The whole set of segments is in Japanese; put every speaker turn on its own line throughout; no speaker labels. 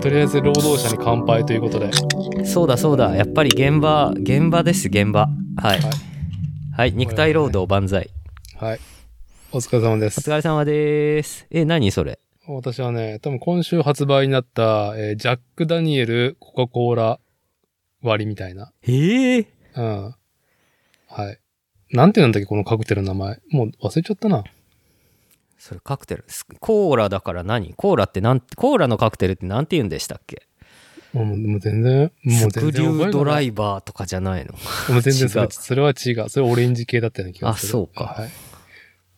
とりあえず労働者に乾杯ということで。
そうだそうだやっぱり現場現場です現場はい
は
はいい、肉体労働万歳
はい。お疲れ様で
お
す
疲。れ様ですえ何それ
私はね、多分今週発売になった、えージャック・ダニエル・コカ・コーラ割りみたいな。
ええ
うん。はい。なんて言うんだっけ、このカクテルの名前。もう忘れちゃったな。
それカクテルすコーラだから何コーラってなんコーラのカクテルってなんて言うんでしたっけ
もうもう全然、もう全然
スクリュードラ
イ。
イバーとかじゃないの
もう全然そ
違
れ
う
それは違う。それオレンジ系だったような気がする。
あそうか
はい。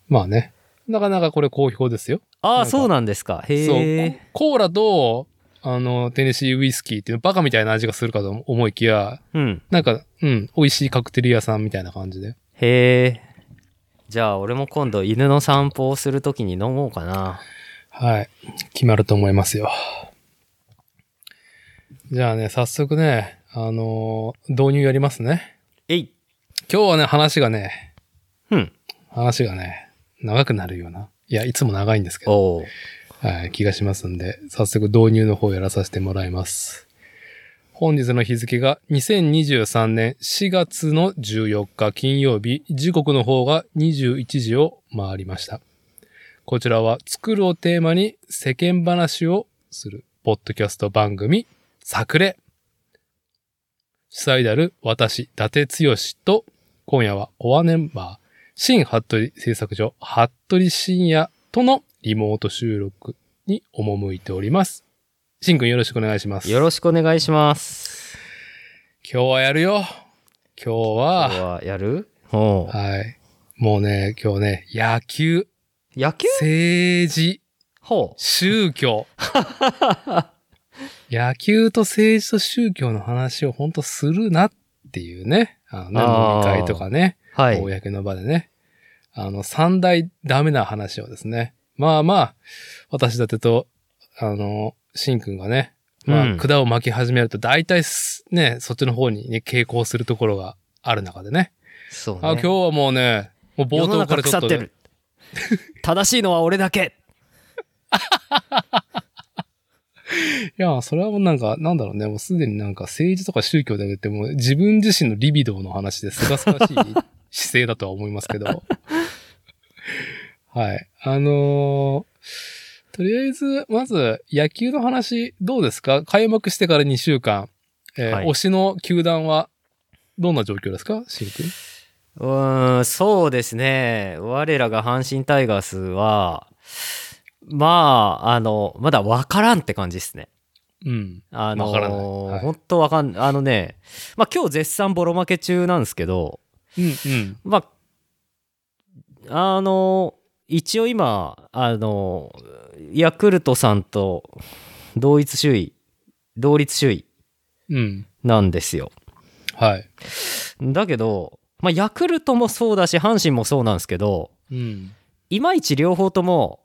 まあね。なかなかこれ好評ですよ。
あ
なん
あ
か
そうなんですか
そう
へえ。
ココーラと、あの、テネシーウイスキーっていうバカみたいな味がするかと思いきや、
うん
なんか、うん、美味しいカクテル屋さんみたいな感じで。
へえじゃあ俺も今度犬の散歩をするときに飲もうかな
はい。決まると思いますよ。じゃあね、早速ね、あのー導入やりますね。
えい
今日はね、話がね、
うん
話がね、長くなるような。いや、いつも長いんですけど、
おお
はい、気がしますんで、早速導入の方やらさせてもらいます。本日の日付が2023年4月の14日金曜日、時刻の方が21時を回りました。こちらは作るをテーマに世間話をするポッドキャスト番組、作例。主催である私、伊達剛と、今夜はコアメンバー、新服部製作所、服部深也とのリモート収録に赴いております。新くんよろしくお願いします。
よろしくお願いします
今日はやるよ。今日
今
は、
日はやるおう
はい。もうね、今日ね、野球、
野球
政治、
ほう
宗 教。野球と政治と宗教の話を本当するなっていうね。あのね
あー
飲み会とかね、
はい
公の場でね。あの、三大ダメな話をですね。まあまあ、私だてと、あの、しんくんがね、まあ、
うん
管を巻き始めると、大体す、ね、そっちの方にね、傾向するところがある中でね。
そうね
あ、今日はもうね、もう冒
世の
頭か
中
らち
腐
ょ
っ
っと
て
ね、
る正しいのは俺 だけ
いや、それはもうなんか、なんだろうね、もうすでになんか政治とか宗教だけってもう自分自身のリビドーの話ですがすがしい姿勢だとは思いますけど。はい。あのーとりあえず、まず野球の話どうですか開幕してから2週間。えー
はい
推しの球団はどんな状況ですかシル君。
うーんそうですね我らが阪神タイガースはまああのまだ分からんって感じですね
うん。
あの
わからないはい
本当わかんあのねまあ今日絶賛ボロ負け中なんですけど
うんうん。
まああの一応今あのヤクルトさんと同一首位同率首位
うん。
なんですよ
はい。
だけど、まあ、ヤクルトもそうだし阪神もそうなんですけど
うん。
いまいち両方とも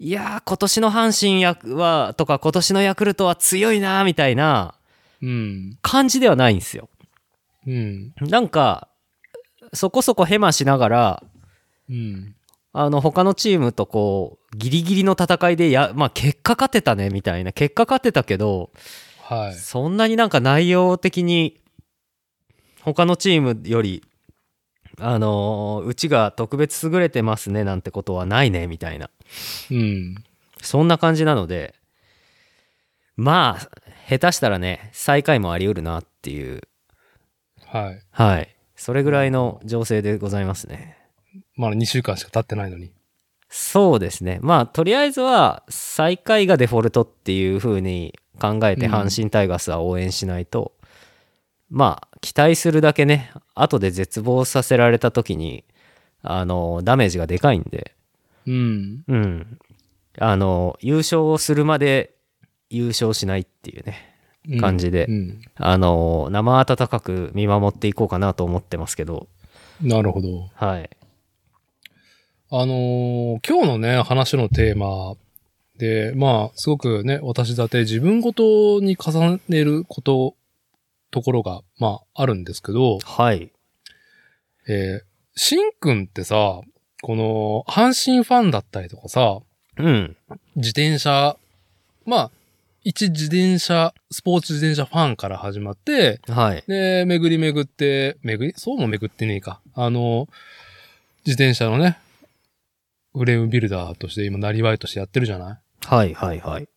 いやー今年の阪神ヤクはとか今年のヤクルトは強いなーみたいな
うん。
感じではないんですよ
うん。
なんかそこそこヘマしながら
うん。
あの他のチームとこうギリギリの戦いでや、まあ、結果勝てたねみたいな結果勝てたけど、
はい。
そんなになんか内容的に他のチームよりあのーうちが特別優れてますねなんてことはないねみたいな
うん。
そんな感じなのでまあ下手したらね最下位もあり得るなっていう
はい。
はいそれぐらいの情勢でございますね。
まだ2週間しか経ってないのに。
そうですね。まあ、とりあえずは、最下位がデフォルトっていう風に考えて、
うん
阪神タイガースは応援しないと、まあ、期待するだけね、後で絶望させられた時に、あの、ダメージがでかいんで、
うん。
うん。あの、優勝をするまで優勝しないっていうね、感じで
うん。
あの、生温かく見守っていこうかなと思ってますけど、
なるほど。
はい。
あのー今日のね、話のテーマで、まあ、すごくね、私だって自分ごとに重ねること、ところが、まあ、あるんですけど、
はい。
えー、しんくんってさ、この、阪神ファンだったりとかさ、
うん。
自転車、まあ、一自転車、スポーツ自転車ファンから始まって、
はい。
で、巡り巡って、巡り、そうも巡ってねえか。あの、自転車のね、フレームビルダーとして今、なりわいとしてやってるじゃない
はいはいはい。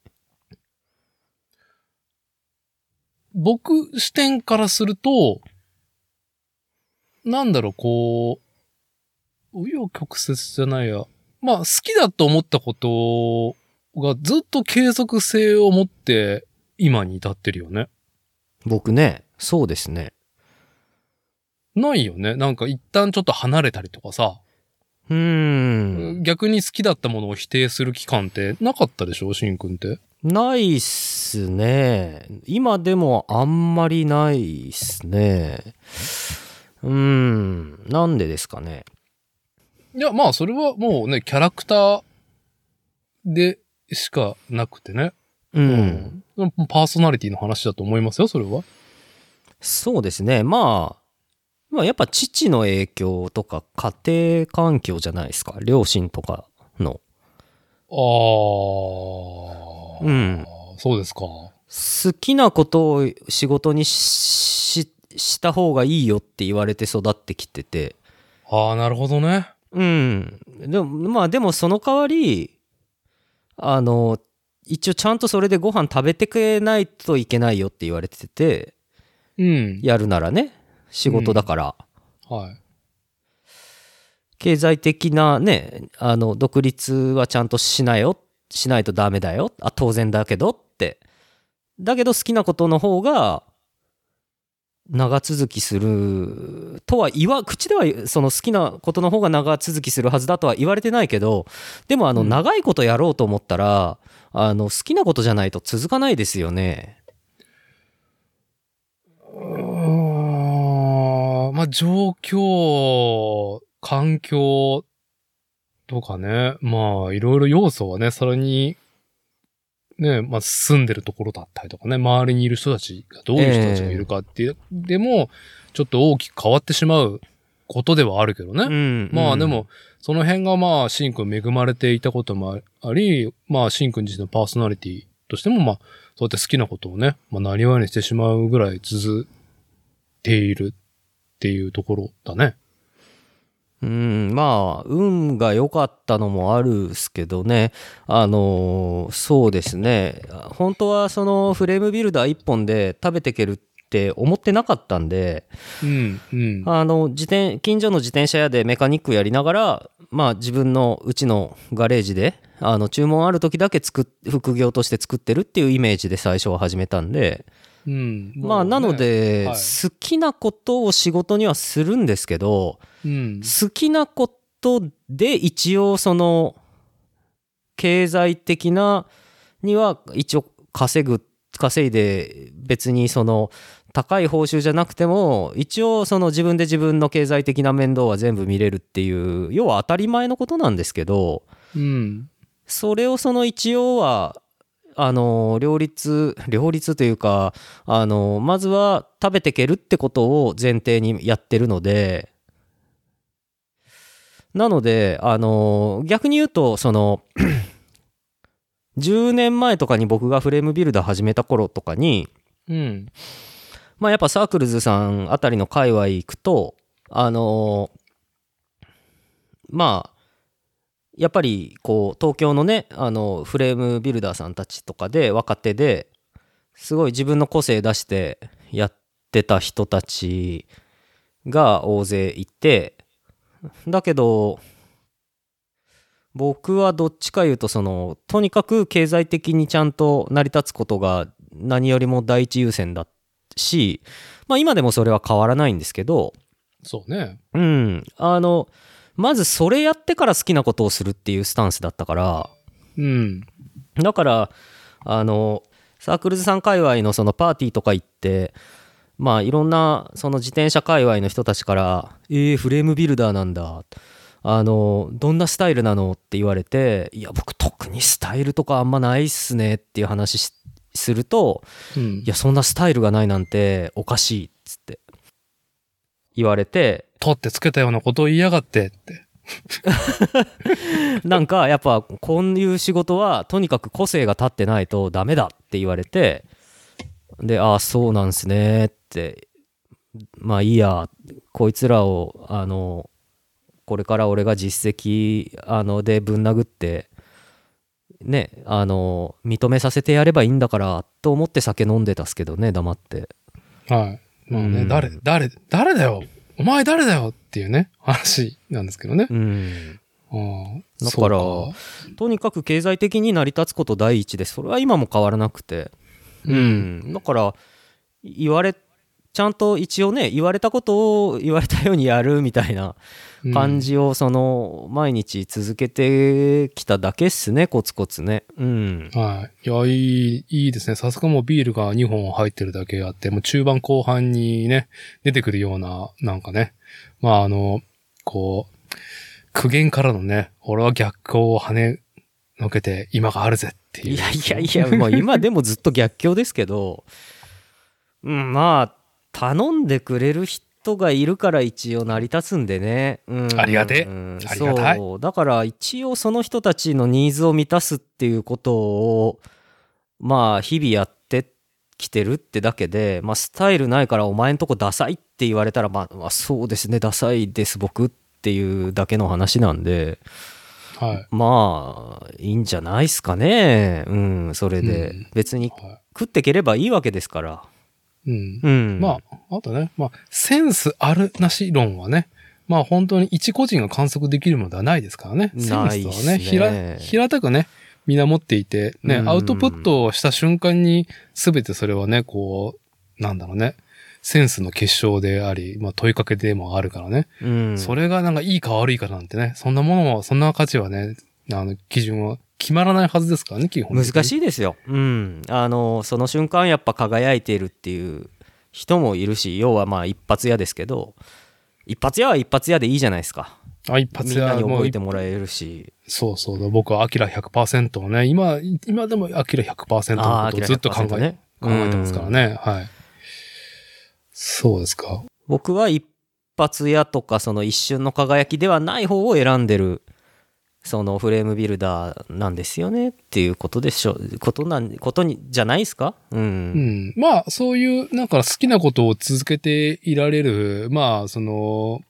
僕視点からすると、なんだろう、こう、紆余曲折じゃないや。まあ、好きだと思ったことがずっと継続性を持って今に至ってるよね。
僕ね、そうですね。
ないよね。なんか一旦ちょっと離れたりとかさ、
うーん。
逆に好きだったものを否定する期間ってなかったでしょしんくんって。
ないっすね。今でもあんまりないっすね。うーん。なんでですかね。
いや、まあ、それはもうね、キャラクターでしかなくてね。
うん。
うん。パーソナリティの話だと思いますよ、それは。
そうですね。まあ、まあやっぱ父の影響とか家庭環境じゃないですか。両親とかの。
ああ、
うん。
そうですか。
好きなことを仕事にし、した方がいいよって言われて育ってきてて。
ああ、なるほどね。
うん。でも、まあでもその代わり、あの、一応ちゃんとそれでご飯食べてくれないといけないよって言われてて、
うん。
やるならね、仕事だから、
はい。
経済的なね、あの、独立はちゃんとしなよ、しないとダメだよ、あ、当然だけどって。だけど好きなことの方が、長続きするとは言わ口ではその好きなことの方が長続きするはずだとは言われてないけどでもあの
うん
長いことやろうと思ったら、あの好きなことじゃないと続かないですよね。
あまあ、状況、環境とかね。まあ、いろいろ要素はね、さらに、ね、まあ、住んでるところだったりとかね、周りにいる人たちがどういう人たちがいるかって、いうでも、ちょっと大きく変わってしまうことではあるけどね。
うん
ま
う
あ
ん
でも、その辺がまあ、シンくん恵まれていたこともあり、まあ、シンくん自身のパーソナリティとしても、まあ、そうやって好きなことをね、まあ、なりわいにしてしまうぐらい続いているっていうところだね。
うん、まあ、運が良かったのもあるっすけどね。あのーそうですね。本当はそのフレームビルダー一本で食べていけるって思ってなかったんで、
うん、うん。
あの、自転、近所の自転車屋でメカニックやりながら、まあ自分のうちのガレージで、あの、注文ある時だけ作っ、副業として作ってるっていうイメージで最初は始めたんで、
うん。
まあなので、
はい
好きなことを仕事にはするんですけど、
うん、
好きなことで一応その経済的なには一応稼ぐ稼いで別にその高い報酬じゃなくても一応その自分で自分の経済的な面倒は全部見れるっていう要は当たり前のことなんですけど
うん。
それをその一応はあの両立両立というかあのまずは食べていけるってことを前提にやってるのでなのであの逆に言うとその 10年前とかに僕がフレームビルダー始めた頃とかに
うん。
まあやっぱサークルズさんあたりの界隈行くと、あのーまあ、やっぱりこう東京のね、あのフレームビルダーさんたちとかで若手ですごい自分の個性出してやってた人たちが大勢いて、だけど、僕はどっちかいうとそのとにかく経済的にちゃんと成り立つことが何よりも第一優先だったし、まあ、今でもそれは変わらないんですけど、
そうね。
うん、あのまずそれやってから好きなことをするっていうスタンスだったから
うん。
だからあのサークルズさん界隈のそのパーティーとか行ってまあいろんなその自転車界隈の人たちから「えー、フレームビルダーなんだ」あのどんなスタイルなのって言われて「いや僕特にスタイルとかあんまないっすね」っていう話しすると
うん。
いや、そんなスタイルがないなんておかしいっつって言われて、
取ってつけたようなことを言いやがってって。
なんかやっぱこういう仕事はとにかく個性が立ってないとダメだって言われてでああそうなんすねってまあいいやこいつらをあのこれから俺が実績あのでぶん殴ってねあの認めさせてやればいいんだからと思って酒飲んでたっすけどね黙って
はい。まあね、
うん
誰、誰、誰だよお前誰だよっていうね、話なんですけどね。
うん
うん、
だから
そう
とにかく経済的に成り立つこと第一でそれは今も変わらなくて
う。
うんん、だから言われちゃんと一応ね言われたことを言われたようにやるみたいな
うん
感。じをその毎日続けてきただけっすねコツコツねうん
はい。いや、いい、いいですね。さすがもうビールが2本入ってるだけあって、もう中盤後半にね、出てくるような、なんかね。まあ、あの、こう、苦言からのね、俺は逆光を跳ねのけて今があるぜっていう。
いやいやいやもう今でもずっと逆境ですけどうんまあ頼んでくれる人がいるから一応成り立つんでね、うん、
ありがてえ
うん
ありがたい
そうだから一応その人たちのニーズを満たすっていうことをまあ日々やってきてるってだけで、まあ、スタイルないからお前んとこダサいって言われたら、まあ、まあそうですねダサいです僕っていうだけの話なんで
はい。
まあいいんじゃないですかねうんそれで、
うん
別に
は
食ってければいいわけですから
い。うん。
うん
まあ、あとね、まあ、センスあるなし論はね、まあ本当に一個人が観測できるものではないですからね。センスは
ないっすね
ね、平平たくね、みんな持っていて、ね、
うん
アウトプットをした瞬間に、すべてそれはね、こう、なんだろうね、センスの結晶であり、まあ問いかけでもあるからね。
うん
それがなんかいいか悪いかなんてね、そんなものは、そんな価値はね、あの、基準は決まらないはずですからね、基本的に。
難
い。
しいですよ、うん、あのその瞬間やっぱ輝いているっていう人もいるし要はまあ一発屋ですけど一発屋は一発屋でいいじゃないですか
あ、一発
みん
や
なに
もう
覚えてもらえるし
そうそうだ。僕はアキラ100%をね、今、今でもアキラ100%
あ
の
あ
ことをずっと考え,、
ね
考えてますからね。はい。そうですか。
僕は一発屋とかその一瞬の輝きではない方を選んでるそのフレームビルダーなんですよねっていうことでしょことなんことにじゃないですかう、
うんん。まあ、そういう、なんか好きなことを続けていられる、まあ、その、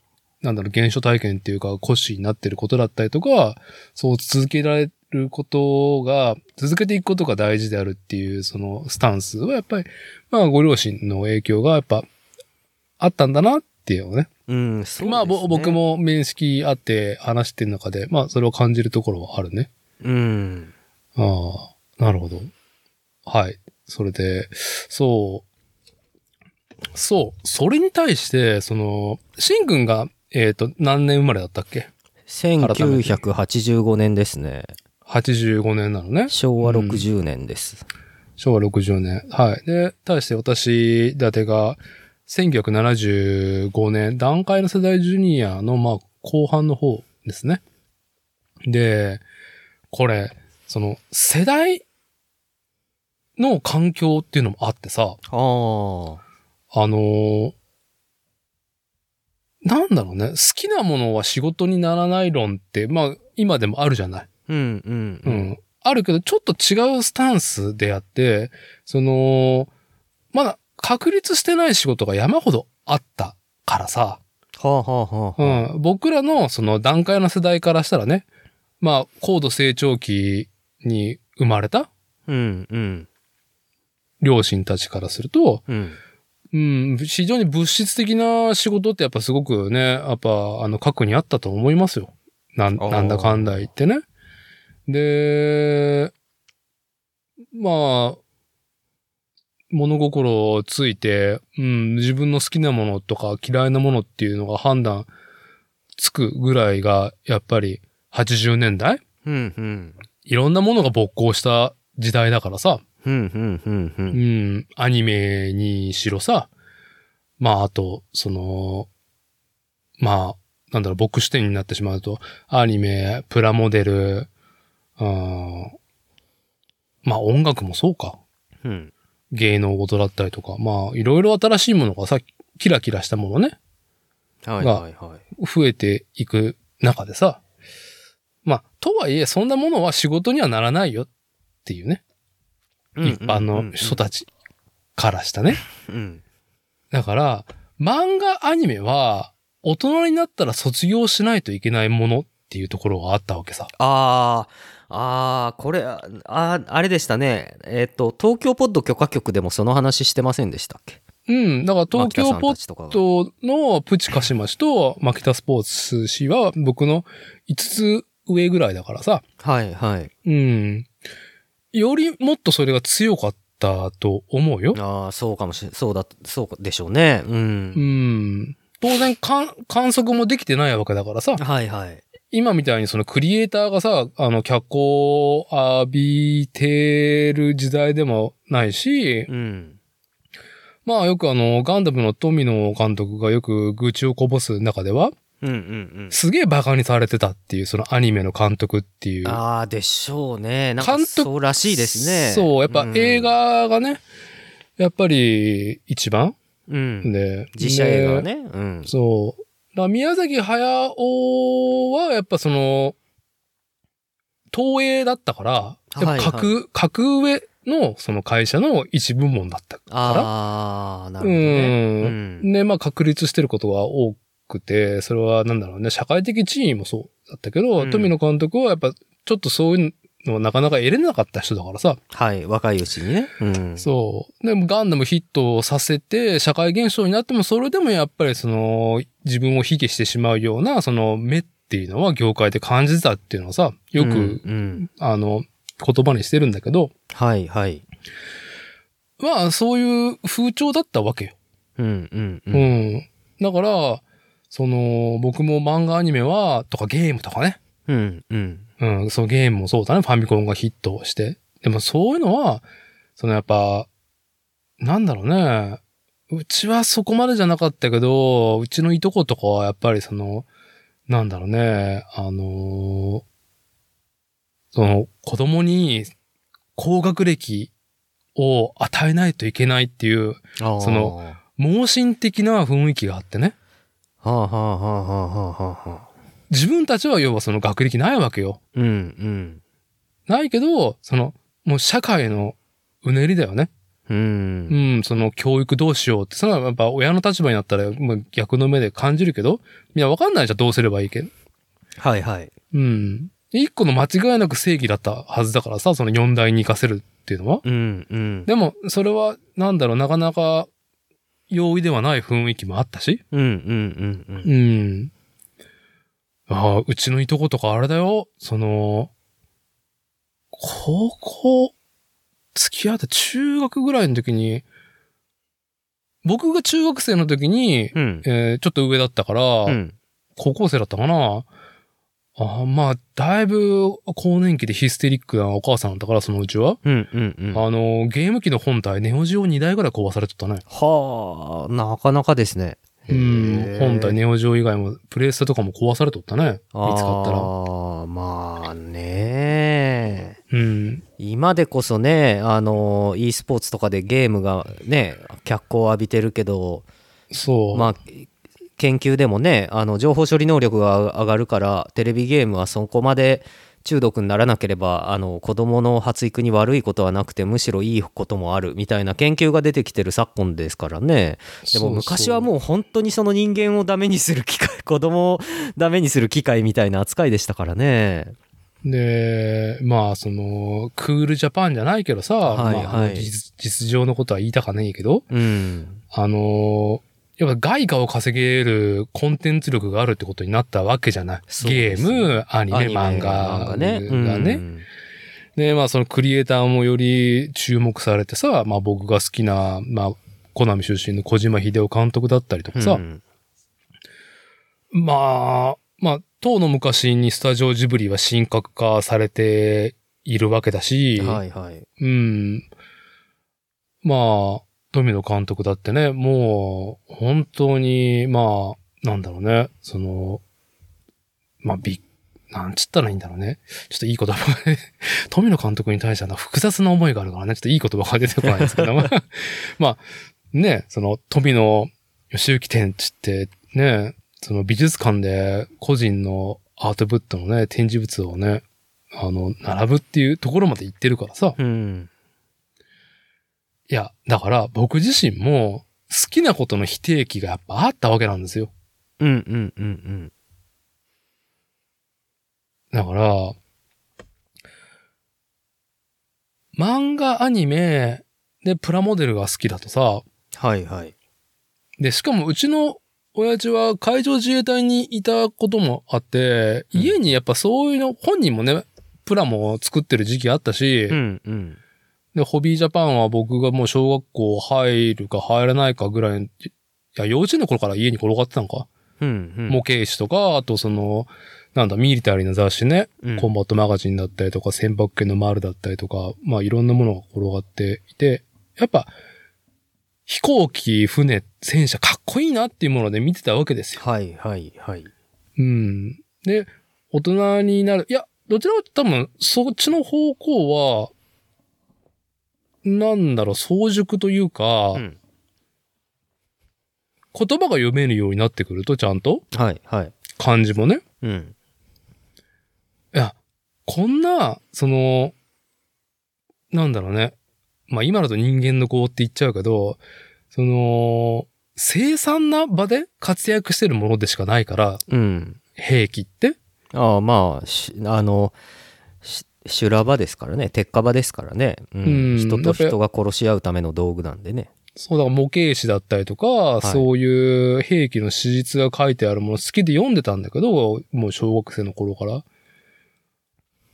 なんだろう、現象体験っていうか、骨子になってることだったりとか、そう続けられることが、続けていくことが大事であるっていう、そのスタンスはやっぱり、まあ、ご両親の影響がやっぱ、あったんだなっていうのをね、
うんそうですね
まあ、ぼ僕も面識あって話してる中で、まあ、それを感じるところはあるね。
うん
ああ、なるほど。はい。それで、そう、そう、それに対して、その、シンくんが、えっ、と、何年生まれだったっけ
1985年ですね
?85 年なのね。
昭和
うん
60年です、
昭和60年。はい。で、対して私、伊達が、1975年、段階の世代ジュニアの、まあ、後半の方ですね。で、これ、その、世代の環境っていうのもあってさ、
ああ
あのーなんだろうね、好きなものは仕事にならない論って、まあ、今でもあるじゃない。
うんうん
う、ん。あるけど、ちょっと違うスタンスであって、その、まだ確立してない仕事が山ほどあったからさ、
はあはあはあ
う
はあ
ん。僕らのその段階の世代からしたらね、まあ、高度成長期に生まれた
うんうん
両親たちからすると、
うん
うん、非常に物質的な仕事ってやっぱすごくね、やっぱあの過去にあったと思いますよ。なん
あー
なんだかんだ言ってね。で、まあ、物心をついて、うん、自分の好きなものとか嫌いなものっていうのが判断つくぐらいが、やっぱり80年代
うんうん
いろんなものが勃興した時代だからさ。
うんうんうんう
うんん、アニメにしろさ、まあ、あと、その、まあ、なんだろう、僕視点になってしまうと、アニメ、プラモデル、うん、まあ、音楽もそうか。
うん
芸能事だったりとか、まあ、いろいろ新しいものがさ、キラキラしたものね、
はいはいはい
増えていく中でさ、まあ、とはいえ、そんなものは仕事にはならないよっていうね、一般の人たちからしたね。
うん。
だから、漫画アニメは、大人になったら卒業しないといけないものっていうところがあったわけさ。
ああ、ああ、これ、あー、あれでしたね。えっ、と、東京ポッド許可局でもその話してませんでしたっけ
うん。だから東京ポ
牧田さんた
ッ
ちとかが
ドのプチカシマシとマキタスポーツ氏は僕の5つ上ぐらいだからさ。
はいはい。
うん。よりもっとそれが強かったと思うよ。
ああ、そうかもしれそうだ、そうでしょうね。う。
うんん。当然観観測もできてないわけだからさ。
はいはい。
今みたいにそのクリエイターがさ、あの、脚光を浴びてる時代でもないし、
うん。
まあよくあの、ガンダムの富野監督がよく愚痴をこぼす中では、
うんうんうん。
すげえバカにされてたっていう、そのアニメの監督っていう。
ああ、でしょうね。なん
監
か
督
そうらしいですね。
そう、やっぱ
ん
映。画がね、やっぱり一番
うん。
で。
実写映画はね。うん。
そう。だから宮崎駿は、やっぱその、東映だったから、やっぱ格、格上のその会社の一部門だったか
ああ、な
ら。
るほどね。う
うん。
ん。
ね、まあ確立してることが多くて、それはなんだろうね、社会的地位もそうだったけど、
うん
富野監督はやっぱちょっとそういうのをなかなか得れなかった人だからさ、
はい、若いうちにね。うん。
そう。でもガンダムヒットをさせて、社会現象になっても、それでもやっぱりその、自分を卑下してしまうような、その目っていうのは業界で感じてたっていうのはさ、よく、
うんうん。
あの、言葉にしてるんだけど、
はいはい。
まあそういう風潮だったわけよ。
うんうんう。
うんん。だから、その、僕も漫画アニメは、とかゲームとかね。
うんうん。
うん、そのゲームもそうだね。ファミコンがヒットして。でもそういうのは、そのやっぱ、なんだろうね。うちはそこまでじゃなかったけど、うちのいとことかはやっぱりその、なんだろうね、あのーその子供に高学歴を与えないといけないっていう、
あー
その、盲信的な雰囲気があってね。
はあはあはあはあはあはあ。
自分たちは要はその学歴ないわけよ。
うんうん。
ないけど、その、もう社会のうねりだよね。
う。
うんん、その教育どうしようって、それはやっぱ親の立場になったらもう逆の目で感じるけど、みんなわかんないじゃん、どうすればいいけ。
はいはい。
うん。一個の間違いなく正義だったはずだからさ、その四大に生かせるっていうのは。
うんうん。
でも、それは、なんだろう、なかなか容易ではない雰囲気もあったし。
うんうんうんうん。
うん。ああ、うちのいとことかあれだよ。その、高校、付き合って中学ぐらいの時に、僕が中学生の時に、
うん。
えーちょっと上だったから、
うん。
高校生だったかな。ああまあ、だいぶ高年期でヒステリックなお母さんだったから、そのうちは。
うんうんうん。
あの、ゲーム機の本体、ネオジオ2台ぐらい壊されてたね。
はあ、なかなかですね。
うん。本体、
ね。
ネオジオ以外も、プレイステとかも壊されとったね。見つかったら。
ああ、まあね。
うん。
今でこそね、あの、e スポーツとかでゲームがね、脚光を浴びてるけど、
そう。
まあ、研究でもね、あの、情報処理能力が上がるから、テレビゲームはそこまで中毒にならなければ、あの、子供の発育に悪いことはなくて、むしろいいこともある、みたいな研究が出てきてる昨今ですからね。でも昔は
う。
もう本当にその人間をダメにする機会、 子供をダメにする機会みたいな扱いでしたからね。
そうで、まあ、その、クールジャパンじゃないけどさ、
はい
まああの
はい
実、実情のことは言いたかねえけど、
うん。
あの、やっぱ外貨を稼げるコンテンツ力があるってことになったわけじゃない。
そう
ゲ
で
ー
すね
ム、アニメ、
アニメ
漫
漫
画
画ね。
がね、
うん
で、まあそのクリエイターもより注目されてさ、まあ僕が好きな、まあ、コナミ出身の小島秀夫監督だったりとかさ、
うん
まあ、まあ、当の昔にスタジオジブリは神格化されているわけだし、
はいはい。
うん。まあ、富野監督だってね、もう、本当に、まあ、なんだろうね、その、まあ、びっ、なんつったらいいんだろうね。ちょっといい言葉がね、 富野監督に対してはな複雑な思いがあるからね、ちょっといい言葉が出てこないんですけど、まあ、まあ、ね、その、富野義行展っつって、ね、その美術館で個人のアートブットのね、展示物をね、あの、並ぶっていうところまで行ってるからさ。
うん。
いや、だから僕自身も好きなことの否定期がやっぱあったわけなんですよ。
うんうんうん
だから、漫画、アニメでプラモデルが好きだとさ、
うん。はいはい。
で、しかもうちの親父は海上自衛隊にいたこともあって、
うん
家にやっぱそういうの、本人もね、プラモを作ってる時期あったし、
うんうん。
で、ホビージャパンは僕がもう小学校入るか入らないかぐらいの、いや、幼稚園の頃から家に転がってたのか。
うんうん。
模型師とか、あとその、なんだ、ミリタリーな雑誌ね、
うん
コンバットマガジンだったりとか、船舶系のマールだったりとか、まあいろんなものが転がっていて、やっぱ、飛行機、船、戦車、かっこいいなっていうもので見てたわけですよ。
はいはいはい。
うん。で、大人になる。いや、どちらかというと多分、そっちの方向は、なんだろう、早熟というか、
うん
言葉が読めるようになってくると、ちゃんと、
はいはい。
漢字もね。
うん。
いや、こんな、その、なんだろうね。まあ今だと人間の業って言っちゃうけど、その、生産な場で活躍してるものでしかないから、
うん。
兵器って。
ああまあ、しあの、し修羅場ですからね、鉄火場ですからね、うん
うん
人と人が殺し合うための道具なんでね。
そうだから模型師だったりとか、
い
そういう兵器の史実が書いてあるもの好きで読んでたんだけど、もう小学生の頃から。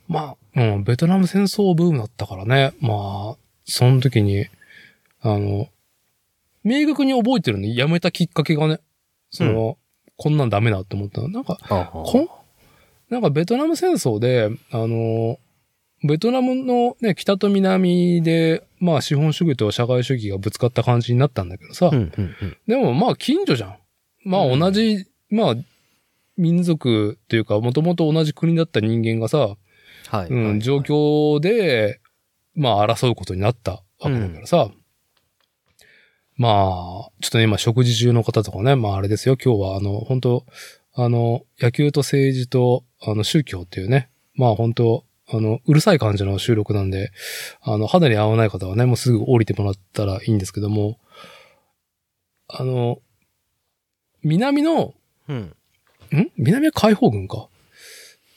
まあ、うん、ベトナム戦争ブームだったからね。まあ、その時に、あの、明確に覚えてるのにやめたきっかけがね、その、こんなんダメだって思ったの。なんか、
ああ
こんなんかベトナム戦争で、あの、ベトナムのね、北と南で、まあ資本主義と社会主義がぶつかった感じになったんだけどさ、
うんうんうん。
でもまあ近所じゃん。ま
う
あ
ん
同じ、まあ民族というか、もともと同じ国だった人間がさ、
はい。
うん、状況で、まあ争うことになったわけだからさ、まあ、ちょっとね、今食事中の方とかね、まああれですよ、今日はあの、本当あの、野球と政治と、あの、宗教っていうね、まあ本当あの、うるさい感じの収録なんで、あの、肌に合わない方はね、もうすぐ降りてもらったらいいんですけども、あの、南の、
うん。
ん南は解放軍か。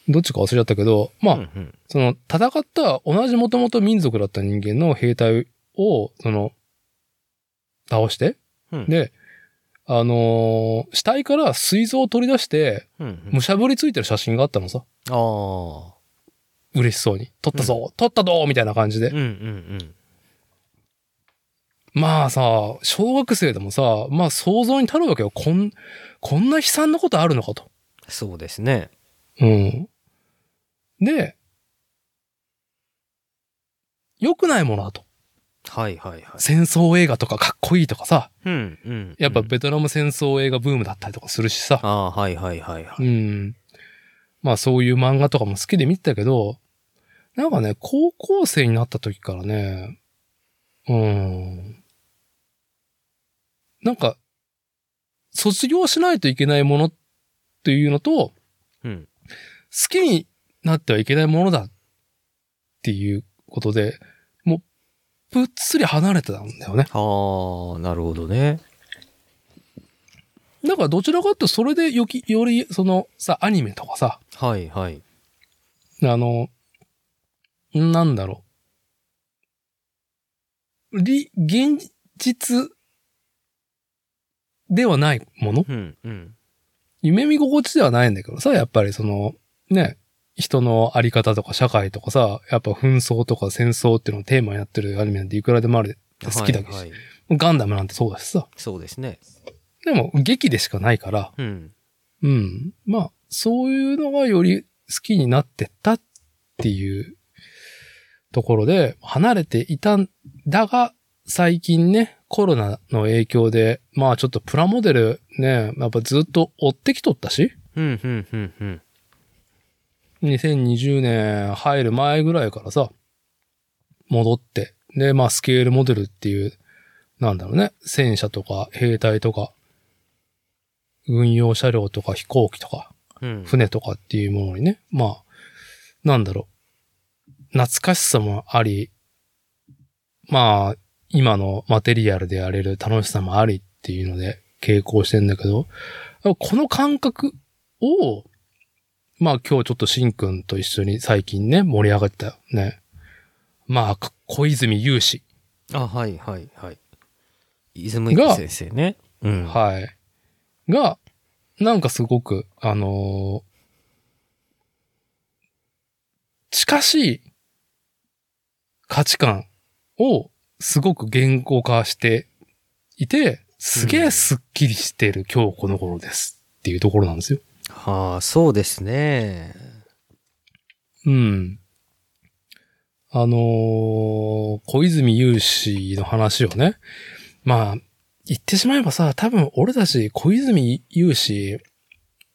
どっちか忘れちゃったけど、まあ、
うんうん
その、戦った同じ元々民族だった人間の兵隊を、その、倒して、
うん
で、あのー死体から膵臓を取り出して、
うんうん
むしゃぶりついてる写真があったのさ。
ああ。
嬉しそうに。取ったぞ、取ったぞみたいな感じで
うん。うん
まあさ、小学生でもさ、まあ想像に足るわけよ。こん、こんな悲惨なことあるのかと。
そうですね。
うん。で、良くないものだと。
はいはいはい。
戦争映画とかかっこいいとかさ、
うんうん。
やっぱ
うん
ベトナム戦争映画ブームだったりとかするしさ。
ああ、はいはいはいは
う
い。
ん。まあそういう漫画とかも好きで見てたけど、なんかね、高校生になった時からね、うん。なんか、卒業しないといけないものっていうのと、
うん。
好きになってはいけないものだっていうことで、もう、ぷっつり離れてたんだよね。
ああ、なるほどね。
だからどちらかってそれでよき、より、そのさ、アニメとかさ、
はいはい。
あの、なんだろう。り、現実ではないもの
うんうん。
夢見心地ではないんだけどさ、やっぱりその、ね、人のあり方とか社会とかさ、やっぱ紛争とか戦争っていうのをテーマにやってるアニメなんていくらでもある。好きだけど
はいはい
ガンダムなんてそうだしさ。
そうですね。
でも、劇でしかないから、
うん。
うん。まあ、そういうのがより好きになってったっていうところで離れていたんだが、最近ね、コロナの影響で、まあちょっとプラモデルね、やっぱずっと追ってきとったし、
うんうんうんうん。
2020年入る前ぐらいからさ、戻って、で、まあスケールモデルっていう、なんだろうね、戦車とか兵隊とか、軍用車両とか飛行機とか、
うん。
船とかっていうものにね、まあ、なんだろう、懐かしさもあり、まあ、今のマテリアルでやれる楽しさもありっていうので傾向してんだけど、この感覚を、まあ今日ちょっとしんくんと一緒に最近ね、盛り上がってたよね。まあ、か小泉雄志。
あ、はいはいはい。イズムイク先生ね。うん。
はい。が、なんかすごく、あのー近しい価値観をすごく言語化していて、すげえスッキリしてる今日この頃ですっていうところなんですよ。
はあ、そうですね。
うん。あのー小泉雄氏の話をね、まあ、言ってしまえばさ、多分俺たち小泉雄氏、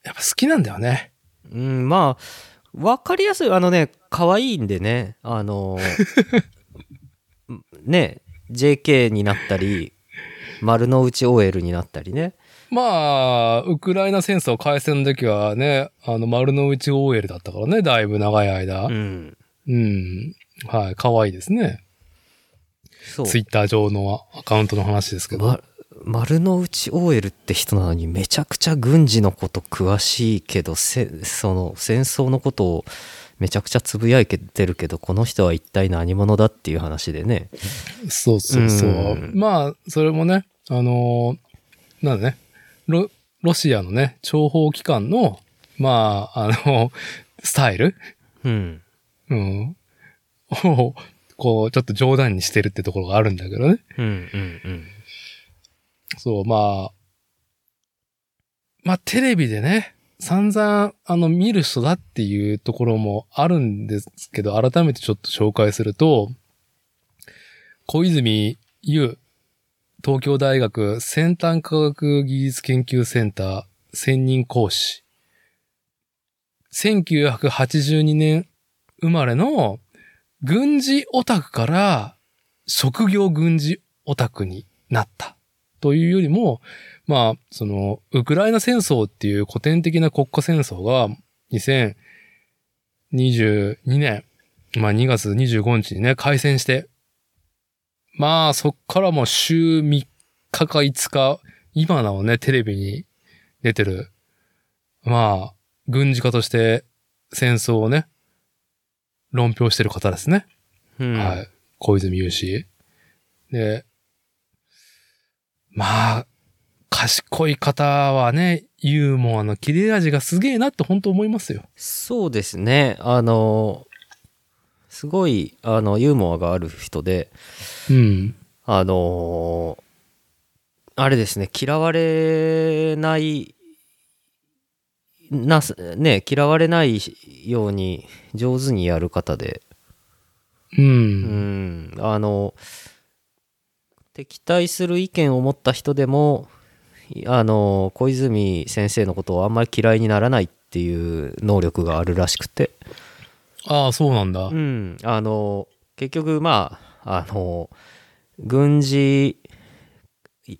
やっぱ好きなんだよね。
うん、まあ、わかりやすい。あのね、可愛いんでね、あの、 ね、JK になったり、丸の内 OL になったりね。
まあ、ウクライナ戦争開戦の時はね、あの、丸の内 OL だったからね、だいぶ長い間。う。
うんん。
はい、可愛いですね。
そう。
ツイッター上のアカウントの話ですけど。
ま、丸の内 OL って人なのにめちゃくちゃ軍事のこと詳しいけどせその戦争のことをめちゃくちゃつぶやいてるけどこの人は一体何者だっていう話でね
そうそうそう。
うん
まあ、それもね、あのーなんだね、ロ、ロシアのね、諜報機関の、まあ、あの、 スタイル
うん
うん。を、こう、ちょっと冗談にしてるってところがあるんだけどね。
うんうんうん
そう、まあ、まあ、テレビでね、散々、あの、見る人だっていうところもあるんですけど、改めてちょっと紹介すると、小泉優、東京大学先端科学技術研究センター専任講師。1982年生まれの軍事オタクから職業軍事オタクになった。というよりも、まあ、その、ウクライナ戦争っていう古典的な国家戦争が、2022年、まあ2月25日にね、開戦して、まあそっからもう週3日か5日、今なおね、テレビに出てる、まあ、軍事家として戦争をね、論評してる方ですね。
うん
はい。小泉雄志。で、まあ、賢い方はね、ユーモアの切れ味がすげえなって本当思いますよ。
そうですねあのすごいあのユーモアがある人で
うん。
あのーあれですね、嫌われない、なす、ね、嫌われないように上手にやる方で、
う。
うんん、あの、敵対する意見を持った人でも、あの、小泉先生のことをあんまり嫌いにならないっていう能力があるらしくて、
ああ、そうなんだ。
うん、あの結局まああの軍事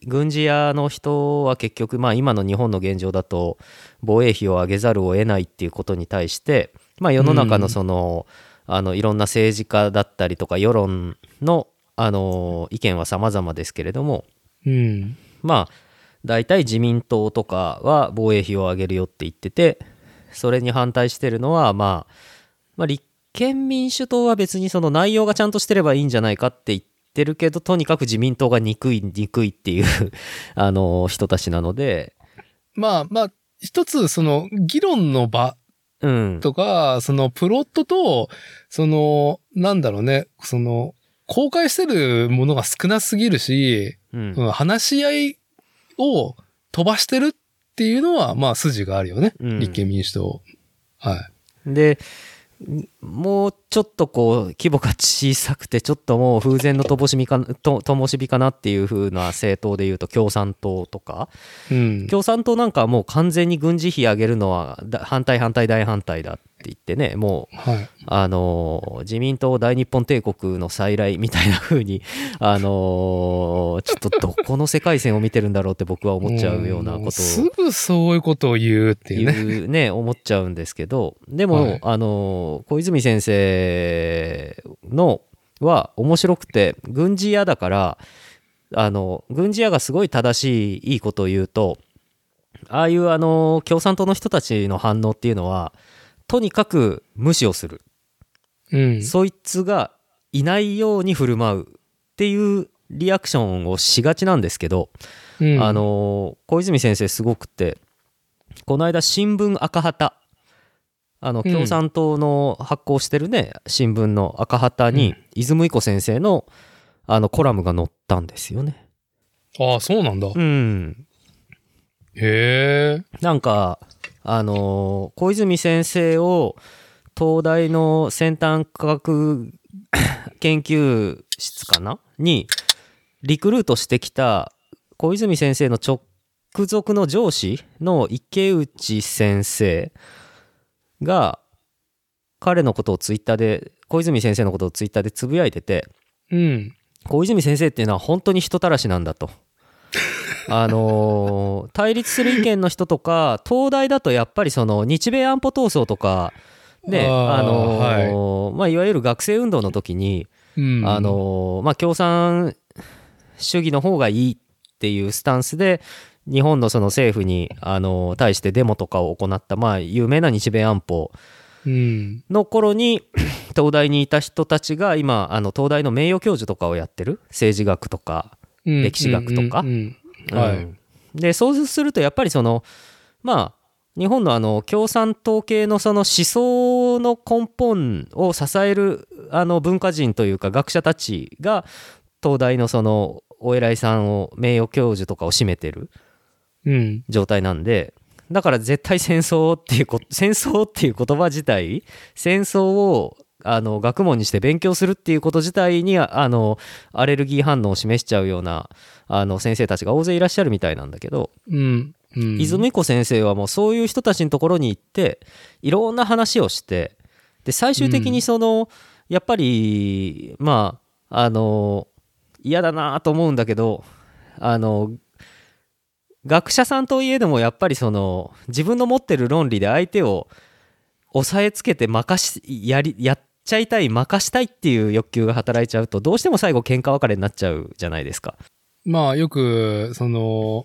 軍事屋の人は結局まあ今の日本の現状だと防衛費を上げざるを得ないっていうことに対してまあ世の中
う
の
ん
その,、あのいろんな政治家だったりとか世論のあの意見は様々ですけれども
うん。
まあ大体自民党とかは防衛費を上げるよって言っててそれに反対してるのは、まあ、まあ立憲民主党は別にその内容がちゃんとしてればいいんじゃないかって言ってるけどとにかく自民党が憎い憎いっていう あの人たちなので
まあまあ、一つ、その、議論の場
うん
とか、その、プロットと、その、なんだろうね、その、公開してるものが少なすぎるし、
うん
うん話し合いを飛ばしてるっていうのは、まあ筋があるよね。
うん
立憲民主党。はい。
でもうちょっとこう規模が小さくてちょっともう風前の灯火かと灯火かなっていう風な政党でいうと共産党とか
うん。
共産党なんかはもう完全に軍事費上げるのはだ反対反対大反対だっ言ってね、もう、
はい。
あの、自民党大日本帝国の再来みたいな風に、あの、ちょっとどこの世界線を見てるんだろうって僕は思っちゃうようなこと
も
を。
すぐそういうことを言うっていうね。
いうね、思っちゃうんですけど、でも、
はい
あの、小泉先生のは面白くて、軍事屋だから、あの、軍事屋がすごい正しい、いいことを言うと、ああいうあの、共産党の人たちの反応っていうのは、とにかく無視をする。
うん。
そいつがいないように振る舞うっていうリアクションをしがちなんですけど、
うん
あ、のー小泉先生すごくてこの間新聞赤旗あの
うん
共産党の発行してるね、新聞の赤旗に、泉井子先生のあのコラムが載ったんですよね。
ああ、そうなんだ。
うん、
へえ。
なんかあのー小泉先生を東大の先端科学研究室かな にリクルートしてきた小泉先生の直属の上司の池内先生が彼のことをツイッターで小泉先生のことをツイッターでつぶやいてて
うん。
小泉先生っていうのは本当に人たらしなん だと。あのー対立する意見の人とか東大だとやっぱりその日米安保闘争とかね
あー
あのーまあ、いわゆる学生運動の時に、
うん。
あ、のーまあ、共産主義の方がいいっていうスタンスで日本のその政府に、あのー対してデモとかを行った、まあ、有名な日米安保
うん。
の頃に 東大にいた人たちが今あの東大の名誉教授とかをやってる政治学とか
うん
歴史学とか
うんうんは
う
い。
んでそうするとやっぱりそのまあ日本のあの共産党系のその思想の根本を支えるあの文化人というか学者たちが東大のそのお偉いさんを名誉教授とかを占めてる
うん。
状態なんでだから絶対戦争っていうこ 戦争っていう言葉自体戦争をあの学問にして勉強するっていうこと自体にああのアレルギー反応を示しちゃうようなあの先生たちが大勢いらっしゃるみたいなんだけど、
うん。うん。
泉子先生はもうそういう人たちのところに行っていろんな話をしてで最終的にその、やっぱりまああの嫌だなと思うんだけどあの学者さんといえどもやっぱりその自分の持ってる論理で相手を抑えつけて任しやりやっちゃいたい任したいっていう欲求が働いちゃうとどうしても最後喧嘩別れになっちゃうじゃないですか。
まあよく、その、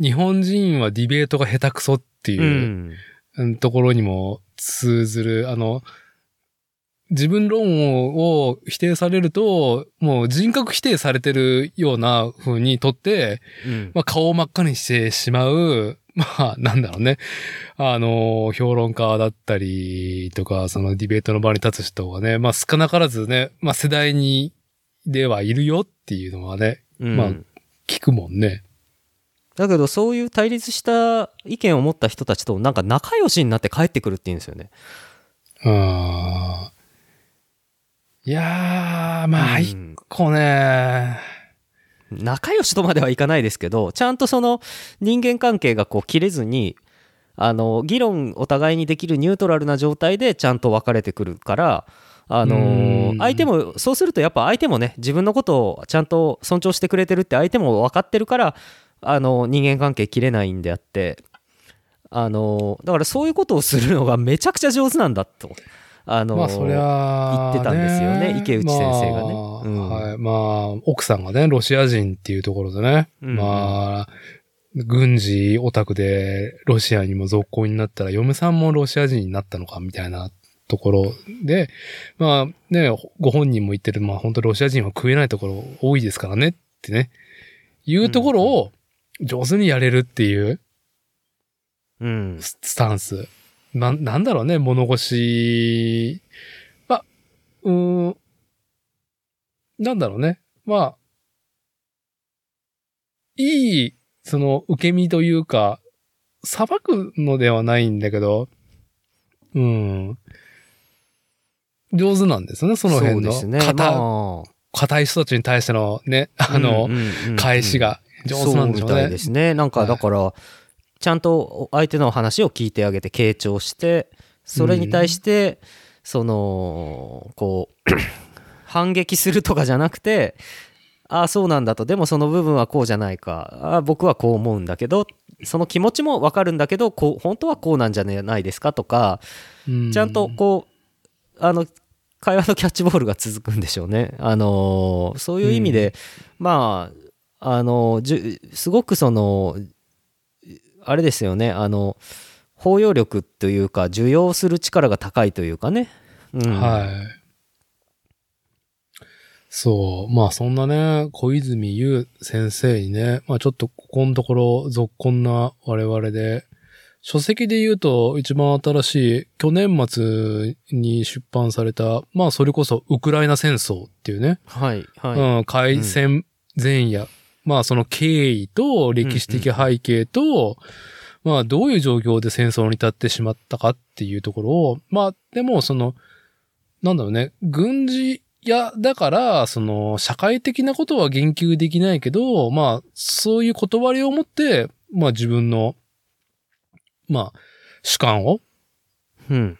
日本人はディベートが下手くそっていうう、
ん
うんところにも通ずる、あの、自分論を否定されると、もう人格否定されてるような風にとって、
うん
まあ顔を真っ赤にしてしまう、まあなんだろうね。あの、評論家だったりとか、そのディベートの場に立つ人がね、まあ少なからずね、まあ世代に、ではいるよっていうのはね、
うん
まあ聞くもんね。
だけどそういう対立した意見を持った人たちとなんか仲良しになって帰ってくるっていうんですよね。
あーいやー、まあ、
うん
一個ね、
仲良しとまではいかないですけどちゃんとその人間関係がこう切れずにあの議論お互いにできるニュートラルな状態でちゃんと別れてくるから。あの
うん
相手もそうするとやっぱ相手もね自分のことをちゃんと尊重してくれてるって相手も分かってるからあの人間関係切れないんであってあのだからそういうことをするのがめちゃくちゃ上手なんだとあの
まあ、そりゃ、
言ってたんですよね池内先生
ま
がね
あ
うん
はい。まあ、奥さんがね、ロシア人っていうところでね、
うん
まあ、軍事オタクでロシアにも続行になったら、嫁さんもロシア人になったのか、みたいなところで、まあね、ご本人も言ってる、まあ本当ロシア人は食えないところ多いですからねってね、いうところを上手にやれるっていう
うん
ススタンス。な、なんだろうね、物腰。まあ、うーん。なんだろうね。まあ、いい、その、受け身というか、裁くのではないんだけど、うん。上手なんですよね、その辺の。
そうですね。
硬、
ま
硬い人たちに対してのね、
あ
あの、
うんうんうん
返しが上手なんでしょう
そうみ
ね。
たいですね。なん
は
か
い
だから、ちゃんと相手の話を聞いてあげて、傾聴して、それに対して、そのこう 反撃するとかじゃなくてああそうなんだとでもその部分はこうじゃないかああ僕はこう思うんだけどその気持ちも分かるんだけどこう本当はこうなんじゃないですかとか
う
ちゃんとこうあの会話のキャッチボールが続くんでしょうね。あのーそういう意味で、まああのじゅすごくそのあれですよねあの包容力というか受容する力が高いというかね。うん
はい。そう。まあそんなね、小泉優先生にね、まあちょっとここのところ、続婚な我々で、書籍で言うと一番新しい、去年末に出版された、まあそれこそウクライナ戦争っていうね、
はいはい、
うん、開戦前夜、まあその経緯と歴史的背景と、まあどういう状況で戦争に至ってしまったかっていうところを、まあでもその、なんだろうね、軍事やだから、その社会的なことは言及できないけど、まあそういう断りを持って、まあ自分の、まあ主観を
うん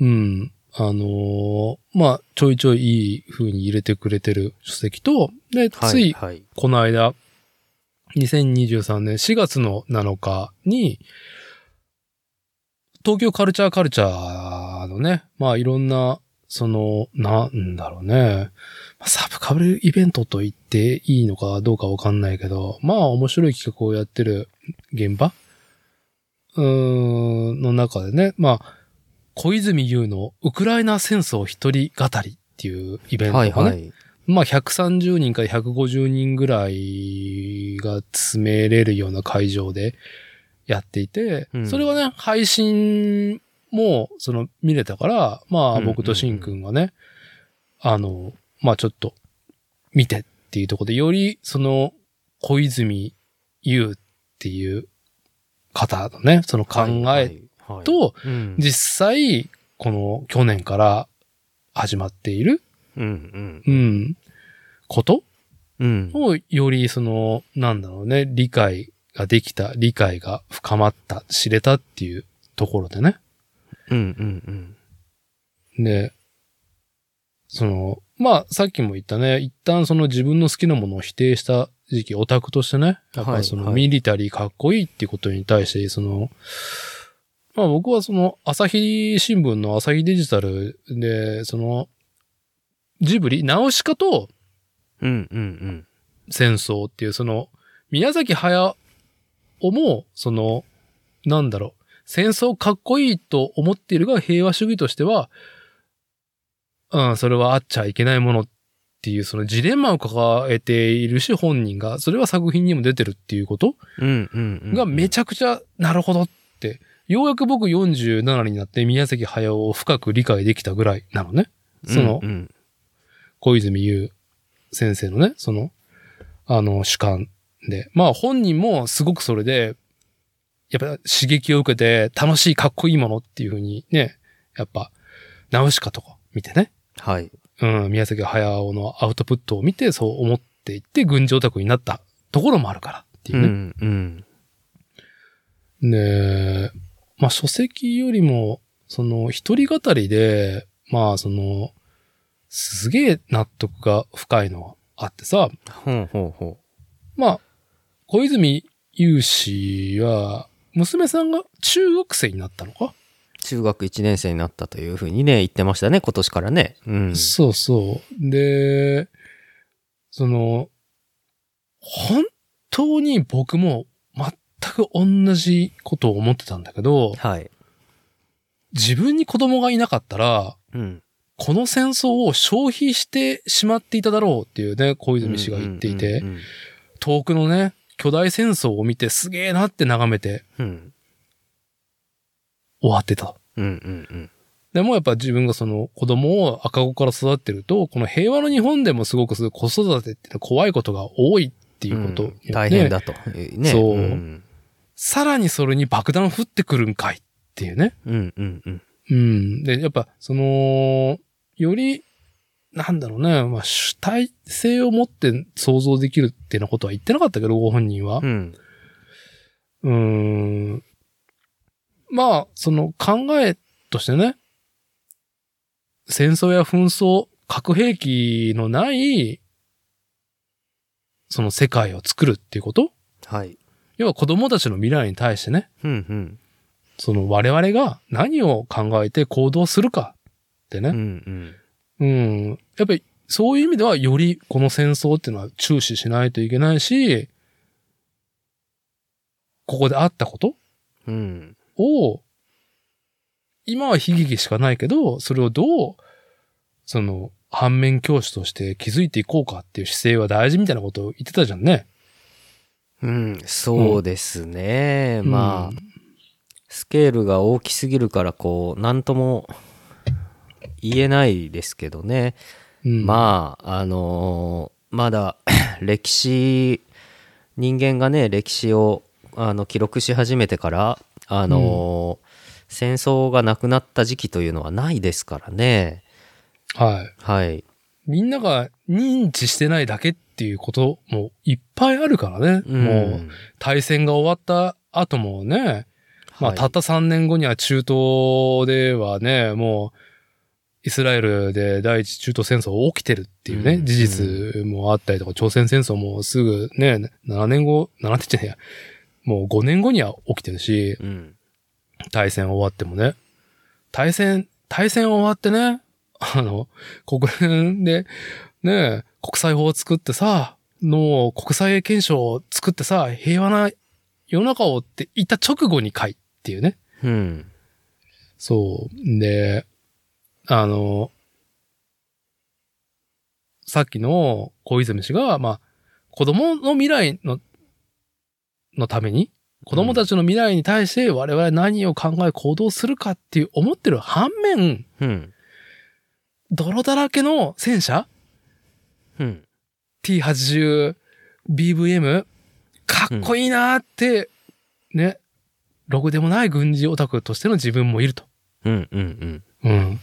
うん。あのーまあ、ちょいちょいいい風に入れてくれてる書籍と、で、
はい
つい
はい
この間、2023年4月の7日に、東京カルチャーカルチャーのね、まあいろんな、その、なんだろうね、まあサブカルイベントと言っていいのかどうかわかんないけど、まあ面白い企画をやってる現場うーん、の中でね、まあ、小泉優のウクライナ戦争一人語りっていうイベントが
は
ね、
いはい
まあ、130人から150人ぐらいが詰めれるような会場でやっていて、
うん
それがね、配信も、その、見れたから、ま
うんう
あ、
んうん
僕としんくんがね、あの、まあ、ちょっと、見てっていうところで、より、その、小泉優っていう方のね、その考え
はい
と、
はいうん
実際、この、去年から始まっている、
うん
うん、こと
うんうん
をよりその、なんだろうね、理解ができた、理解が深まった、知れたっていうところでね。
うんうんうん
で、その、まあ、さっきも言ったね、一旦その自分の好きなものを否定した時期、オタクとしてね、やっ
は
ぱ
い
その
はい
ミリタリーかっこいいっていうことに対して、その、まあ僕はその、朝日新聞の朝日デジタルで、その、ジブリ、ナウシカと、
うんうん
戦争っていう、その、宮崎駿も、その、なんだろう、戦争かっこいいと思っているが、平和主義としては、うん、それはあっちゃいけないものっていう、そのジレンマを抱えているし、本人が、それは作品にも出てるっていうこと
うんうんうん
がめちゃくちゃ、なるほどって、ようやく僕47になって宮崎駿を深く理解できたぐらいなのね。その
うんうん
小泉優先生のね、その、あの、主観で。まあ本人もすごくそれで、やっぱ刺激を受けて楽しいかっこいいものっていう風にね、やっぱ、ナウシカとか見てね、
はい
うん、宮崎駿のアウトプットを見てそう思っていって軍事オタクになったところもあるからっていううね。
んうん
で、まあ書籍よりも、その一人語りで、まあその、すげえ納得が深いのはあってさ、
ほうほうほ
まあ、小泉雄氏は、娘さんが中学生になったのか、
う中学1年生になったというふうにね言ってましたね今年からねうん
そうそう。で、その、本当に僕も全く同じことを思ってたんだけど、
はい
自分に子供がいなかったら、
うん
この戦争を消費してしまっていただろうっていうね、小泉氏が言っていて
う、ん
遠くのね、巨大戦争を見てすげえなって眺めて
うん
終わってた。
うんうんうん
でもやっぱ自分がその子供を赤子から育ってると、この平和の日本でもすごくそういう子育てっていうのは怖いことが多いっていうこと、
うん大変
ね。
だとね
そうんさらにそれに爆弾降ってくるんかいっていうね。
うんうんうん
うん。で、やっぱその、より、なんだろうね、まあ主体性を持って想像できるっていうようなことは言ってなかったけど、ご本人は
う。ん
うーんまあ、その考えとしてね、戦争や紛争、核兵器のない、その世界を作るっていうこと
はい。
要は子供たちの未来に対してね、
うんうん。
その我々が何を考えて行動するかって
う
ね。
んうん。
うん。やっぱりそういう意味ではよりこの戦争っていうのは注視しないといけないし、ここであったこと
うん。
を、今は悲劇しかないけど、それをどう、その、反面教師として築いていこうかっていう姿勢は大事みたいなことを言ってたじゃんね。
うん、そうですね。まあ
うん、
スケールが大きすぎるから、こう、なんとも言えないですけどね。
うん、あ。
まあ、あのーまだ 歴史、人間がね、歴史をあの記録し始めてから、あのー戦争がなくなった時期というのはないですからね。
はい。
はい。
みんなが認知してないだけっていうこともいっぱいあるからね。
うん
もう、対戦が終わった後もね、まあ、
はい
たった3年後には中東ではね、もう、イスラエルで第一中東戦争起きてるっていうね、
うん
事実もあったりとか、朝鮮戦争もすぐね、7年後、7年じゃねえや、もう5年後には起きてるし、
うん。
対戦終わってもね。対戦、対戦終わってね、あの、国連で、ね、国際法を作ってさ、の国際憲章を作ってさ、平和な世の中をって言った直後に書いっていうね。
うん。
そう。で、あの、さっきの小泉氏が、まあ、子供の未来の、のために、子供たちの未来に対して我々は何を考え行動するかっていう思ってる反面、
うん。
泥だらけの戦車
うん。
T80、BVM、かっこいいなーって、ね、ろくでもない軍事オタクとしての自分もいると。
うん。うん。
うん。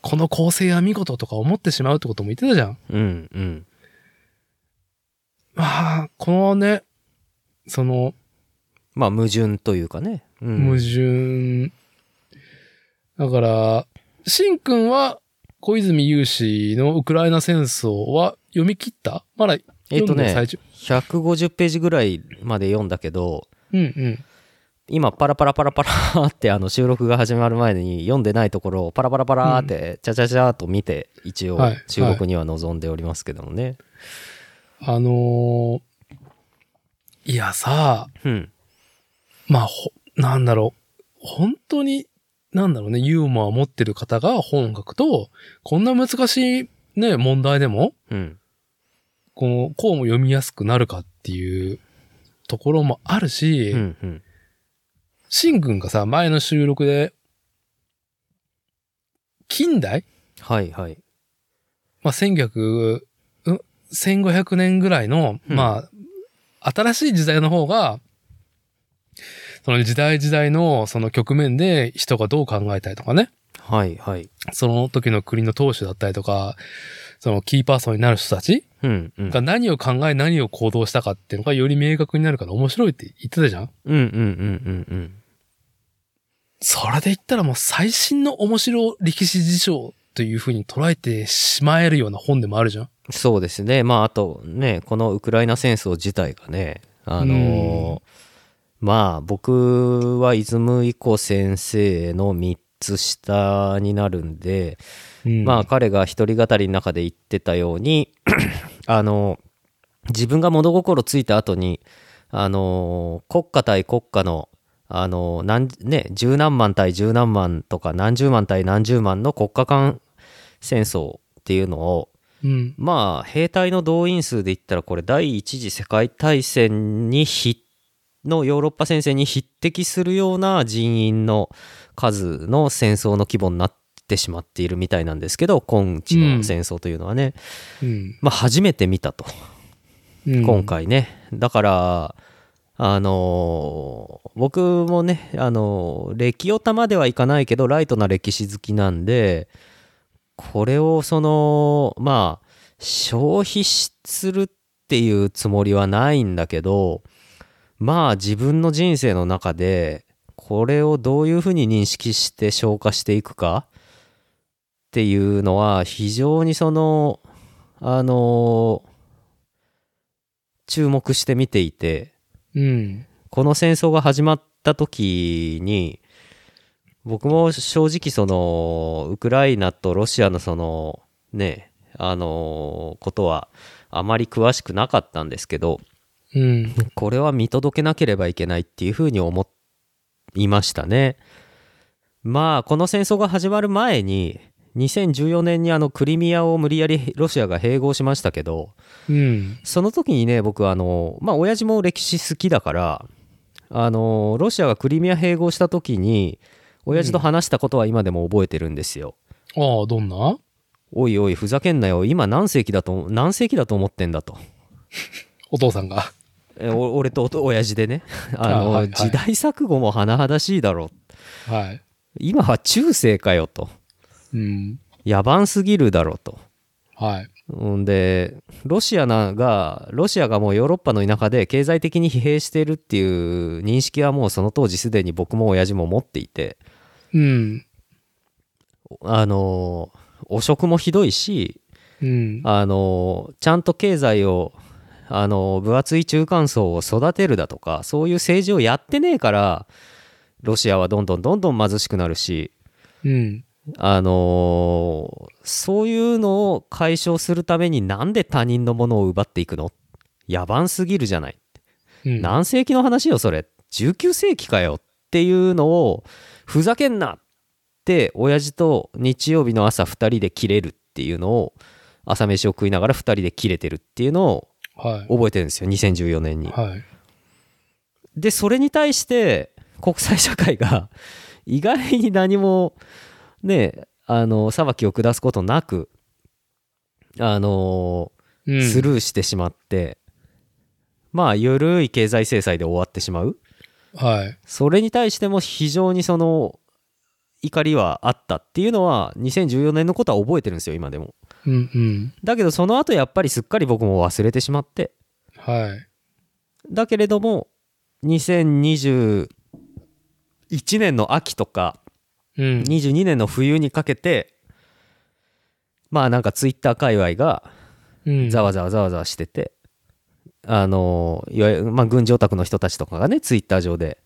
この構成は見事とか思ってしまうってことも言ってたじゃん。
うん。うん。
まあ、このね、その、
まあ、矛盾というかね。うん
矛盾。だから、しんくんは、小泉雄氏のウクライナ戦争は読み切ったまだ
えっ
読
と
んでる
ね、
最中。
150ページぐらいまで読んだけど、
うんうん。
今パラパラパラパラーってあの収録が始まる前に読んでないところをパラパラパラーってちゃちゃちゃーっと見て一応
はい
収録には臨んでおりますけどもね。
あのーいやさ、
うん。
まあ、ほ、なんだろう。本当に、なんだろうね、ユーモアを持ってる方が本を書くと、こんな難しいね、問題でも、
うん。
この、こうも読みやすくなるかっていうところもあるし
う、ん。うん。
シン君がさ、前の収録で、近代
はいはい。
まあ、1900、うん1500年ぐらいの、
うん
まあ、新しい時代の方が、その時代時代のその局面で人がどう考えたりとかね、
はいはい。
その時の国の当主だったりとか、そのキーパーソンになる人たち
うん。うん。
が何を考え何を行動したかっていうのがより明確になるから面白いって言ってたじゃん
うんうんうんうん
それで言ったらもう最新の面白歴史事象というふうに捉えてしまえるような本でもあるじゃん。
うん。そうですね。まああとね、このウクライナ戦争自体がね、あのーまあ僕はイズムイコ先生の3つ下になるんで、まあ彼が一人語りの中で言ってたように あの自分が物心ついた後にあの国家対国家のあの何ね十何万対十何万とか何十万対何十万の国家間戦争っていうのを
うん、
まあ兵隊の動員数で言ったらこれ第一次世界大戦に匹のヨーロッパ戦線に匹敵するような人員の数の戦争の規模になってしまっているみたいなんですけど今日の戦争というのはね、
うん、
まあ初めて見たと
うん
今。回ね、だからあのー僕もねあのー歴オタまではいかないけどライトな歴史好きなんでこれをそのまあ消費しするっていうつもりはないんだけどまあ自分の人生の中でこれをどういうふうに認識して消化していくかっていうのは非常にそのあの注目して見ていて
うん。
この戦争が始まった時に僕も正直そのウクライナとロシアのそのねあのことはあまり詳しくなかったんですけど
うん。
これは見届けなければいけないっていうふうに思いましたね。まあこの戦争が始まる前に2014年にあのクリミアを無理やりロシアが併合しましたけど
うん。
その時にね僕はあのまあ親父も歴史好きだからあのロシアがクリミア併合した時に親父と話したことは今でも覚えてるんですよ。
ああ、どんな
おいおいふざけんなよ今何世紀だと何世紀だと思ってんだと。
お父さんが。
えお 俺とおと親父 でねあの
あはいはい
時代錯誤も甚だしいだろう
はい。
今は中世かよと
うん。
野蛮すぎるだろうと
はい。
んでロシアながロシアがもうヨーロッパの田舎で経済的に疲弊しているっていう認識はもうその当時すでに僕も親父も持っていて
うん。
あの汚職もひどいし
うん。
あのちゃんと経済をあの分厚い中間層を育てるだとかそういう政治をやってねえからロシアはどんどんどんどん貧しくなるし
うん。
あのーそういうのを解消するためになんで他人のものを奪っていくの野蛮すぎるじゃない。
うん。
何世紀の話よそれ19世紀かよっていうのをふざけんなって親父と日曜日の朝2人で切れるっていうのを朝飯を食いながら2人で切れてるっていうのを
は
覚えてるんですよ2014年
い。
に。
はい。
でそれに対して国際社会が 意外に何もねあの裁きを下すことなくあの、
うん。
スルーしてしまってまあ緩い経済制裁で終わってしまう
はい。
それに対しても非常にその怒りはあったっていうのは2014年のことは覚えてるんですよ今でも
うんうん。
だけどその後やっぱりすっかり僕も忘れてしまって
はい。
だけれども2021年の秋とか
うん。
22年の冬にかけてまあなんかツイッター界隈が
うん。
ざわざわざわざわしててあのいわゆる、まあ、軍事オタクの人たちとかがねツイッター上で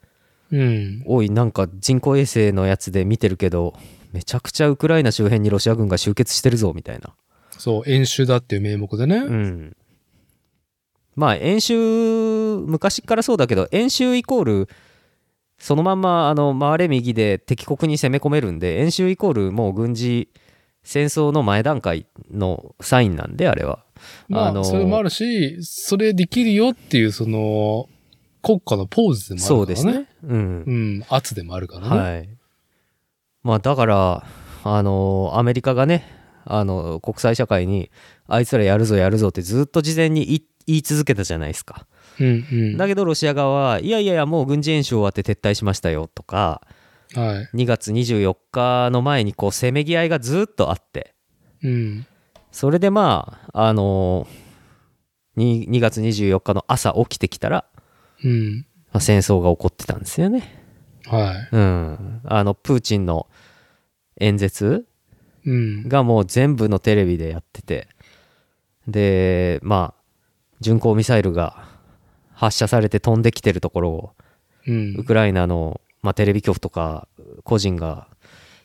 うん。
「おいなんか人工衛星のやつで見てるけどめちゃくちゃウクライナ周辺にロシア軍が集結してるぞ」みたいな
そう、演習だっていう名目でね。
うん、まあ演習昔からそうだけど演習イコールそのまんまあの回れ右で敵国に攻め込めるんで演習イコールもう軍事戦争の前段階のサインなんであれは。
まあ、
あのー
それもあるし、それできるよっていう、その、国家のポーズでもあるからね。
そうですね。うん
うん、圧でもあるからね。
はい。まあだから、あのアメリカがね、あの国際社会に、あいつらやるぞやるぞってずっと事前に言い言い続けたじゃないですか。
うん、うん。
だけどロシア側はいやいやいやもう軍事演習終わって撤退しましたよとか
はい。
2月24日の前にこうせめぎ合いがずっとあって
うん。
それでまああのに 2, 月24日の朝起きてきたら、
うん。
まあ戦争が起こってたんですよね。
は
うん、あのプーチンの演説
い。うん。
がもう全部のテレビでやっててでまあ巡航ミサイルが発射されて飛んできてるところを
うん
ウ。クライナの、まあ、テレビ局とか個人が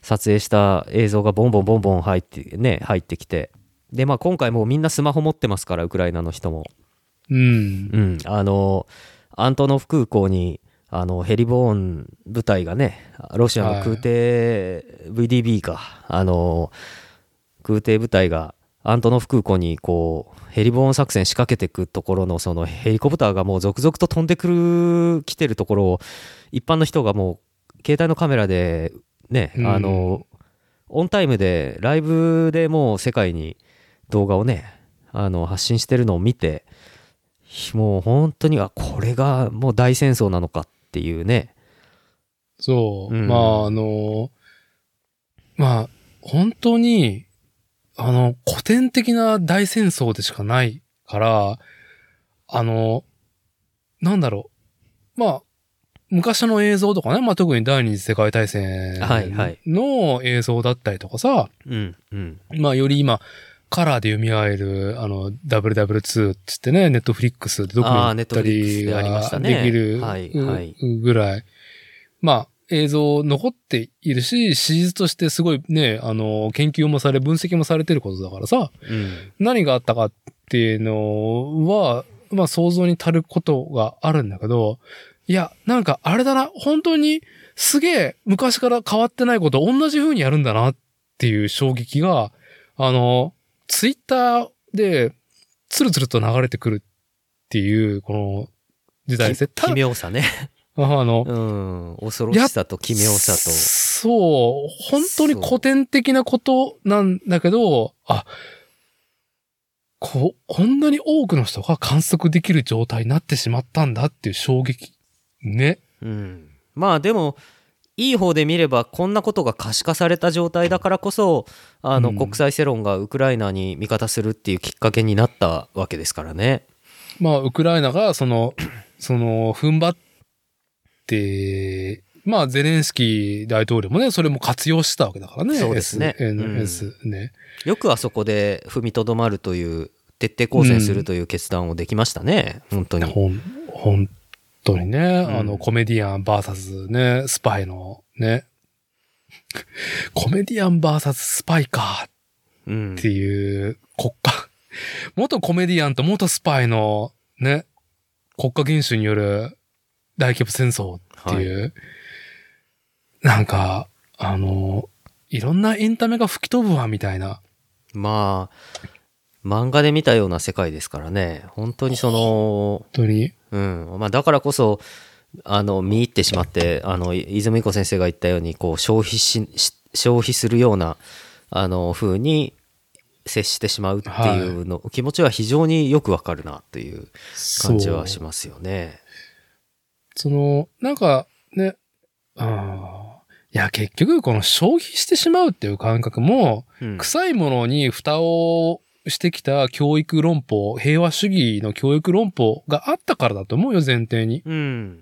撮影した映像がボンボンボンボン入って,、ね、入ってきてで、まあ、今回もうみんなスマホ持ってますからウクライナの人も、
うん。
うん、あのアントノフ空港にあのヘリボーン部隊がねロシアの空挺 VDB か、あの空挺部隊がアントノフ空港にこうヘリボーン作戦仕掛けてくところのそのヘリコプターがもう続々と飛んでくる来てるところを一般の人がもう携帯のカメラでね、
うん
あのオンタイムでライブでもう世界に動画をねあの発信してるのを見てもう本当にあこれがもう大戦争なのかっていうね
そう。
うん
まあ、あのーまあ、本当に、あの、古典的な大戦争でしかないから、あの、なんだろう。まあ、昔の映像とかね、まあ、特に第二次世界大戦
はいはい
の映像だったりとかさ、
うん、うん。
まあ、より今、カラーで読み合える、あの、002っつってね、ネットフリックスでドキュメ
あー
ンタリー
Netflix でありました
が
ね
できる
はい
うん
はい
ぐらい、まあ、映像残っているし、史実としてすごいね、あの、研究もされ、分析もされてることだからさ、
うん。
何があったかっていうのは、まあ想像に足ることがあるんだけど、いや、なんかあれだな、本当にすげえ昔から変わってないこと同じ風にやるんだなっていう衝撃が、あの、ツイッターでツルツルと流れてくるっていう、この時代ですね。
奇妙さね。
たあの、
うん。恐ろしさと奇妙さと。
そう。本当に古典的なことなんだけど、あ、こ、こんなに多くの人が観測できる状態になってしまったんだっていう衝撃。ね。
うん、まあでもいい方で見ればこんなことが可視化された状態だからこそあの
うん
国際世論がウクライナに味方するっていうきっかけになったわけですからね。
まあ、ウクライナが、その、 その、踏ん張って、まあ、ゼレンスキー大統領もね、それも活用したわけだからね。
そうですね
SNS ね。
よくあそこで踏みとどまるという徹底抗戦するという決断をできましたね、本当に。
ほん、本当にね、
ん
あの、コメディアンバーサスね、スパイのね、コメディアンバーサススパイか
うん
っていう国家、元コメディアンと元スパイのね、国家元首による大規模戦争っていう、なんか、あの、いろんなエンタメが吹き飛ぶわみたいな。
まあ漫画で見たような世界ですからね本当にその
本当に。
うんまあ、だからこそあの見入ってしまってあのい泉子先生が言ったようにこう消費しし消費するようなあの風に接してしまうっていうの、気持ちは非常によくわかるなという感じはしますよね。
その、なんかね、ああ、いや、結局、この消費してしまうっていう感覚も、
うん
臭いものに蓋をしてきた教育論法、平和主義の教育論法があったからだと思うよ、前提に。
うん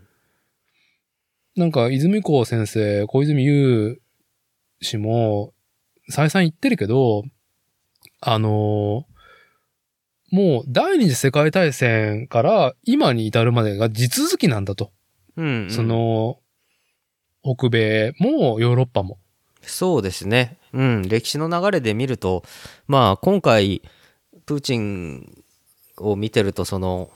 なんか、泉子先生、小泉優氏も、再三言ってるけど、あのーもう第二次世界大戦から今に至るまでが地続きなんだと。
うん
その、北米もヨーロッパも。
そうですね、うん、歴史の流れで見ると、まあ、今回、プーチンを見てるとその、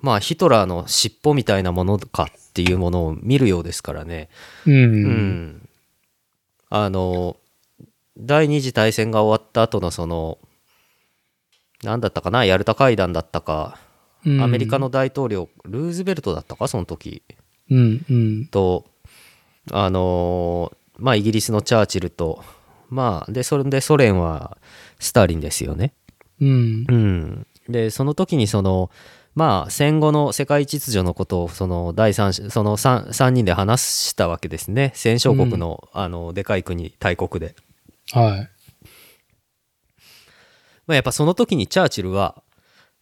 まあ、ヒトラーの尻尾みたいなものかっていうものを見るようですからね、
う
うん
ん。
あの第二次大戦が終わった後のその、なんだったかな、ヤルタ会談だったか、
うん
アメリカ。の大統領、ルーズベルトだったか、その時
うん、うん。
とあのーまあイギリスのチャーチルとまあでそれでソ連はスターリンですよね。
うん。
うん、でその時にそのまあ戦後の世界秩序のことをその第三者その 3, 3人で話したわけですね戦勝国の,、あのでかい国大国で。
はい。
まあ、やっぱその時にチャーチルは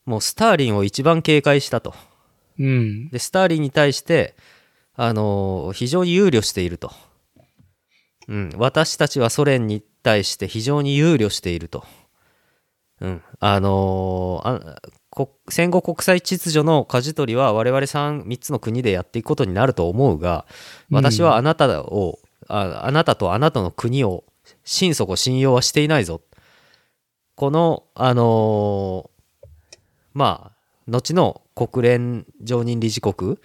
もうスターリンを一番警戒したと。
うん。
でスターリンに対して、あのー非常に憂慮していると、うん、私たちはソ連に対して非常に憂慮していると、うんあのーあこ戦後国際秩序の舵取りは我々 3, 3つの国でやっていくことになると思うが私はあなたを、ああなたとあなたの国を心底信用はしていないぞこのあのーまあ、後の国連常任理事国、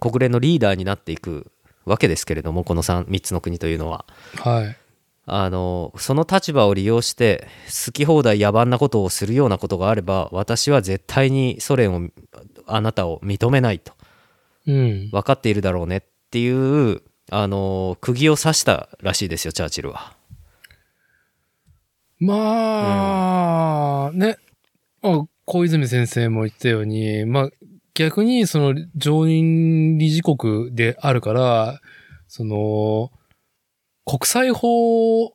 国連のリーダーになっていくわけですけれども、この 3, 3つの国というのは。
はい。
あの、その立場を利用して、好き放題野蛮なことをするようなことがあれば、私は絶対にソ連を、あなたを認めないと。
うん。
分かっているだろうねっていう、あの、釘を刺したらしいですよ、チャーチルは。
まあ、ね。まあ、小泉先生も言ったように、まあ、逆にその常任理事国であるから、その、国際法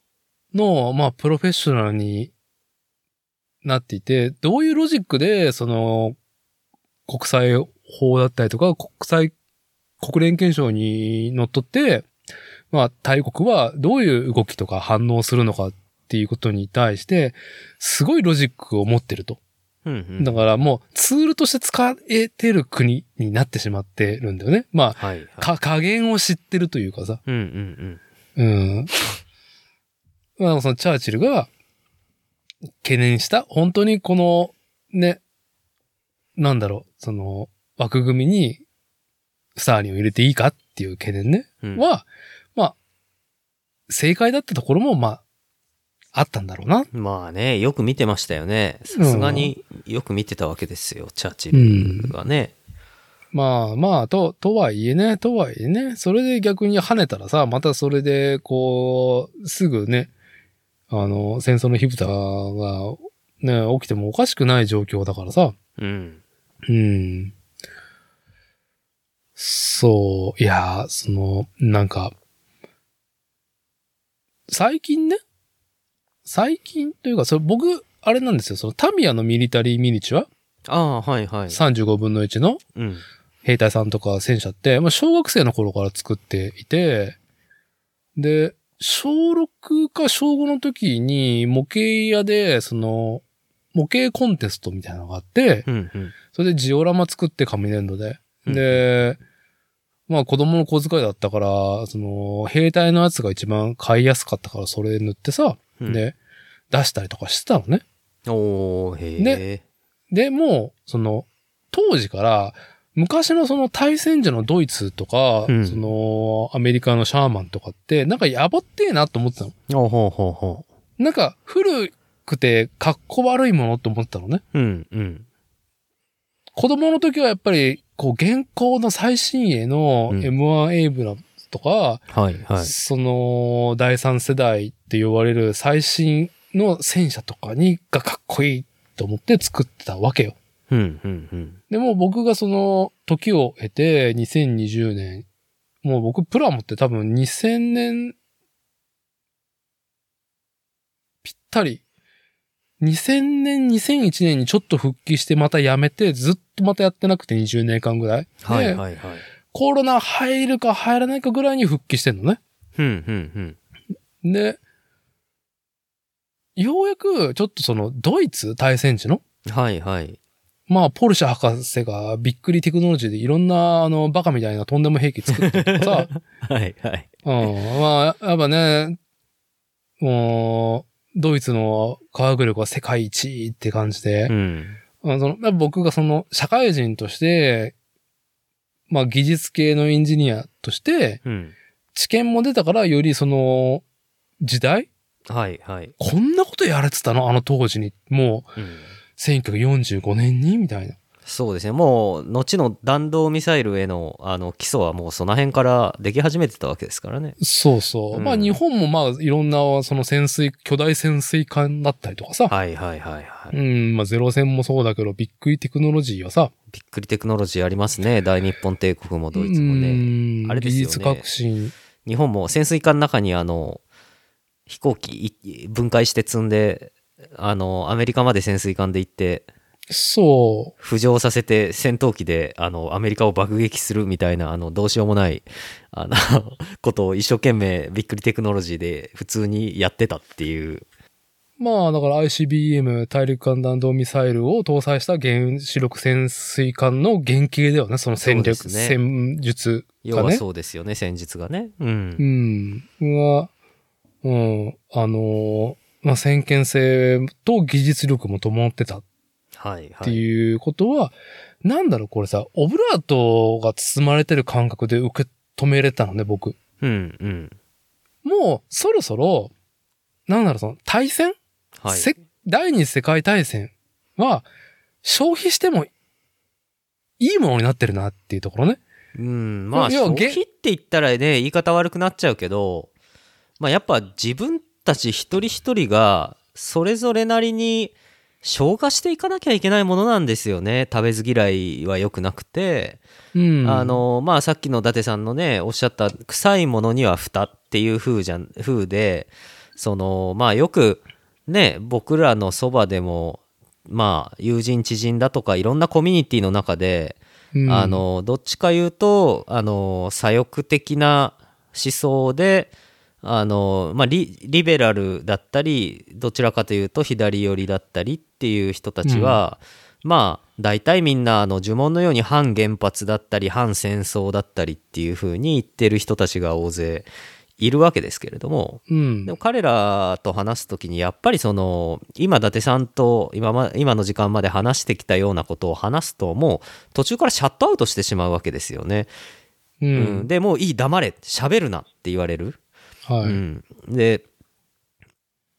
の、まあ、プロフェッショナルになっていて、どういうロジックで、その、国際法だったりとか、国際国連憲章にのっとって、まあ、大国はどういう動きとか反応するのかっていうことに対して、すごいロジックを持ってると。
うんうん
だからもうツールとして使えてる国になってしまってるんだよね。ま
はいはい
あ、か、加減を知ってるというかさ。
うんうん
うん。まあ、そのチャーチルが懸念した、本当にこの、ね、なんだろう、その枠組みにスターリンを入れていいかっていう懸念ね、
うんうん。
は、まあ、正解だったところも、まあ、あったんだろうな。
まあね、よく見てましたよね。さすがによく見てたわけですよ、チャーチルがね。
まあまあ、と、とはいえね、とはいえね、それで逆に跳ねたらさ、またそれで、こう、すぐね、あの、戦争の火蓋が、ね、起きてもおかしくない状況だからさ、
うん。
うん。そう、いやー、その、なんか、最近ね、最近というか、それ僕、あれなんですよ、そのタミヤのミリタリーミニチュア、
ああ、はいはい。
35分の1の、
うん。
兵隊さんとか戦車って、まあ、小学生の頃から作っていて、で、小6か小5の時に模型屋で、その、模型コンテストみたいなのがあって、
うんうん。
それでジオラマ作って紙粘土で。で、まあ子供の小遣いだったから、その、兵隊のやつが一番買いやすかったからそれ塗ってさ、
うん、
で、出したりとかしてたのね。
おー、へえ。ね。
でもう、その、当時から、昔のその対戦時のドイツとか、
うん
その、アメリカのシャーマンとかって、なんかやばってえなと思ってたの。
おほうほうほ
なんか、古くて、かっこ悪いものと思ってたのね。
う。うんうん。
子供の時はやっぱり、こう、現行の最新鋭の
うん
M1 エイブラムスとか、
はいはい。
その、第三世代って呼ばれる最新の戦車とかに、がかっこいいと思って作ってたわけよ。
うんうんうん。
でも僕がその時を経て2020年、もう僕プラモって多分2000年ぴったり。2000年、2001年にちょっと復帰してまたやめて、ずっとまたやってなくて20年間ぐらい。
はい
で、
はいはい。
コロナ入るか入らないかぐらいに復帰してんのね。
うんうんうん。
で、ようやくちょっとそのドイツ対戦地の
はいはい。
まあ、ポルシェ博士がびっくりテクノロジーでいろんな、あの、バカみたいなとんでも兵器作ってるとかさ、
はいはい。
うん、まあ、やっぱね、もう、ドイツの科学力は世界一位って感じで
う、ん。
うん、そのやっぱ僕がその、社会人として、まあ、技術系のエンジニアとして、
うん。
知見も出たから、よりその、時代
はいはい。
こんなことやれてたのあの当時に。もう、
うん。
1945年にみたいな。
そうですね。もう、後の弾道ミサイルへの、あの、基礎はもうその辺からでき始めてたわけですからね。
そうそう。
うん
まあ日本もまあいろんなその潜水、巨大潜水艦だったりとかさ。
はいはいはいは
う
い。
ん、まあゼロ戦もそうだけど、ビッグイテクノロジーはさ。
びっくりテクノロジーありますね。大日本帝国もドイツも
う
ね。
ん
あれですよね
技術革新。
日本も潜水艦の中にあの、飛行機い分解して積んで、あの、アメリカまで潜水艦で行って、
そ
浮上させて戦闘機で、あの、アメリカを爆撃するみたいな、あの、どうしようもない、あの、 ことを一生懸命びっくりテクノロジーで普通にやってたっていう。
う。まあだから ICBM 大陸間弾道ミサイルを搭載した原子力潜水艦の原型だよね。その戦略、
そうですね
戦術
要
が
は
ね。
そうですよね、戦術がね。う。
うんん。が、うん、あのーまあ先見性と技術力も伴ってた
はい
っ
は
て
い。
いうことは、なんだろう、これさ、オブラートが包まれてる感覚で受け止めれたのね、僕。
うんうん。
もう、そろそろ、なんだろう、その、対戦、
はい。
せ第二次世界大戦は、消費してもいいものになってるなっていうところね。
うん、まあ
要は
消
げ
費って言ったらね言い方悪くなっちゃうけど、まあ、やっぱ自分たち一人一人がそれぞれなりに消化していかなきゃいけないものなんですよね食べず嫌いは良くなくて、
うん。
あ、のまあ、さっきの伊達さんのねおっしゃった臭いものには蓋っていう風じゃん風でそのまあよくね僕らのそばでもまあ、友人、知人だとか、いろんなコミュニティの中で、
うん
あ、の、どっちか言うと、あの、左翼的な思想で、あの、まあリ、リベラルだったり、どちらかというと左寄りだったりっていう人たちは、まあ、大体みんな、あの、呪文のように反原発だったり、反戦争だったりっていう風に言ってる人たちが大勢いるわけですけれども、
うん
でも彼らと話すときにやっぱりその今伊達さんと今,、ま、今の時間まで話してきたようなことを話すともう途中からシャットアウトしてしまうわけですよね。
う
うん
ん。
でもういい黙れ喋るなって言われる。
は
う
い。
ん、で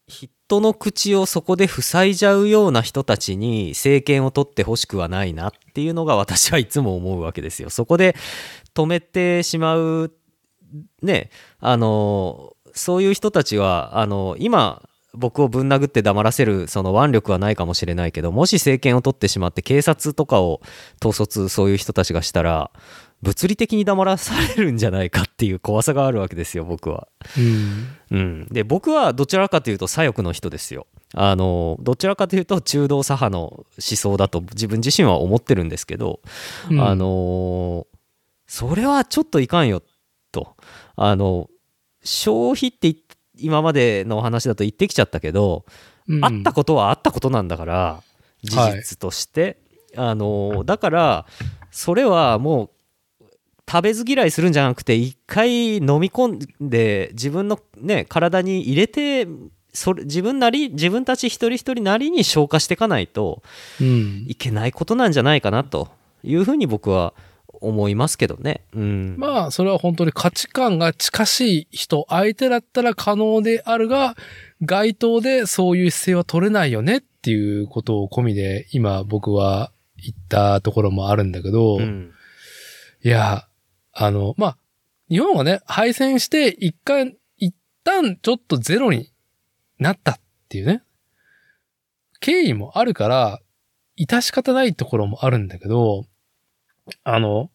人の口をそこで塞いじゃうような人たちに政権を取ってほしくはないなっていうのが私はいつも思うわけですよ。そこで止めてしまうねあのそういう人たちはあの今僕をぶん殴って黙らせるその腕力はないかもしれないけどもし政権を取ってしまって警察とかを統率そういう人たちがしたら物理的に黙らされるんじゃないかっていう怖さがあるわけですよ僕は。
うん。
うん、で僕はどちらかというと左翼の人ですよあのどちらかというと中道左派の思想だと自分自身は思ってるんですけど、
うん
あ、のそれはちょっといかんよとあの消費ってい今までのお話だと言ってきちゃったけど、
うん
あったことはあったことなんだから事実として、あのだからそれはもう食べず嫌いするんじゃなくて一回飲み込んで自分の、ね、体に入れてそれ自分なり自分たち一人一人なりに消化していかないと
うん。
いけないことなんじゃないかなというふうに僕は思いますけどね。うん
まあ、それは本当に価値観が近しい人、相手だったら可能であるが、街頭でそういう姿勢は取れないよねっていうことを込みで、今僕は言ったところもあるんだけど、
うん
いや、あの、まあ、日本はね、敗戦して一回、一旦ちょっとゼロになったっていうね、経緯もあるから、致し方ないところもあるんだけど、あの、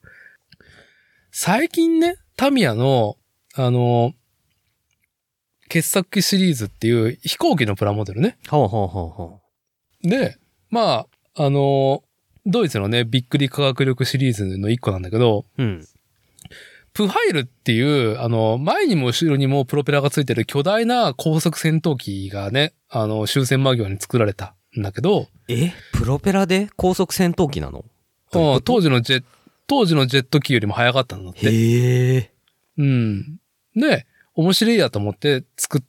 最近ね、タミヤの、あの、傑作機シリーズっていう飛行機のプラモデルね。
ほうほうほうほ
で、まあ、あの、ドイツのね、びっくり科学力シリーズの一個なんだけど、
う。うん
プハイルっていう、あの、前にも後ろにもプロペラがついてる巨大な高速戦闘機がね、あの、終戦間際に作られたんだけど、
えプロペラで高速戦闘機なのどういう
う
こ
ん
と
当時のジェット、当時のジェット機よりも早かったんだって。
へえ。
うん。で、面白いやと思って作っ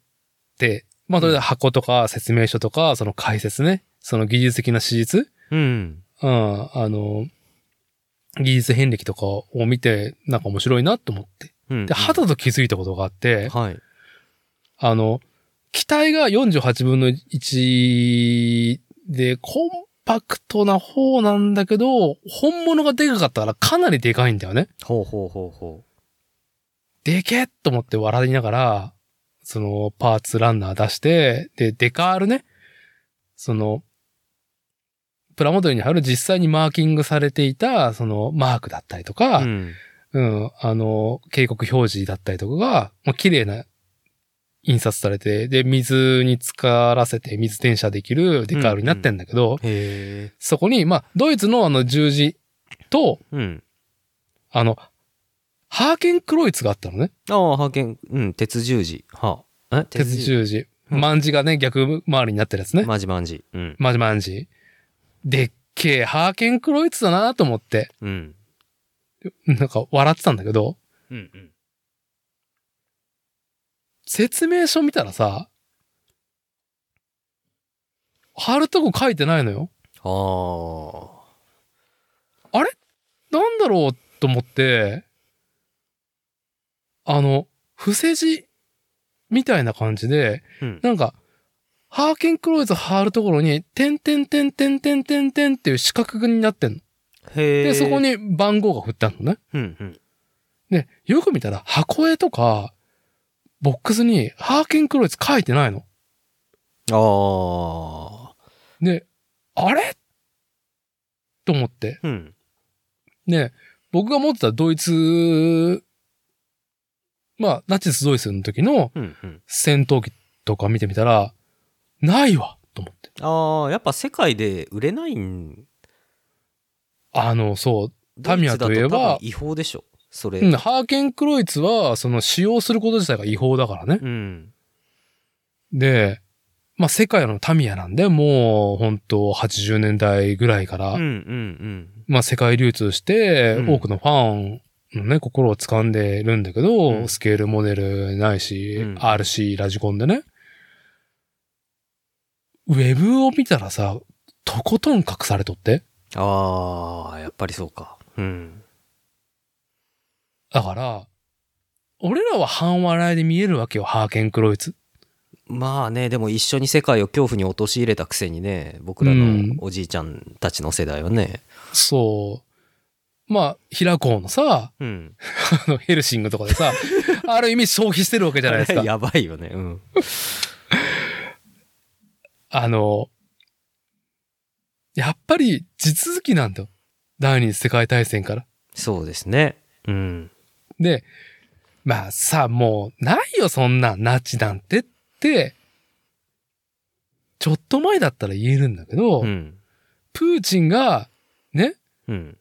て、まあ、それで箱とか説明書とか、その解説ね、その技術的な史実
うん。
うん、あの、技術遍歴とかを見て、なんか面白いなと思って。
うん
で、肌と気づいたことがあって、
はい。
あの、機体が48分の1で、コンパクトな方なんだけど、本物がでかかったからかなりでかいんだよね。
ほうほうほうほ
でけっと思って笑いながら、そのパーツランナー出して、で、デカールね、その、プラモデルに貼る実際にマーキングされていた、そのマークだったりと
う。
か、
ん。
うん、あの、警告表示だったりとかが、まあ、綺麗な印刷されて、で、水に浸からせて水転写できるデカールになってんだけど、
へえ。
そこに、まあ、ドイツのあの十字と、
うん。
あの、ハーケンクロイツがあったのね。
ああ、派遣、うん、鉄十字。はあ。え
鉄
字。
十字。
うん
万字がね、逆回りになってるやつね。
まじまんじ。うん。
まじ万字。でっけえ、ハーケンクロイツだなと思って、
うん。
なんか笑ってたんだけど、
うんうん。
説明書見たらさ、貼るとこ書いてないのよ。
ああ。
なんだろうと思って、あの、伏せ字みたいな感じで、
うん。
なんか、ハーケンクロイズ貼るところに、点点点点点点点っていう四角になってんの。
へえ。
で、そこ。に番号が振ってあるのね。
うんうん。
で、よく見たら箱絵とか、ボックスにハーケンクロイズ書いてないの。
ああ。
で、あれと思って。
うん。
ね、僕が持ってたドイツ、まあ、ナチスドイツの時の
うんうん。
戦闘機とか見てみたら、ないわと思って。
ああ、やっぱ世界で売れないん
あの、そう。タミヤといえば
ドイツだ多分違法でしょ。それ。
うん、ハーケンクロイツは、その使用すること自体が違法だからね。
うん。
で、まあ、世界のタミヤなんで、もう、本当80年代ぐらいから、
うんうんうん。
まあ、世界流通して、
うん
多くのファンのね、心を掴んでるんだけど、
うん
スケールモデルないし、
うん
RC ラジコンでね。ウェブを見たらさ、とことん隠されとって。
ああ、やっぱりそうか。うん。
だから、俺らは半笑いで見えるわけよ、ハーケンクロイツ。
まあね、でも一緒に世界を恐怖に陥れたくせにね、僕ら
うん
のおじいちゃんたちの世代はね。
そう。まあ、平子のさ、
うん。
あの、ヘルシングとかで さ、ある意味消費してるわけじゃないですか。
やばいよね。うん。
あの、やっぱり地続きなんだよ。第二次世界大戦から。
そうですね。うん。
で、まあさ、もうないよ、そんなナチなんてって、ちょっと前だったら言えるんだけど、
うん。
プーチンが、ね、
うん。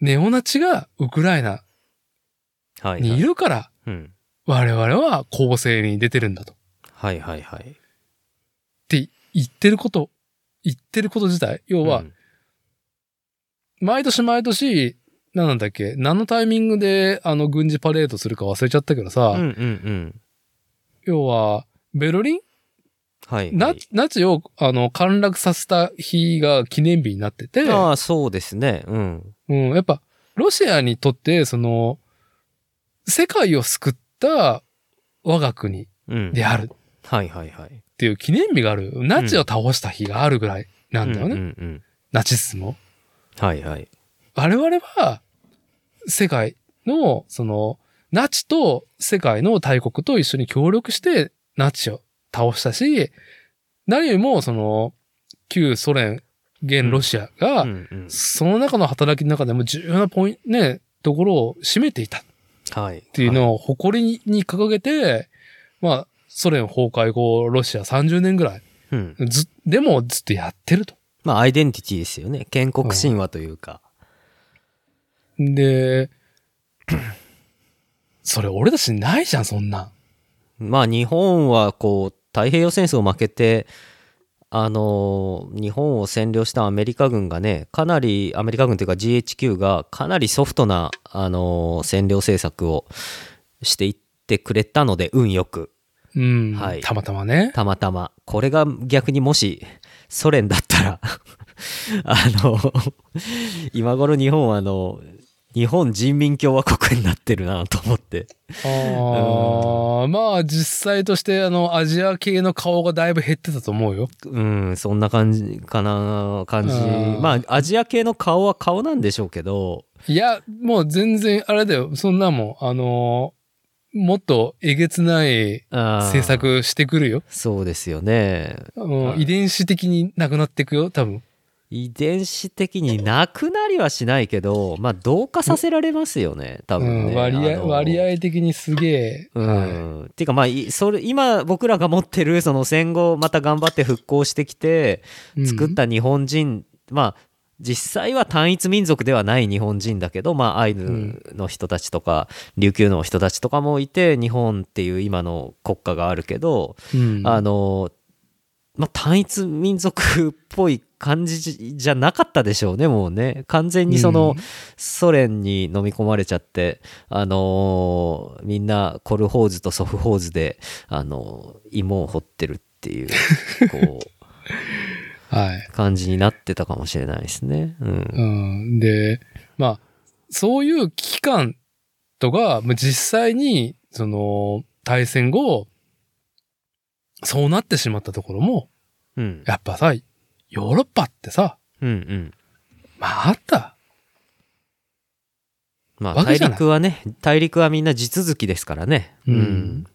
ネオナチがウクライナ
はい、は
にい
い。
るから、
うん。
我々は攻勢に出てるんだと。っ
はいはいはい。
て言ってること、言ってること自体、要は、
うん
毎年毎年、何なんだっけ、何のタイミングで、あの、軍事パレードするか忘れちゃったけどさ、
うんうんうん。
要は、ベルリン
はい、は
ナ
い。
ナチを、あの、陥落させた日が記念日になってて、
ああ、そうですね。うん。
うん、やっぱ、ロシアにとって、その、世界を救った我が国
うん。
であるっ
はいはいはい。
ていう記念日がある。ナチを倒した日があるぐらいなんだよね。
うんうんうん。
ナチスも。
はいはい。
我々は、世界の、その、ナチと世界の大国と一緒に協力して、ナチを倒したし、何よりも、その、旧ソ連、現ロシアが、
うんうん
その中の働きの中でも重要なポイント、ね、ところを占めていたっ
はい。って
いうのを誇りに掲げて、まあ、ソ連崩壊後、ロシア30年ぐらい、
うん。
ず、でもずっとやってると。
まあ、アイデンティティですよね。建国神話というか。
で、 それ俺たちにないじゃん、そんなん。
まあ、日本は、こう、太平洋戦争を負けて、あのー日本を占領したアメリカ軍がね、かなり、アメリカ軍というか GHQ が、かなりソフトな、あのー占領政策をしていってくれたので、運よく。
うん。
はい
たまたまね。
たまたま。これが逆にもしソ連だったら、 あの、今頃日本はあの、日本人民共和国になってるなと思って。
ああ、まあ実際としてあのアジア系の顔がだいぶ減ってたと思うよ。
うん、そんな感じかな、感じ
うん。
まあ、アジア系の顔は顔なんでしょうけど、
いや、もう全然あれだよ。そんなもん、あのーもっとえげつない
制
政。策してくるよ。
そうですよね。
う
は
ん、
い
遺伝子的になくなっていくよ、多分。
遺伝子的になくなりはしないけど、まあ、同化させられますよね、多分
う
ね。
ん、割
あ
合、
の
割合的にすげえ。
う
はい
んていうかまあいそれ今僕らが持ってるその戦後また頑張って復興してきて
うん
作った日本人、まあ実際は単一民族ではない日本人だけど、まあ、アイヌの人たちとか、琉球の人たちとかもいて日本っていう今の国家があるけど、
うん
あの、まあ、単一民族っぽい感じじじゃなかったでしょうね、もうね。完全にその、
うん
ソ連に飲み込まれちゃって、あのーみんなコルホーズとソフホーズで、あのー芋を掘ってるっていう、 こう、
はい。
感じになってたかもしれないですね。うん。
うん、で、まあ、そういう危機感とか、まあ実際に、その、対戦後、そうなってしまったところも、
うん。
やっぱさ、ヨーロッパってさ、
うんうん。
まああった。
まあ、
わけ
大
じゃない
陸はね、大陸はみんな地続きですからね。
うん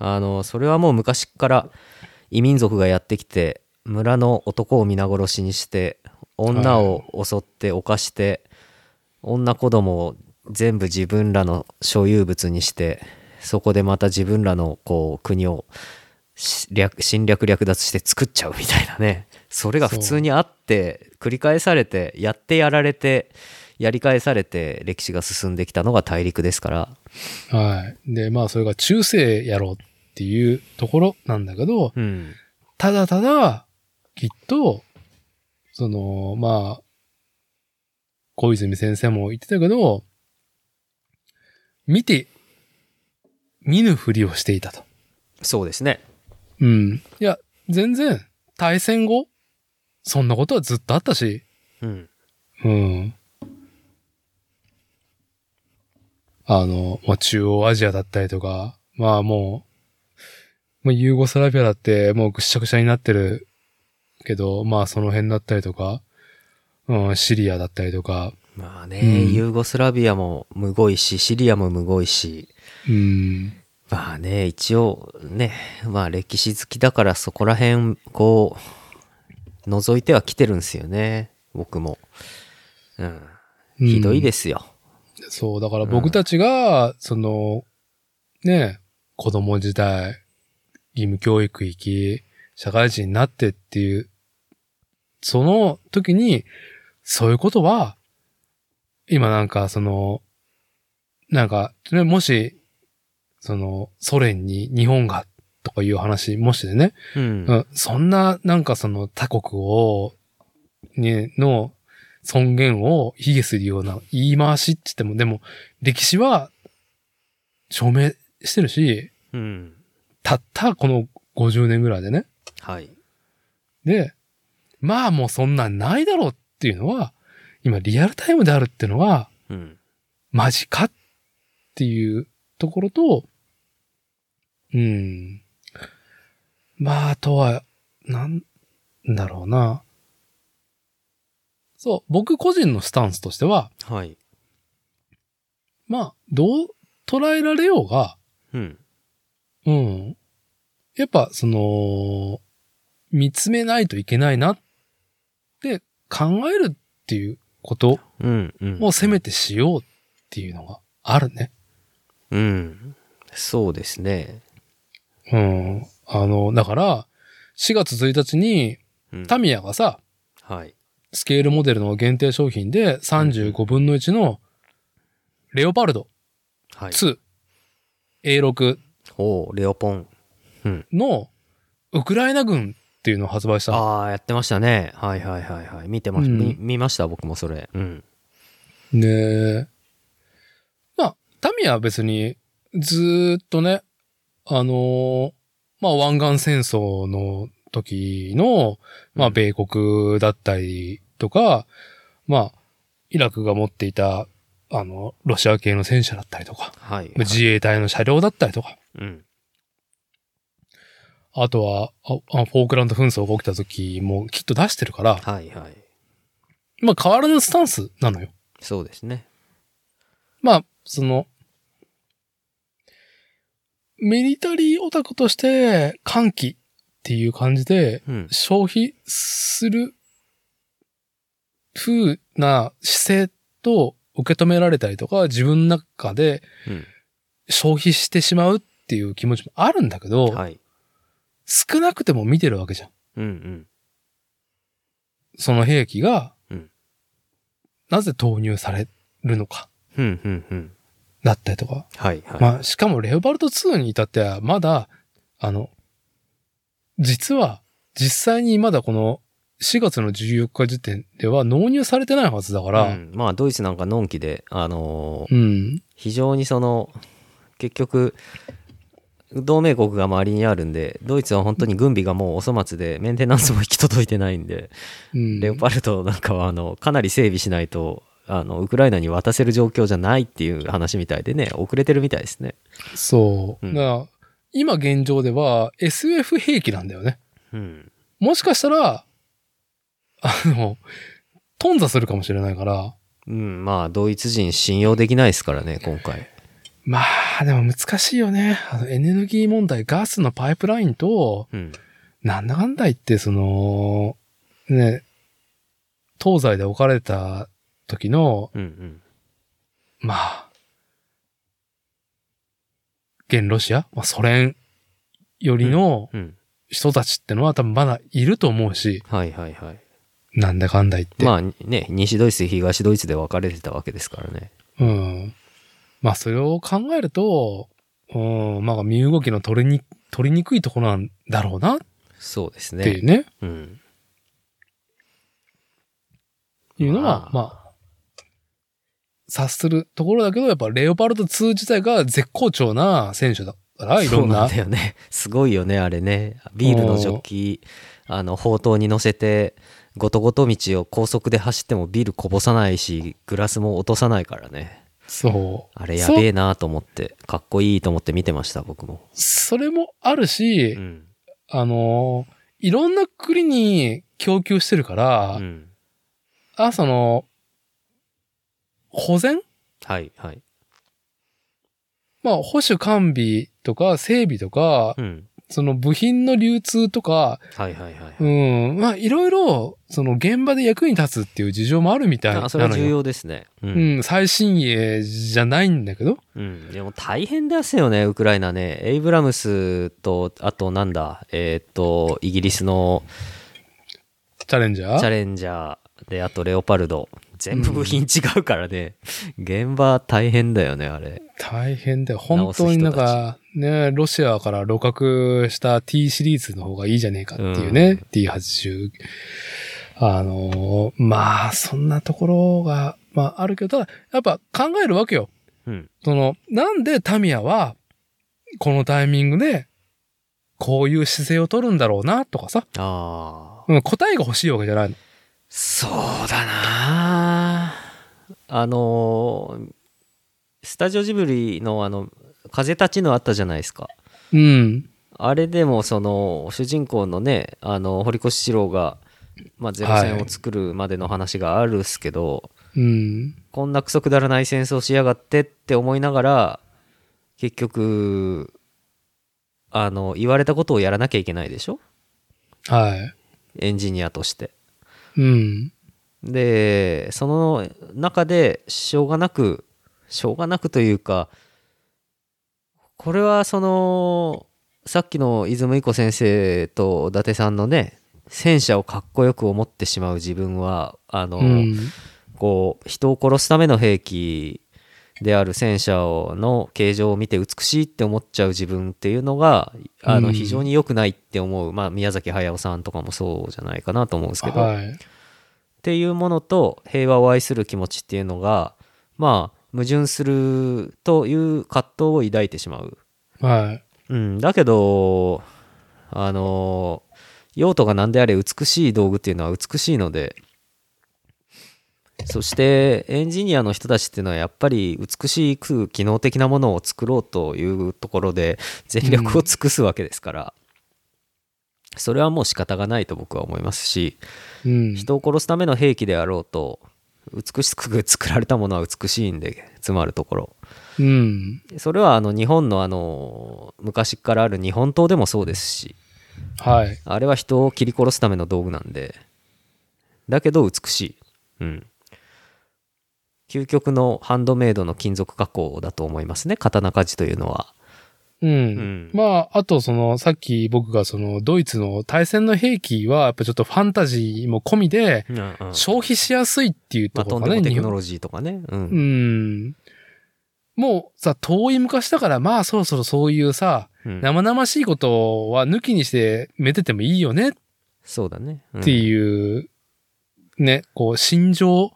あの、それはもう昔から異民族がやってきて、村の男を皆殺しにして、女を襲って犯して、女子供を全部自分らの所有物にして、そこでまた自分らのこう国をし略侵略略奪して作っちゃうみたいなね それが普通にあって繰り返されてやってやられてやり返されて歴史が進んできたのが大陸ですから
はい。で、まあ、それが中世やろうっていうところなんだけど、
うん
ただただ、きっと、その、まあ、小泉先生も言ってたけど、見て、見ぬふりをしていたと。
そうですね
うん。いや、全然、対戦後、そんなことはずっとあったし、
うん
うん。あの、まあ、中央アジアだったりとか、まあもう、まあ、ユーゴスラビアだってもうぐっしゃぐしゃになってるけど、まあその辺だったりとか、うん、シリアだったりとか、
まあね、
うん
ユーゴスラビアもむごいしシリアもむごいし
うん、
まあね一応ねまあ歴史好きだからそこら辺こう覗いては来てるんですよね僕もうん
うん
ひどいですよ、
そう、だから僕たちが、その、ねえ、子供時代、義務教育行き、社会人になってっていう、その時に、そういうことは、今なんかその、なんか、ね、もし、その、ソ連に日本が、とかいう話、もしでね、
うん
うんそんな、なんかその他国を、ね、の尊厳を卑下するような言い回しって言っても、でも歴史は証明してるし、
うん。
たったこの50年ぐらいでね。
はい。
で、まあもうそんなんないだろうっていうのは、今リアルタイムであるっていうのは、
うん。
マジかっていうところと、うん。まあ、あとは、なんだろうな。そう、僕個人のスタンスとしては、
はい。
まあ、どう捉えられようが、
うん。
うん。やっぱ、その、見つめないといけないなって考えるっていうこと
うん。うん。
をせめてしようっていうのがあるね。
うん。そうですね。
うん。あの、だから、4月1日に、
うん
タミヤがさ、
はい。
スケールモデルの限定商品で35分の1の、レオパルド
はい。
2、A6
おーレオポン。
の、ウクライナ軍っていうのを発売した。
ああ、やってましたね。はいはいはいはい。見てまし
う
た。
ん
み見ました、僕もそれ。うん。
ねえまあ、タミヤは別に、ずーっとね、あのーまあ、湾岸戦争の時の、まあ、
うん
米国だったりとか、まあ、イラクが持っていた、あの、ロシア系の戦車だったりとか、
はい。
自衛隊の車両だったりとか、
うん。
あとは、ああフォークランド紛争が起きた時もきっと出してるから、
はいはい。
まあ、変わらぬスタンスなのよ。
そうですね。
まあ、その、ミリタリーオタクとして、歓喜っていう感じで、
うん。
消費する風な姿勢と受け止められたりとか、自分の中で消費してしまうっていう気持ちもあるんだけど、
うん。はい。
少なくても見てるわけじゃん。
うんうん。
その兵器が、
うん
なぜ投入されるのか、
うんうんうん。
だったりとか。
はいはい。
まあ、しかもレオパルト2に至っては、まだ、あの、実は、実際にまだこの4月の14日時点では納入されてないはずだから、
うんまあ、ドイツなんかのんきで、あのー
うん。
非常にその結局同盟国が周りにあるんでドイツは本当に軍備がもうお粗末でメンテナンスも行き届いてないんで、
うん。
レオパルトなんかはあのかなり整備しないとあのウクライナに渡せる状況じゃないっていう話みたいでね遅れてるみたいですね。
そう。
うん
だから今現状では SF 兵器なんだよね。
うん、
もしかしたら、あの、頓挫するかもしれないから、
うん、まあドイツ人信用できないですからね今回。
まあ、でも難しいよね。あのエネルギー問題、ガスのパイプラインと、
うん、
なんだかんだ言って、その、ね、東西で置かれた時の、
うん、うん、
まあ、現ロシア、まあ、ソ連よりの
うん。
人たちってのは多分まだいると思うし、
はいはいはい。
なんだかんだ言って。
まあね、西ドイツ、東ドイツで分かれてたわけですからね。
うん。まあ、それを考えると、うん、まあ、身動きの取りに、取りにくいところなんだろうなっ
そうです
てい
ね。
うね、
うん。
いうのは、
まあ
まあ、察するところだけど、やっぱレオパルト2自体が絶好調な選手だから、いろん
そうな
なん
だ。よね。 すごいよね、あれね。ビールのジョッキ、あの、砲塔に乗せて、ごとごと道を高速で走ってもビールこぼさないし、グラスも落とさないからね。
そう。
あれやべえなと思って、かっこいいと思って見てました、僕も。
それもあるし、
うん。
あのー、いろんな国に供給してるから、
うん。
あ、その、保全
はい、はい。
まあ、保守完備とか整備とか、
うん。
その部品の流通とか、
はい、はい、はい。
うん、まあ、いろいろ、その現場で役に立つっていう事情もあるみたいなの
あそれは
よ
重要ですね。うん
うん、最新鋭じゃないんだけど、
うん、でも大変ですよね、ウクライナね。エイブラムスと、あとなんだ、えーっと、イギリスの
チャレンジャー
チャレンジャーで、あとレオパルド。全部部品違うからね。現場大変だよね、あれ。
大変だよ。本当になんか、ね、ロシアから露獲した T シリーズの方がいいじゃねえかっていうね、T80。あのーまあ、そんなところが、まあ、あるけど、ただ、やっぱ考えるわけよ。
うん。
その、なんでタミヤは、このタイミングで、こういう姿勢を取るんだろうな、とかさ、
ああ。
うん、答えが欲しいわけじゃないの。
そうだなあのースタジオジブリのあの、風立ちぬあったじゃないですか。
うん。
あれでもその主人公のねあの堀越二郎が、まあ、ゼロ戦を作るまでの話があるっすけど、
うん。
こんなクソくだらない戦争しやがってって思いながら結局あの言われたことをやらなきゃいけないでしょ
はい。
エンジニアとして。
うん。
でその中でしょうがなくしょうがなくというかこれはそのさっきの泉井子先生と伊達さんのね戦車をかっこよく思ってしまう自分はあの、
うん。
こう人を殺すための兵器である戦車の形状を見て美しいって思っちゃう自分っていうのがあ
う
の
ん
非常に良くないって思う、まあ、宮崎駿さんとかもそうじゃないかなと思うんですけど、
はい。
っていうものと平和を愛する気持ちっていうのがまあ矛盾するという葛藤を抱いてしまう。
はい。
うん、だけどあの用途が何であれ美しい道具っていうのは美しいのでそしてエンジニアの人たちっていうのはやっぱり美しく機能的なものを作ろうというところで全力を尽くすわけですから、それはもう仕方がないと僕は思いますし、
うん。
人を殺すための兵器であろうと美しく作られたものは美しいんでつまるところ
うん。
それはあの日本のあの昔からある日本刀でもそうですし
はい。
あれは人を切り殺すための道具なんでだけど美しいうん究極のハンドメイドの金属加工だと思いますね刀鍛冶というのは
うん。
ん
まあ、あとその、さっき僕がその、ドイツの対戦の兵器は、やっぱちょっとファンタジーも込みで、消費しやすいっていう
まあ
ところ
とん
か
で
ね、
もテ
日
クノ
本
ロジーとかねう
うんん。もうさ、遠い昔だから、まあそろそろそういうさ、
うん
生々しいことは抜きにしてめでてもいいよね
そうだねうん
っていう、ね、こう、心情、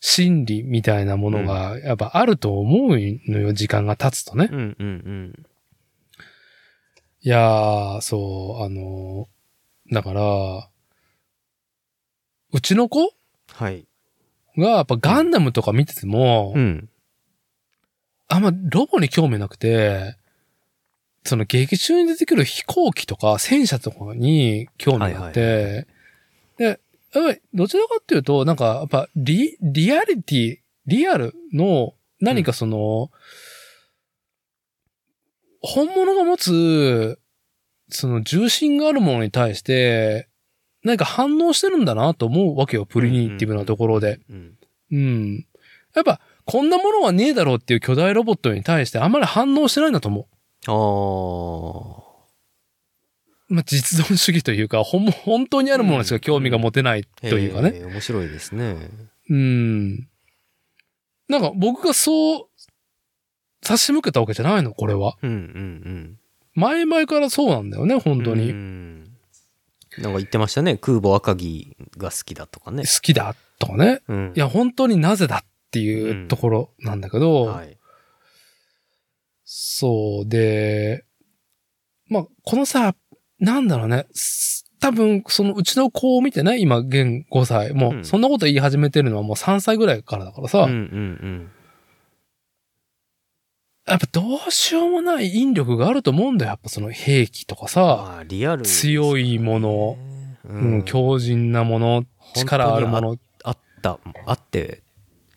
心理みたいなものが、やっぱあると思うのよ、時間が経つとね。
うんうんうん
いやー、そう、あのーだから、うちの子
はい
がやっぱガンダムとか見てても、
うん
あんまロボに興味なくて、その劇中に出てくる飛行機とか戦車とかに興味があって、で、やっぱりどちらかっていうと、なんかやっぱリ、リアリティ、リアルの何かその、本物が持つ、その重心があるものに対して、何か反応してるんだなと思うわけよ、プリミティブなところで。
うん
うん。やっぱ、こんなものはねえだろうっていう巨大ロボットに対してあんまり反応してないんだと思
ああ。
まあ、実存主義というか、ほん、本当にあるものしか興味が持てないというかね。
えー面白いですね。
うん。なんか僕がそう、差し向けたわけじゃないの、これは。
うんうん
前々からそうなんだよね、
うん。
本当に。
うんなんか言ってましたね。空母赤城が好きだとかね
好。きだとかね。
うん
いや、本当になぜだっていうところなんだけど、
はい。
そうで、まあ、このさ、なんだろうね、す多分、そのうちの子を見てね、今、現5歳。も
うん
う、そんなこと言い始めてるのはもう3歳ぐらいからだからさ、
うんうん
やっぱどうしようもない引力があると思うんだよ。やっぱその兵器とか
うん。
さ、
まあ、リアルですね、
強いもの
う
うん
ん、
強靭なもの、力あるも
本
の、
あった、あって、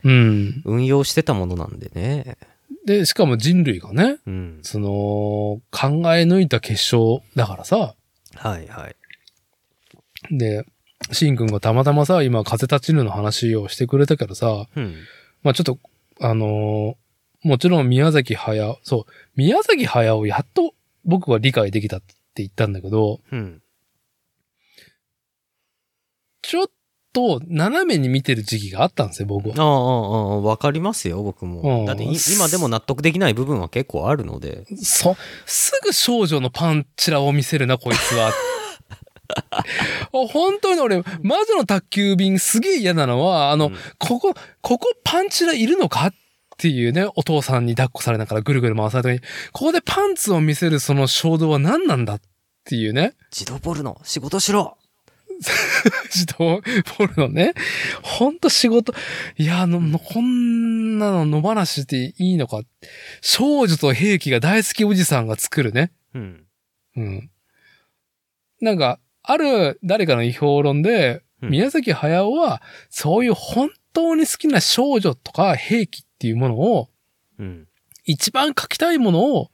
うん。
運用してたものなんでね。
で、しかも人類がね、
うん。
その、考え抜いた結晶だからさ、
はいはい。
で、シンくんがたまたまさ、今、風立ちぬの話をしてくれたけどさ、
うん。
まあちょっと、あのーもちろん宮崎駿、そう、宮崎駿をやっと僕は理解できたって言ったんだけど、
うん。
ちょっと斜めに見てる時期があったんですよ、僕は。
ああ、ああ、わかりますよ、
う
僕も。
ん
だってい、今でも納得できない部分は結構あるので。
そ、すぐ少女のパンチラを見せるな、こいつ は。本当に俺、魔女の宅急便すげえ嫌なのは、あの、
うん
ここ、ここパンチラいるのかっていうね、お父さんに抱っこされながらぐるぐる回された時に、ここでパンツを見せるその衝動は何なんだっていうね、
自動ポルノ、仕事しろ
自動ポルノね。ほんと仕事、いや、あの、のこんなの野放しでいいのか。少女と兵器が大好きおじさんが作るね。
うん。
うん。なんか、ある誰かの評論で、
うん
宮崎駿は、そういう本当に好きな少女とか兵器っていうものを、
うん。
一番描きたいものを、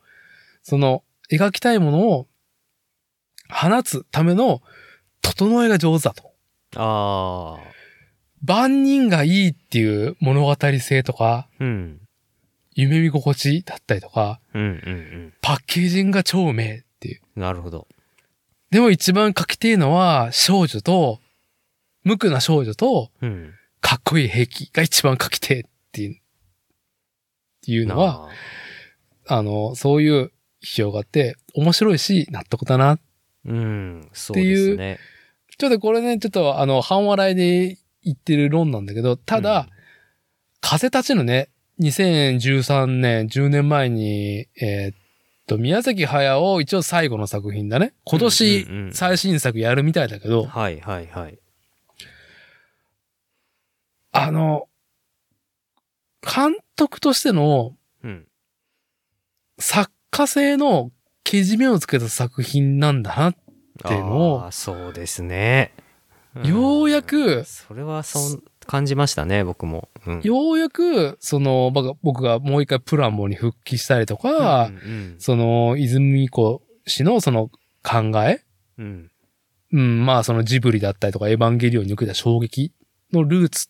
その、描きたいものを、放つための、整えが上手だと。
ああ。
万人がいいっていう物語性とか、
うん。
夢見心地だったりとか、
うんうん
パッケージングが超うめえっていう。
うん。なるほど。
でも一番書きてえのは、少女と、無垢な少女と、
うん。
かっこいい兵器が一番書きてえっていう、っていうのは、
な
あの、そういう批評があって、面白いし、納得だな。
あうん。そうですね。
ちょっとこれね、ちょっとあの、半笑いで言ってる論なんだけど、ただ、
うん
風立ちのね、2013年、10年前に、えーっと、宮崎駿を一応最後の作品だね。今年
うんうんう、ん
最新作やるみたいだけど、
はいはいはい。
あの、監督としての
うん。
作家性のけじめをつけた作品なんだな。
あ
でも
あそうですね。ん
ようやく
それはそん、感じましたね、僕も。うん。
ようやく、その、僕が僕がもう一回プランボに復帰したりとか、
うんうん
その、泉子氏のその考え、
うん。う
う
ん。
ん、まあそのジブリだったりとかエヴァンゲリオンに受けた衝撃のルーツ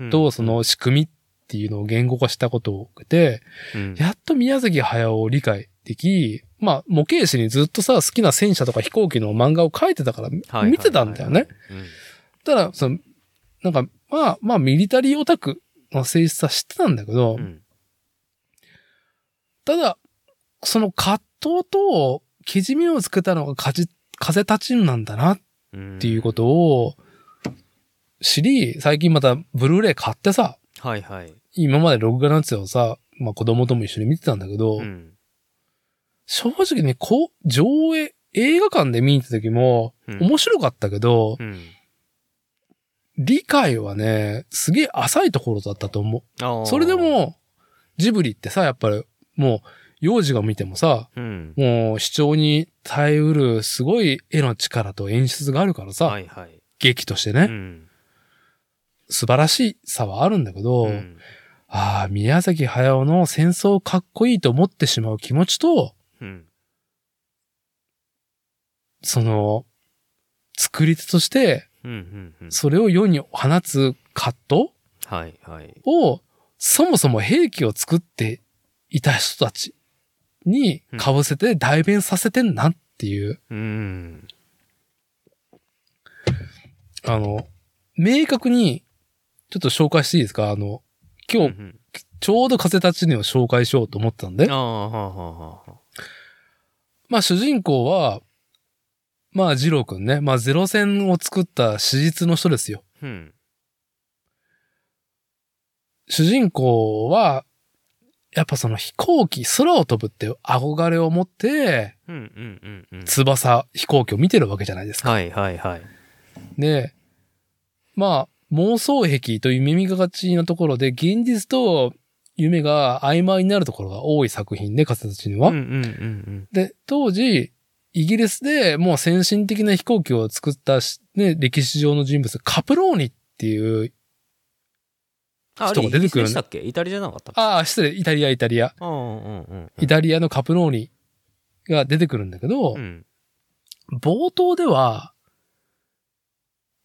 うん
とそ、の仕組みっていうのを言語化したことを受けて、
うん
やっと宮崎駿を理解でき、まあ、模型師にずっとさ、好きな戦車とか飛行機の漫画を描いてたから、
はい
見てたんだよね。。ただ、その、なんか、まあ、まあ、ミリタリーオタクの性質は知ってたんだけど、
はいはいはいうん
ただ、その葛藤と、けじめをつけたのが風風立ちぬなんだなっ
うん
ていうことを知り、最近またブルーレイ買ってさ、
はいはい。
今まで録画のやつをさ、まあ子供とも一緒に見てたんだけど、
うん。
正直ね、こう、上映、映画館で見に行った時も、
うん
面白かったけど、
うん
理解はね、すげえ浅いところだったと思
あー
う。それで、も、ジブリってさ、やっぱり、もう、幼児が見てもさ、
うん。
もう、視聴に耐えうる、すごい絵の力と演出があるからさ、
はいはい。
劇としてね、
うん
素晴らしさはあるんだけど、
うん
ああ、宮崎駿の戦争をかっこいいと思ってしまう気持ちと、
うん。
その、作り手として、
うんうんうん。
それを世に放つ葛藤
はいはい。
を、そもそも兵器を作っていた人たちに被せて代弁させてんなっっていう、
うん。
あの、明確に、ちょっと紹介していいですかあの、今
う
日、
ん
ちょうど風立ちぬを紹介しようと思ってたんで
あ、あ、はあ、はあ、はあ。
まあ主人公は、まあ二郎くんね、まあゼロ戦を作った史実の人ですよ。
うん。
主人公は、やっぱその飛行機、空を飛ぶっていう憧れを持って、
うん、うん、うん、うん。
翼、飛行機を見てるわけじゃないですか。
はい、はい、はい。
で、まあ、妄想癖という耳がちなところで、現実と夢が曖昧になるところが多い作品で、カツたちには。
うん、うん、うん、
で、当時、イギリスでもう先進的な飛行機を作ったし、ね、歴史上の人物、カプローニっていう、
ああ
人
れ、
が出て
イギリス
くる
でしたっけイタリアじゃなかったっけ
ああ、失礼、イタリア、イタリア。
うん、うん、うん。
イタリアのカプローニが出てくるんだけど、
うん。
冒頭では、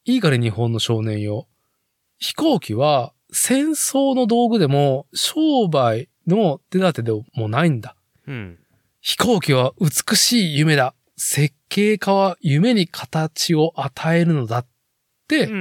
いいから日本の少年よ。飛行機は戦争の道具でも商売の手立てでもないんだ。
うん。
飛行機は美しい夢だ。設計家は夢に形を与えるのだっ
うん、う
て
ん、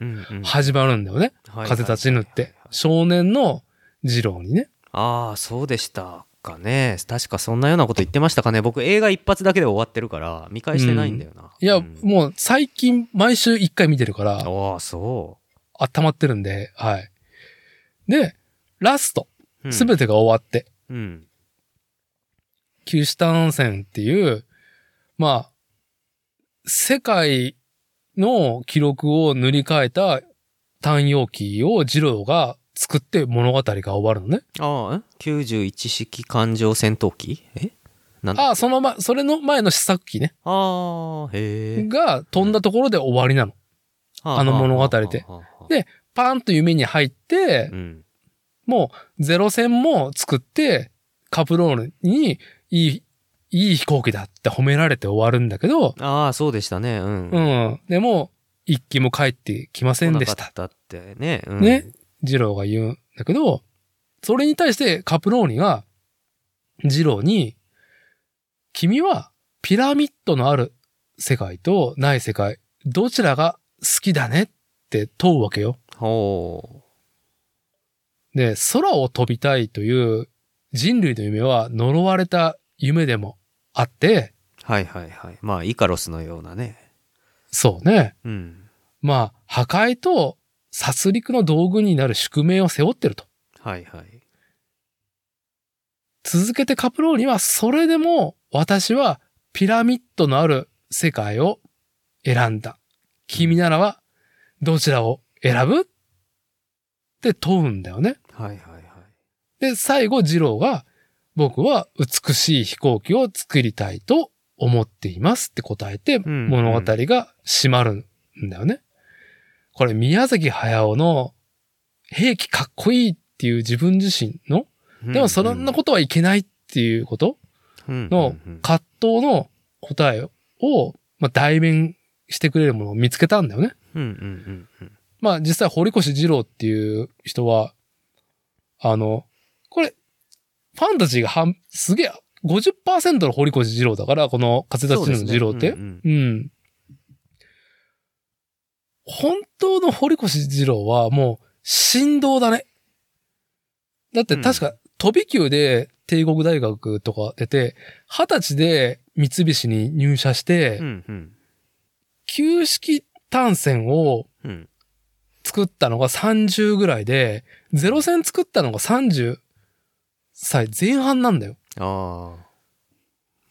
うん、うん。
始まるんだよね。
はい
風立ちぬって。少年の二郎にね。
ああそうでしたかね確かそんなようなこと言ってましたかね僕映画一発だけで終わってるから見返してないんだよな、
いや、
うん
もう最近毎週一回見てるから、
ああそ
温まってるんで、はい。で、ラスト。
う
すべ
て
てが終わって、
うん
旧シタン線っていう、まあ、世界の記録を塗り替えた単容器を二郎が作って物語が終わるのね。
ああん91式環状戦闘機えなんだあ
ああ、その前、それの前の試作機ね。
あーへえ
が飛んだところで終わりなの。あの物語で
で、
でパーンと夢に入って
う、ん、
もうゼロ戦も作って、カプロールにいい、いい飛行機だって褒められて終わるんだけど、
ああそうでしたねうん、
う
来
ん。でも、一機も帰ってきません
な
で
か
し。
ったたってね、うん、
ねジローが言うんだけど、それに対してカプローニが、ジローに、君はピラミッドのある世界とない世界、どちらが好きだねって問うわけよ。
ほ
で、空を飛びたいという人類の夢は呪われた夢でもあって、
うはいはいはいまあイカロスのようなね
そうね。
うん
まあ、破壊と殺戮の道具になる宿命を背負ってると。
はいはい
続けてカプローニはそれでも私はピラミッドのある世界を選んだ。君ならばどちらを選ぶって問うんだよね。
はいはいはい
で、最後、ジローが僕は美しい飛行機を作りたいと思っていますって答えて
ん
物語が閉まるんだよね。これ宮崎駿の兵器かっこいいっていう自分自身のでもそんなことはいけないっていうこと
と
の葛藤の答えを、まあ、代弁してくれるものを見つけたんだよね。
うんうんうん
まあ実際堀越二郎っていう人は、あの、これ、ファンタジーが半、すげえ、50%の堀越二郎だから、この風
うん。
立ちぬの二郎って。
そううですねうんうん
ん。本当の堀越二郎はもう振動だね。だって確か飛び級で帝国大学とか出て、二十歳で三菱に入社して
う、んうん
旧式単線を
うん
作ったのが30ぐらいで、ゼロ戦作ったのが30歳前半なんだよ。
あ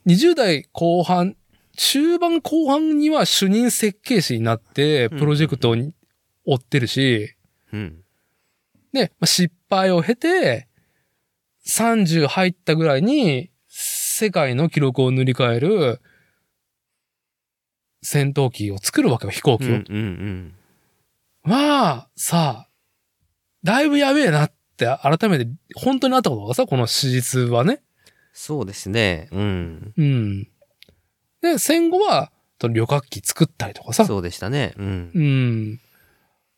20代後半、中盤後半には主任設計士になって、
うん
プロジェクトに追ってるし、
あ。うん。
で、まあ失敗を経て、30入ったぐらいに、世界の記録を塗り替える、戦闘機を作るわけよ、飛行
う
機
ん
を。
うん
まあ、さあ、だいぶやべえなって、改めて、本当にあったことがさ、この史実はね。
そうですね。うん。
うん。で、戦後は、と旅客機作ったりとかさ、
そうでしたね。うん。
うん。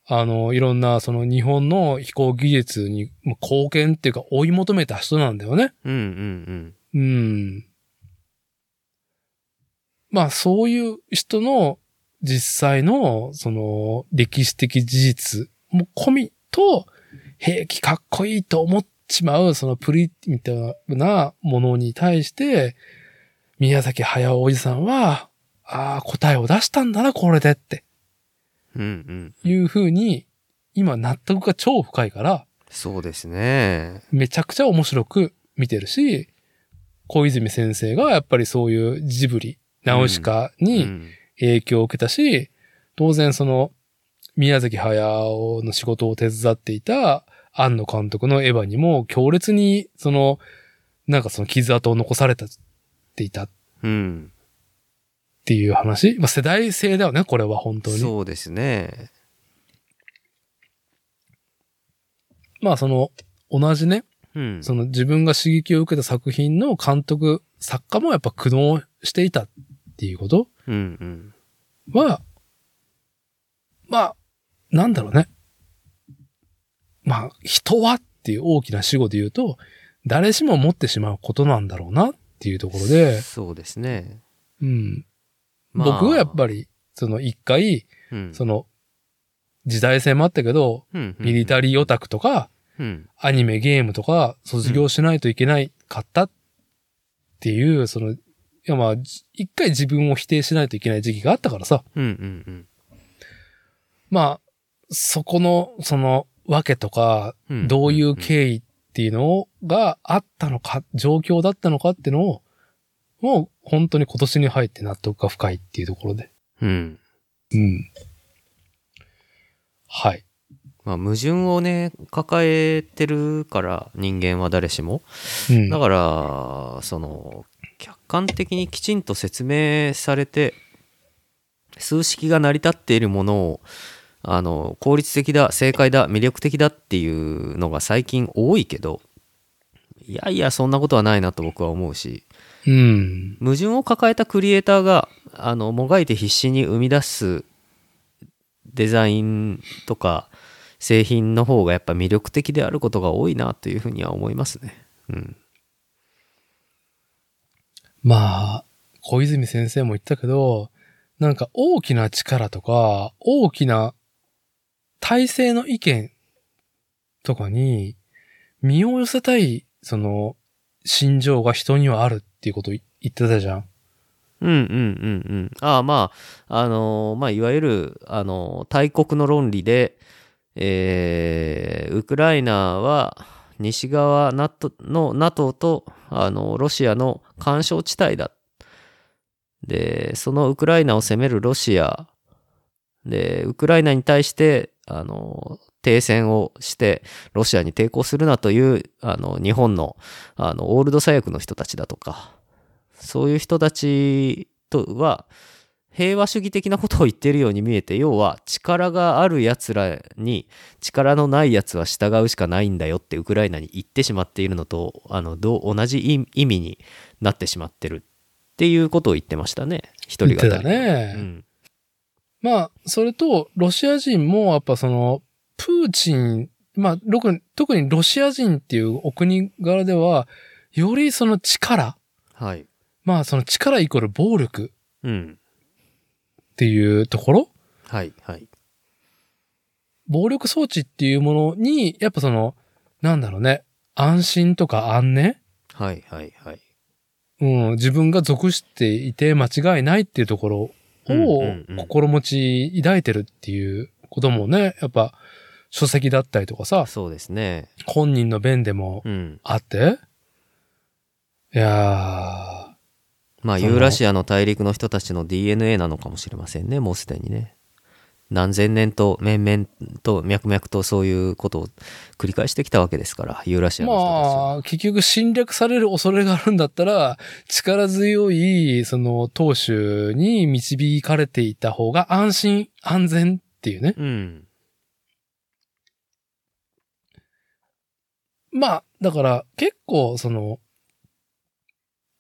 あの、いろんな、その日本の飛行技術にまあ貢献っていうか追い求めた人なんだよね。
うんうんうん。
うん。まあそういう人の実際のその歴史的事実も込みと兵器かっこいいと思っちまうそのプリみたいなものに対して宮崎駿おじさんはああ答えを出したんだなこれでって
うんうん。
いう風に今納得が超深いから
そうですね。
めちゃくちゃ面白く見てるし小泉先生がやっぱりそういうジブリナウシカ
う
に、
ん。
影響を受けたし、当然その、宮崎駿の仕事を手伝っていた、庵野監督のエヴァにも強烈に、その、なんかその傷跡を残されたっていたっ
うん。
ていう話。まあ、世代性だよね、これは本当に。
そうですね。
まあその、同じね、
うん。
その自分が刺激を受けた作品の監督、作家もやっぱ苦悩していたっていうこと
うんうん。
は、まあ、なんだろうね。まあ、人はっていう大きな死語で言うと、誰しも持ってしまうことなんだろうなっていうところで、
そうですね。
うん。僕はやっぱり、その一回、
り、うん、
その、時代性もあったけど、
うんうん
ミリタリーオタクとか、
うん。
アニメ、ゲームとか、卒業しないといけないかったっていう、その、いやまあ、じ一回自分を否定しないといけない時期があったからさ、
うんうん
まあ、そこの、その、わけとか、
うんうん。
どういう経緯っていうのがあったのか、状況だったのかっていうのを、もう本当に今年に入って納得が深いっていうところで。
うん。
うん。はい。
まあ、矛盾をね、抱えてるから、人間は誰しも。
うん。
だから、その、客観的にきちんと説明されて、数式が成り立っているものを、あの、効率的だ、正解だ、魅力的だっていうのが最近多いけど、いやいや、そんなことはないなと僕は思うし、
うん。
矛盾を抱えたクリエイターが、あの、もがいて必死に生み出すデザインとか、製品の方がやっぱ魅力的であることが多いなというふうには思いますね。うん。
まあ、小泉先生も言ったけど、なんか大きな力とか、大きな体制の意見とかに身を寄せたい、その、心情が人にはあるっていうことを言ってたじゃん。
うんうんうんうん。ああまあ、あのーまあいわゆる、あのー大国の論理で、えーウクライナは西側 NATO の NATO と、あのーロシアの干渉地帯だ。で、そのウクライナを攻めるロシア、で、ウクライナに対して、あのー停戦をして、ロシアに抵抗するなという、あの、日本の、あの、オールド左翼の人たちだとか、そういう人たちとは、平和主義的なことを言っているように見えて、要は力がある奴らに力のない奴は従うしかないんだよってウクライナに言ってしまっているのと、あの、どう同じ意意味になってしまってるっていうことを言ってましたね。一人語
言
り。
ってたね
うん。
まあ、それと、ロシア人もやっぱその、プーチン、まあ、ろく特にロシア人っていうお国柄では、よりその力、
はい。
まあその力イコール暴力
うん。
っていうところ
はい、はい。
暴力装置っていうものに、やっぱその、なんだろうね、安心とか安寧
はい、はい、はい。
うん、自分が属していて間違いないっていうところを
うんうんうん
心持ち抱いてるっていうこともね、やっぱ書籍だったりとかさ、
そうですね。
本人の弁でも
うん。
あって、いや
まあ、
そ
ユ
の
ーラシアの大陸の人たちの DNA なのかもしれませんね、もうすでにね。何千年と、面々と、脈々とそういうことを繰り返してきたわけですから、ユーラシ
ー、
アの人たちは。
まあ、結局侵略される恐れがあるんだったら、力強い、その、当主に導かれていた方が安心、安全っていうね。
うん。
まあ、だから、結構、その、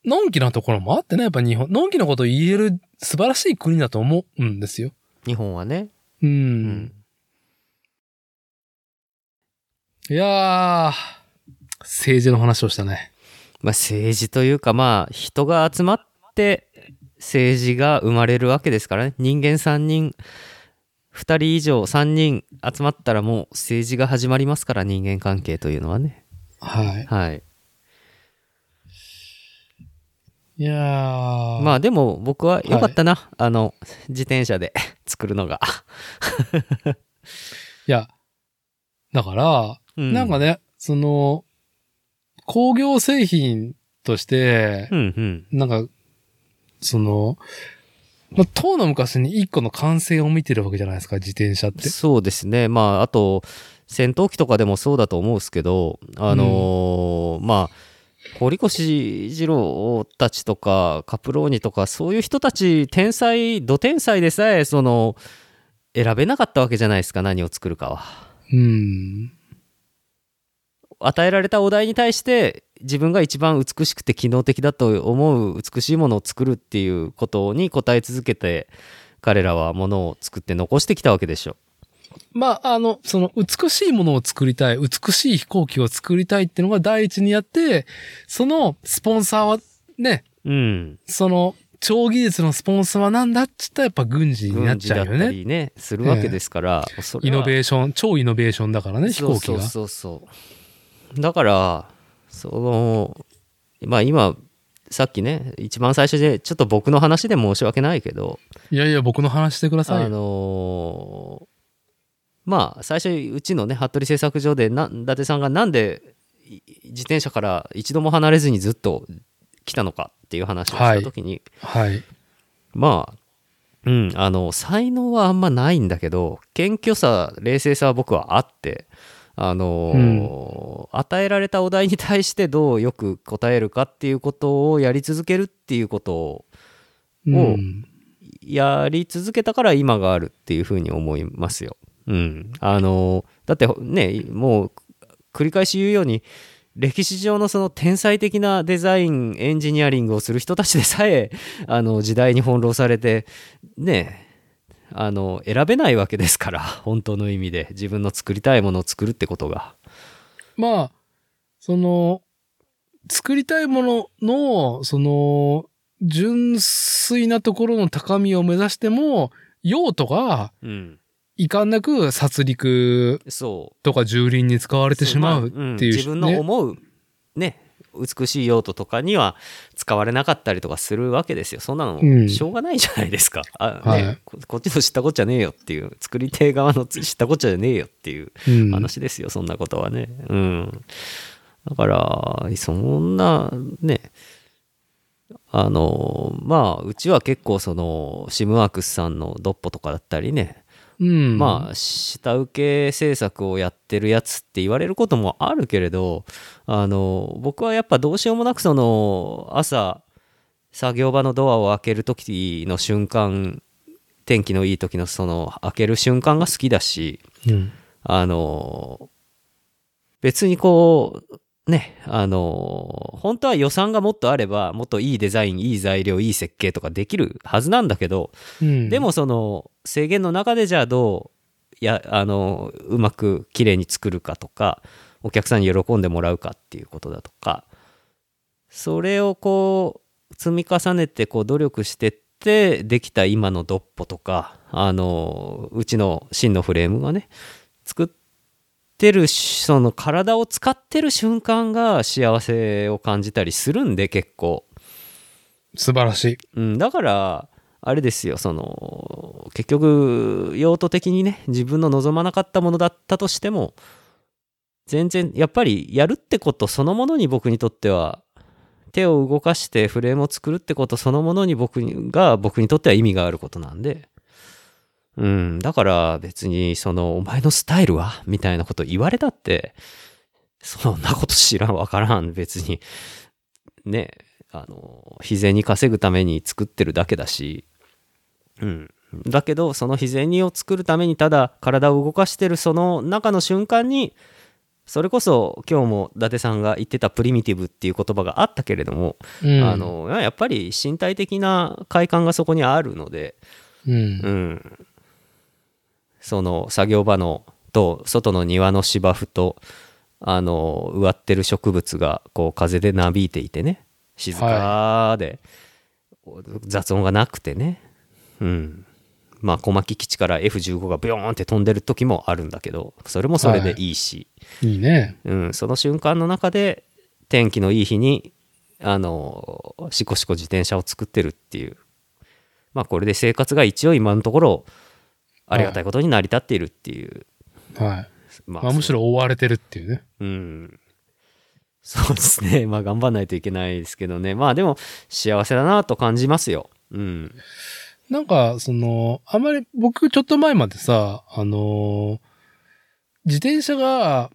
のんきなところもあってね、やっぱ日本、のんきなことを言える素晴らしい国だと思うんですよ。
日本はね。
うん。
うん。
いやー、政治の話をしたね。
まあ、政治というか、まあ、人が集まって、政治が生まれるわけですからね人間3人2人以上3人集まったらもう政治が始まりますから人間関係というのはね
はい。
はい
いやー。
まあでも僕は良かったな、あの自転車で 作るのが、
いや、だから、
う
なんかね、その、工業製品として、
うんうん
なんか、その、まあ、当の昔に一個の完成を見てるわけじゃないですか、自転車って。
そうですねまああと戦闘機とかでもそうだと思うんですけどあのーまあ堀越二郎たちとかカプローニとかそういう人たち天才ど天才でさえその選べなかったわけじゃないですか何を作るかは。
うん。
与えられたお題に対して自分が一番美しくて機能的だと思う美しいものを作るっていうことに応え続けて彼らはものを作って残してきたわけでしょ。
まあ、あの、その、美しいものを作りたい、美しい飛行機を作りたいっていうのが第一にやって、その、スポンサーは、ね、
うん、
その、超技術のスポンサーはなんだっつったらやっぱ軍事になっ
軍
ち
事
ゃ
だ
う
っ
よ
た
ね。
りねするわけですから、そ
イ
れは
ノベーション、超イノベーションだからね、飛行機
そう
が。
そうそうそうだからそのまあ今さっきね一番最初でちょっと僕の話で申し訳ないけど、
いやいや、僕の話してください
あ
よ。
のーまあ最初うちのね服部製作所でな伊達さんがなんでい自転車から一度も離れずにずっと来たのかっていう話をした時に、
はい。
まあうんあの才能はあんまないんだけど謙虚さ冷静さは僕はあって。あのー与えられたお題に対してどうよく答えるかっていうことをやり続けるっていうことを
うん。
やり続けたから今があるっていうふうに思いますよ。うん、あのだってねもう繰り返し言うように歴史上のその天才的なデザインエンジニアリングをする人たちでさえ あの時代に翻弄されてねあの選べないわけですから本当の意味で自分の作りたいものを作るってことが。
まあ、その、作りたいものの、その、純粋なところの高みを目指しても、用途が、
うん、
いかんなく殺戮
そう
とか蹂躙に使われてしまうっていう、
自分の
ね
思うね美しい用途とかには使われなかったりとかするわけですよそんな
うん
のしょうがないじゃないですか、あ
はい
ねここっちの知ったこっちゃねえよっていう作り手側の知ったこっちゃねえよっていう
うん
話ですよ、そんなことはねうんだからそんなねあのまあうちは結構そのシムワークスさんのドッポとかだったりね
うん、
まあ下請け政策をやってるやつって言われることもあるけれどあの僕はやっぱどうしようもなくその朝作業場のドアを開ける時の瞬間天気のいい時のその開ける瞬間が好きだし
うん
あの別にこうねあの本当は予算がもっとあればもっといいデザインいい材料いい設計とかできるはずなんだけど
うん
でもその制限の中でじゃあどうやあのうまく綺麗に作るかとかお客さんに喜んでもらうかっていうことだとかそれをこう積み重ねてこう努力してってできた今のドッポとかあのうちの真のフレームがね作ってるしその体を使ってる瞬間が幸せを感じたりするんで結構。
素晴らしい。
うん、だからあれですよその結局用途的にね自分の望まなかったものだったとしても全然やっぱりやるってことそのものに僕にとっては手を動かしてフレームを作るってことそのものに僕にが僕にとっては意味があることなんで。うん、だから別にその「お前のスタイルは?」みたいなこと言われたってそんなこと知らんわからん別にねあの日銭稼ぐために作ってるだけだし、うん、だけどその日銭を作るためにただ体を動かしてるその中の瞬間にそれこそ今日も伊達さんが言ってたプリミティブっていう言葉があったけれども、
うん、
あ、のやっぱり身体的な快感がそこにあるので、
うん
う、ん、その作業場のと外の庭の芝生とあの植わってる植物がこう風でなびいていてね静かで、雑音がなくてね。うん。まあ、小牧基地から F15 がビョーンって飛んでる時もあるんだけど、それもそれでいいし、
いいね。
うん、その瞬間の中で、天気のいい日に、あの、しこしこ自転車を作ってるっていう。まあ、これで生活が一応今のところ、ありがたいことに成り立っているっていう。
はい。
ま
まあ、むしろ追われてるっていうね。
うん。そうですね。 まあ頑張んないといけないですけどね。まあでも幸せだなと感じますよ。うん。
なんか、その、あまり、僕ちょっと前までさ、あのー自転車が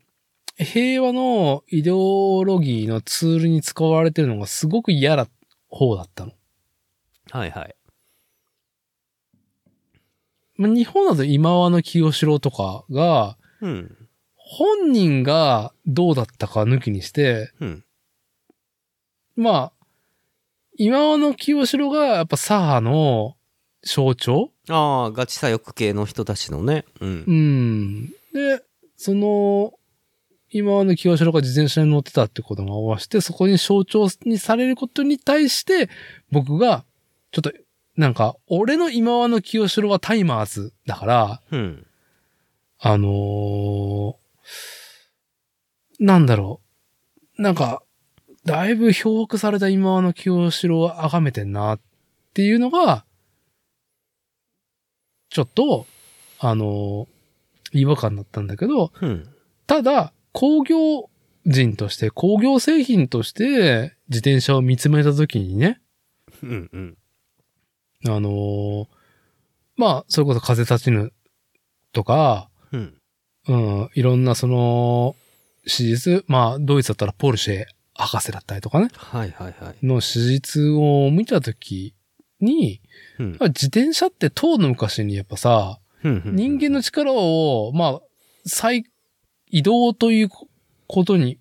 平和のイデオロギーのツールに使われてるのがすごく嫌な方だったの。
はいはい。
まあ日本だと今和の清志郎とかが、
うん。
本人がどうだったか抜きにして、
うん。
まあ、今和の清志郎がやっぱ左派の象徴
ああ、ガチ左翼系の人たちのね。うん
う。ん。で、その、今和の清志郎が自転車に乗ってたってことが合わせて、そこに象徴にされることに対して、僕が、ちょっと、なんか、俺の今和の清志郎はタイマーズだから、
うん。
あのーなんだろう。なんか、だいぶ漂白された今の清志郎を崇めてんなっていうのが、ちょっと、あのー違和感だったんだけど、
うん。
ただ、工業人として、工業製品として自転車を見つめた時にね、
うん。うん。
あのーまあ、それこそ風立ちぬとか、
うん。
うん、いろんなその、史実、まあ、ドイツだったらポルシェ博士だったりとかね、
はいはいはい。
の史実を見たときに、
うん
やっぱ。自転車って当の昔にやっぱさ、人間の力を、まあ、再、移動ということに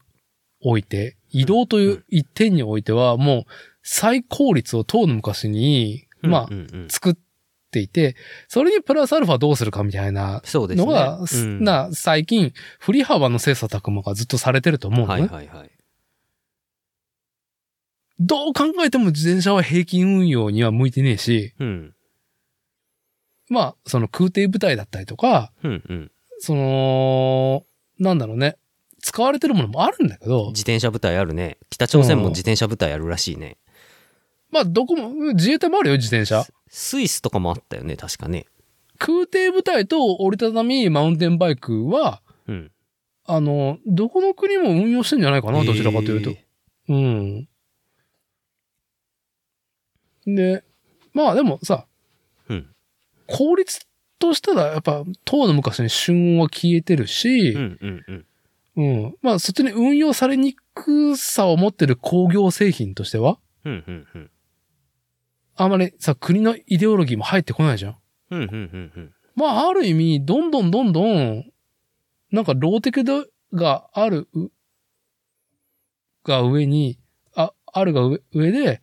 おいて、移動という一点においては、もう、最効率を当の昔に、
うん、
まあ
う、んうん
作っていて、それにプラスアルファどうするかみたいな
そうです
の
ね。
が、
うん
な、最近、振り幅の精査琢磨がずっとされてると思うの
は
ね、
いはいはい。
どう考えても自転車は平均運用には向いてねえし、
うん。
まあ、その空挺部隊だったりとか、
うんうん。
その、なんだろうね、使われてるものもあるんだけど、
自転車部隊あるね。北朝鮮も自転車部隊あるらしいね。
まあ、どこも、うん自衛隊もあるよ、自転車。
スイスとかもあったよね、確かね。
空挺部隊と折りたたみマウンテンバイクは、
うん。
あの、どこの国も運用してんじゃないかな、どちらかというと
えー。
うん。で、まあでもさ、
うん
効率としたらやっぱ、当の昔に旬音は消えてる
う
し、
んうんうん。
うん、まあそっちに運用されにくさを持ってる工業製品としては、
うんうんうん。
あまりさ、国のイデオロギーも入ってこないじゃん。
うんうんうんうん。
まあある意味、どんどんどんどん、なんかローテクがあるう、が上に、あ、あるが上上で、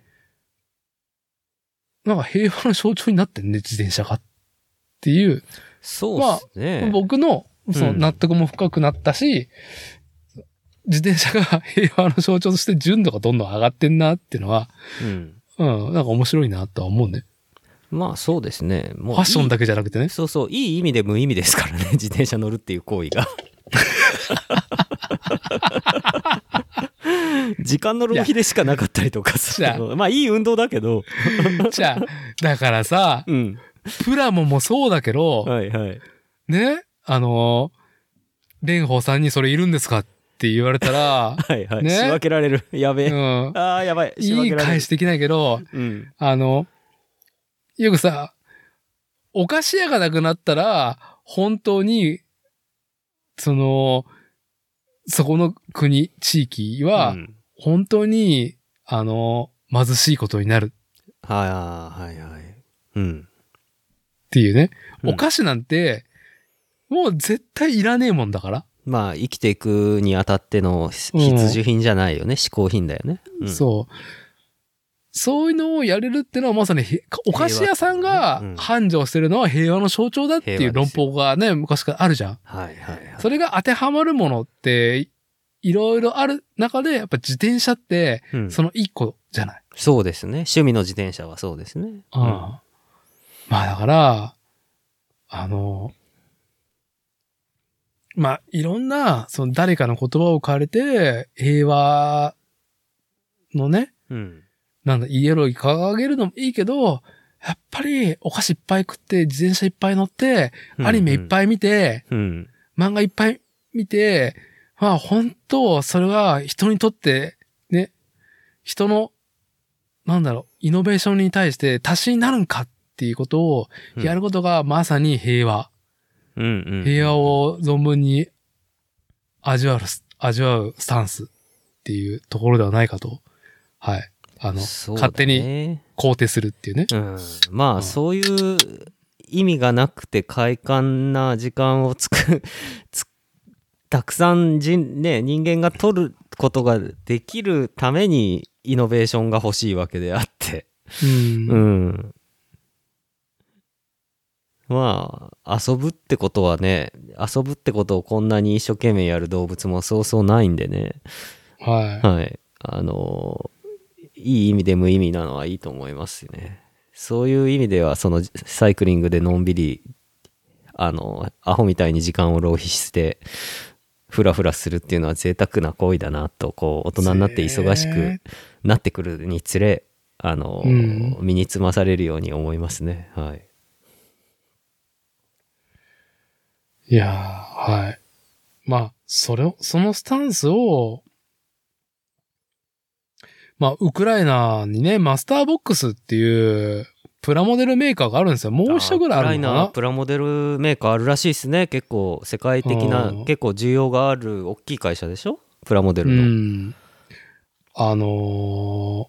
なんか平和の象徴になってんね、自転車が。っていう、
そうっすね。
僕の、そうの
ん
納得も深くなったし、自転車が平和の象徴として純度がどんどん上がってんなっていうのは、
うん、
うん、なんか面白いなとは思うね。
まあそうですね。
フ
もういい
ァッションだけじゃなくてね。
そうそう、いい意味で無意味ですからね、 自転車乗るっていう行為 が。時間の浪費でしかなかったりとかするけどまあいい運動だけど。
じゃあ、だからさ、
うん。
プラモもそうだけど、
はいはい。、
ね、あのー、蓮舫さんにそれいるんですかって言われたら
はいはい。
ね
仕分けられる。 やべ
う
え。
ん、
ああ、やばい。仕分
いい
けられ
返
る。
しできないけど、
うん。
あの、よくさ、お菓子屋がなくなったら、本当に、その、そこの国、地域
う
は、
ん
本当に、あの、貧しいことになる
はいあーはいはい。うん。
っていうね。
うん
お菓子なんて、もう絶対いらねえもんだから。
まあ生きていくにあたっての必需品じゃないよね。嗜好品だよね。うん
そう。そういうのをやれるってのはまさにへお菓子屋さんが
平和だねうん
繁盛してるのは平和の象徴だっていう
平和
論
ですよ
法がね、昔からあるじゃん。
はいはいはい。
それが当てはまるものって、いろいろある中で、やっぱ自転車って、
うん
その一個じゃない。
そうですね。趣味の自転車はそうですね。
うん。まあだから、あの、まあいろんな、その誰かの言葉を借りて、平和のね、
うん。
なんだ、イエロー掲げるのもいいけど、やっぱりお菓子いっぱい食って、自転車いっぱい乗って、アニメいっ
い。
ぱい見て、
うん。
漫画いっぱい見て、まあ本当、それは人にとって、ね、人の、なんだろう、イノベーションに対して足しになるんかっていうことを
うん
やることがまさに平和。
うんうん。
平和。を存分に味わうス、味わうスタンスっていうところではないかと。はい。あの、
そうだね
勝手に肯定するっていうね。
うん、ま
う
あ
ん
そういう意味がなくて快感な時間をつく つたくさん人,、ね、人間が取ることができるためにイノベーションが欲しいわけであって、
うん
う。ん、まあ遊ぶってことはね遊ぶってことをこんなに一生懸命やる動物もそうそうないんでね
は
はい。あのーいい意味で無意味なのはいいと思いますよね。そういう意味では、そのサイクリングでのんびり、あのーアホみたいに時間を浪費して、ふらふらするっていうのは贅沢な行為だなと、こう、大
い。
人になって忙しくなってくるにつれ、あのー身につまされるように思いますね。はい。
いやーはい。まあ、それを、そのスタンスを、まあ、ウクライナにね、マスターボックスっていうプラモデルメーカーがあるんですよ。もう一社ぐらいあるのか
ウクライナ
な
プラモデルメーカーあるらしいですね。結構、世界的な
うん、
結構需要がある大きい会社でしょプラモデル
う
の。
ん。あのー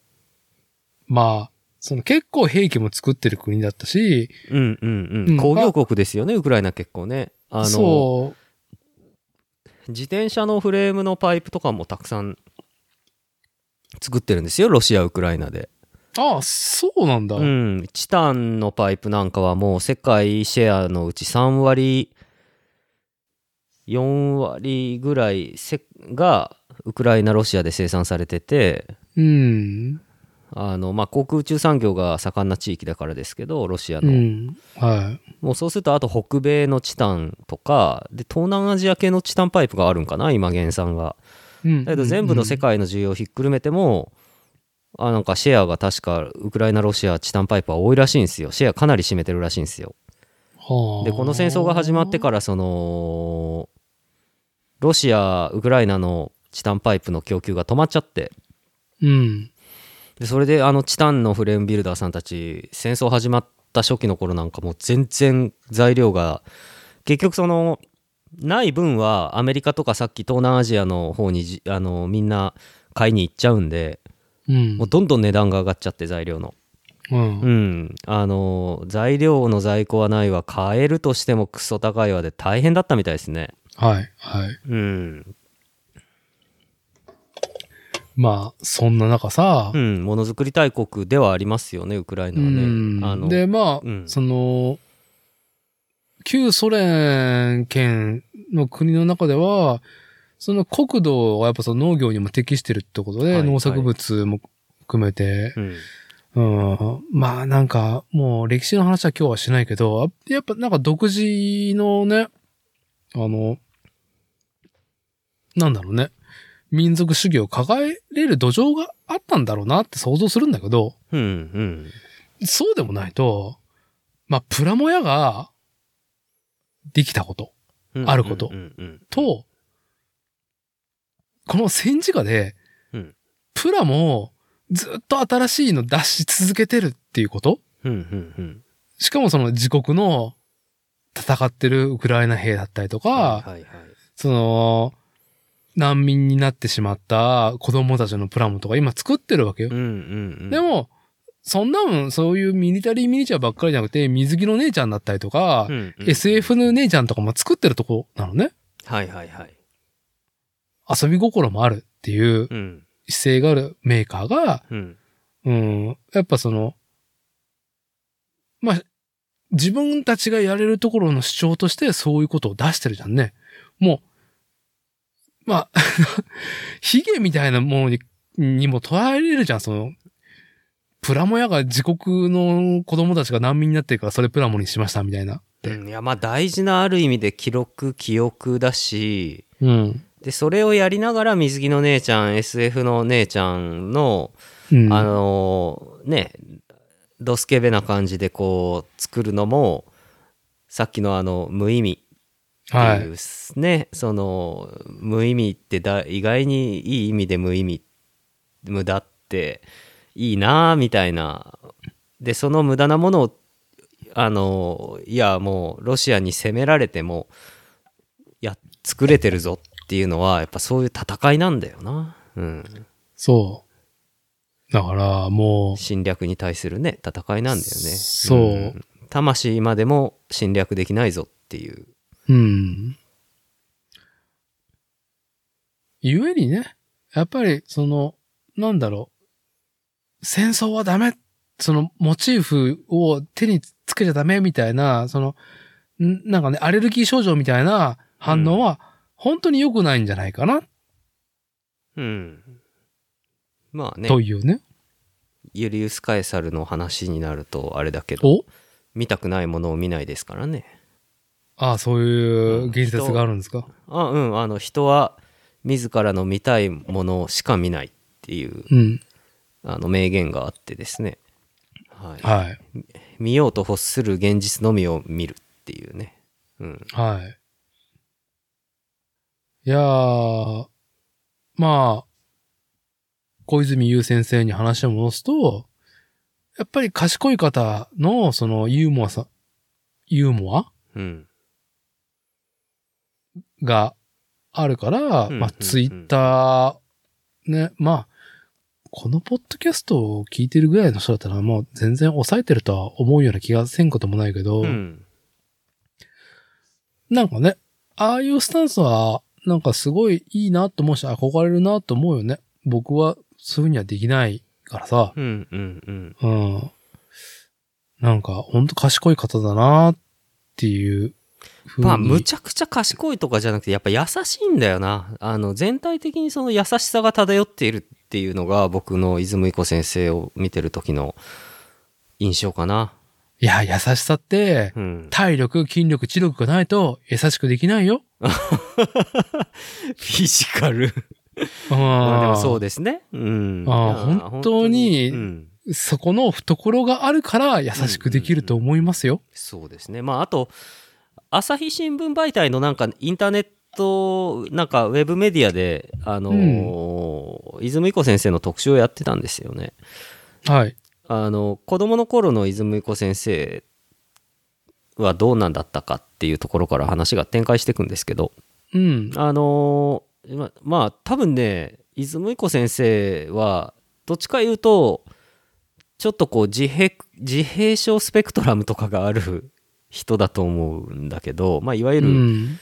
まあ、その結構兵器も作ってる国だったし、
うんうんう。
うんん
工業国ですよね、ウクライナ結構ね。あの、
そう、
自転車のフレームのパイプとかもたくさん作ってるんですよ、ロシア、ウクライナで。
ああ、そうなんだ。
うん。チタンのパイプなんかはもう世界シェアのうち3割、4割ぐらいせがウクライナ、ロシアで生産されてて、
うん。
あの、まあ、航空宇宙産業が盛んな地域だからですけど、ロシア
う
の。
ん。はい。
もうそうするとあと北米のチタンとかで東南アジア系のチタンパイプがあるんかな今原産がだけど全部の世界の需要をひっくるめても、あなんかシェアが確かウクライナロシアチタンパイプは多いらしいんですよシェアかなり占めてるらしいんですよでこの戦争が始まって
か
からそのロシアウクライナのチタンパイプの供給が止まっちゃって
ら、うん。
でそれであのチタンのフレームビルダーさんたち戦争始まった初期の頃なんかもう全然材料が結局そのない分はアメリカとかさっき東南アジアの方にじあのみんな買いに行っちゃうんで
うん。
もうどんどん値段が上がっちゃって材料の
うん
う。んあの材料の在庫はないわ買えるとしてもクソ高いわで大変だったみたいですね
はい、はい。
うん、
まあ、そんな中さ
う、ん、ものづくり大国ではありますよねウクライ
う
ナはね
ん
あの
で、まあ、
うん
その、旧ソ連圏の国の中では、その国土がやっぱその農業にも適してるってことで、
はい
農作物も含めて、
うん
うん、まあなんかもう歴史の話は今日はしないけど、やっぱなんか独自のね、あの、なんだろうね、民族主義を抱えれる土壌があったんだろうなって想像するんだけど、
うんうん
そうでもないと、まあプラモ屋ができたことあること
うんうんうん
と、この戦時下で
うん、
プラもずっと新しいの出し続けてるっていうこと
うんうんうん
しかもその自国の戦ってるウクライナ兵だったりとか、
はいはいはい
その、難民になってしまった子供たちのプラモとか今作ってるわけよ。
うんうんうん
でも、そんなん、そういうミリタリーミニチュアばっかりじゃなくて、水着の姉ちゃんだったりとか
う、んうん
SF の姉ちゃんとかも作ってるとこなのね。
はいはいはい
遊び心もあるっていう
うん
姿勢があるメーカーが、
うん
うん、やっぱその、まあ、自分たちがやれるところの主張としてそういうことを出してるじゃんね。もう、 まあ、ヒゲみたいなものに、にも捉えれるじゃん、その、プラモ屋が自国の子供たちが難民になってるから、それプラモにしました、みたいな。
うんいやまあ大事なある意味で記録記憶だし
うん。
でそれをやりながら水着の姉ちゃん SF の姉ちゃんの、
うん。
あのーねドスケベな感じでこう作るのもさっきのあの無意味って
はいい。
うすね、その無意味ってだ意外にいい意味で無意味無駄っていいなあみたいなでその無駄なものをあのいやもうロシアに攻められてもいや作れてるぞっていうのはやっぱそういう戦いなんだよな、うん、
そう。だから、も
侵略に対するね戦いなんだよね
そうん
魂までも侵略できないぞっていう
う、うん。ゆえにね、やっぱり、その、なんだろう。戦争はダメ。その、モチーフを手につけちゃダメみたいな、その、んなんかね、アレルギー症状みたいな反応は、本当に良くないんじゃないかな、
うんまあね
というね。
ユリウス・カエサルの話になるとあれだけど
お
見たくないものを見ないですからね
ああ、そういう言説があるんですか。
あうんあの人は自らの見たいものしか見ないっていう
うん。
あの名言があってですね、はい
はい。
見ようと欲する現実のみを見るっていうね、うん、
はい。いやー、まあ、小泉優先生に話を戻すと、やっぱり賢い方のそのユーモアさ、ユーモア
うん、
があるから、
んうん
まあツイッター、ね、まあ、このポッドキャストを聞いてるぐらいの人だったらもう全然抑えてるとは思うような気がせんこともないけど、
うん、
なんかね、ああいうスタンスは、なんかすごいいいなと思うし、憧れるなと思うよね。僕はそういうふうにはできないからさ。
うんうんうん
うん。なんか、ほんと賢い方だなっていうふうに。
まあむちゃくちゃ賢いとかじゃなくてやっぱ優しいんだよなあの全体的にその優しさが漂っているっていうのが僕の泉子先生を見てる時の印象かない
や、優しさって、
うん、
体力、筋力、知力がないと優しくできないよ。
フィジカ ル
うん。
まあでもそうですね、うん、
あー
いや
本当に
うん
そこの懐があるから優しくできると思いますよ。
そうですねまああと朝日新聞媒体のなんかインターネットなんかウェブメディアであのー泉子先生の特集をやってたんですよね
はい。
あの子供の頃の泉子先生はどうなんだったかっていうところから話が展開していくんですけど
うん。
あのーままあ多分ね泉子先生はどっちか言うとちょっとこう自閉自閉症スペクトラムとかがある人だと思うんだけど、まあ、いわゆ
う
る
ん。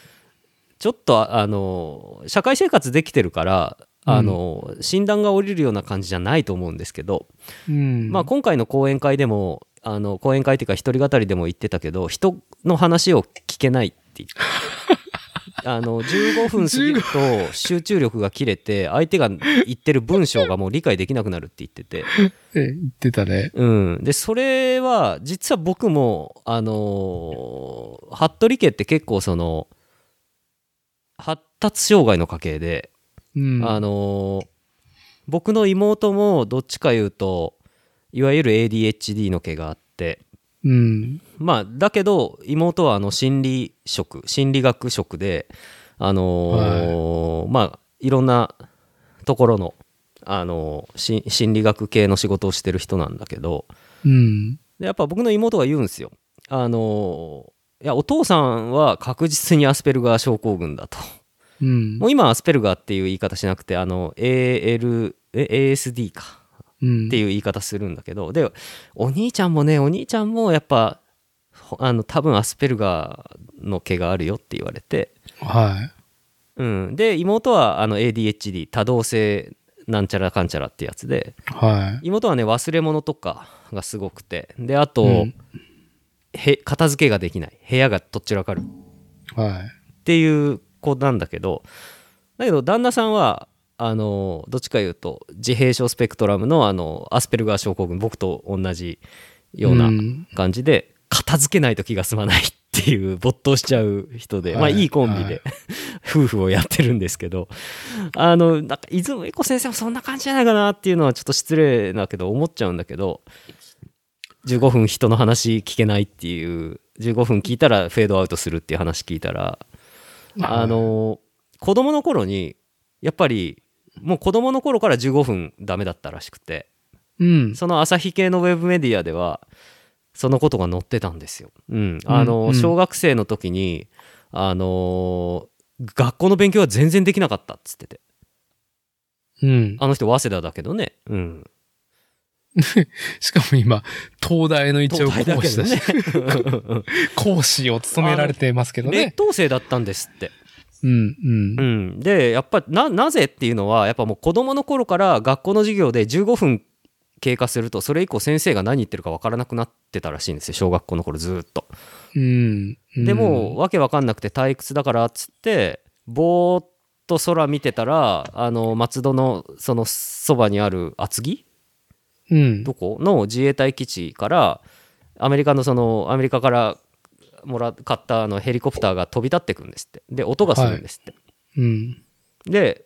ちょっと、ああのー社会生活できてるから、あのー診断が下りるような感じじゃないと思うんですけど、
うん。
まあ、今回の講演会でもあの講演会っていうか一人語りでも言ってたけど人の話を聞けない って言ってあの15分過ぎると集中力が切れて相手が言ってる文章がもう理解できなくなるって言ってて、
え言ってたね。
うん、でそれは実は僕もあのー服部家って結構その発達障害の家系で。
うん。
あのー僕の妹もどっちか言うといわゆる ADHD の毛があって
うん。
まあだけど妹はあの心理職心理学職であのーまあいろんなところの、あのーし心理学系の仕事をしてる人なんだけど
うん。
でやっぱ僕の妹が言うんですよ。あのーいやお父さんは確実にアスペルガー症候群だと。
うん
も。う今はアスペルガーっていう言い方しなくてあの AL え ASD か
うん
っていう言い方するんだけどでお兄ちゃんもねお兄ちゃんもやっぱほあの多分アスペルガーの毛があるよって言われて、
は
うん、で妹はあの ADHD 多動性なんちゃらかんちゃらってやつで
い。は
妹はね忘れ物とかがすごくてであと、
うん
へ片付けができない部屋がとっちらかる
い。はい。
っていう子なんだけどだけど旦那さんはあのどっちかいうと自閉症スペクトラムのあのアスペルガー症候群僕と同じような
うん
感じで、片付けないと気が済まないっていう没頭しちゃう人で、ま
は
あ
い
いいコンビで、
はい
夫婦をやってるんですけどあのなんか出雲英子先生もそんな感じじゃないかなっていうのはちょっと失礼だけど思っちゃうんだけど15分人の話聞けないっていう15分聞いたらフェードアウトするっていう話聞いたらあの子供の頃にやっぱりもう子供の頃から15分ダメだったらしくて
うん。
その朝日系のウェブメディアではそのことが載ってたんですよ。うん、あの、
うん
小学生の時にあの学校の勉強は全然できなかったっつってて
うん。
あの人早稲田だけどね、うん、
しかも今、東大の一応
東大だ
講
け
師
ど
だし、
ね
講師を務められてますけ ど
劣
ね。
等生だったんですって。
うん、うん
う。ん、でやっぱななぜっていうのはやっぱもう子どもの頃から学校の授業で15分経過するとそれ以降先生が何言ってるか分からなくなってたらしいんですよ小学校の頃ずーっと。
うん。うん
でも、う、わけわかんなくて退屈だからっつってぼーっと空見てたらあの松戸のそのそばにある厚木
うん。
どこの自衛隊基地からアメリカのそのアメリカからもら買ったあのヘリコプターが飛び立ってくんですってで音がするんですって。
うん。
で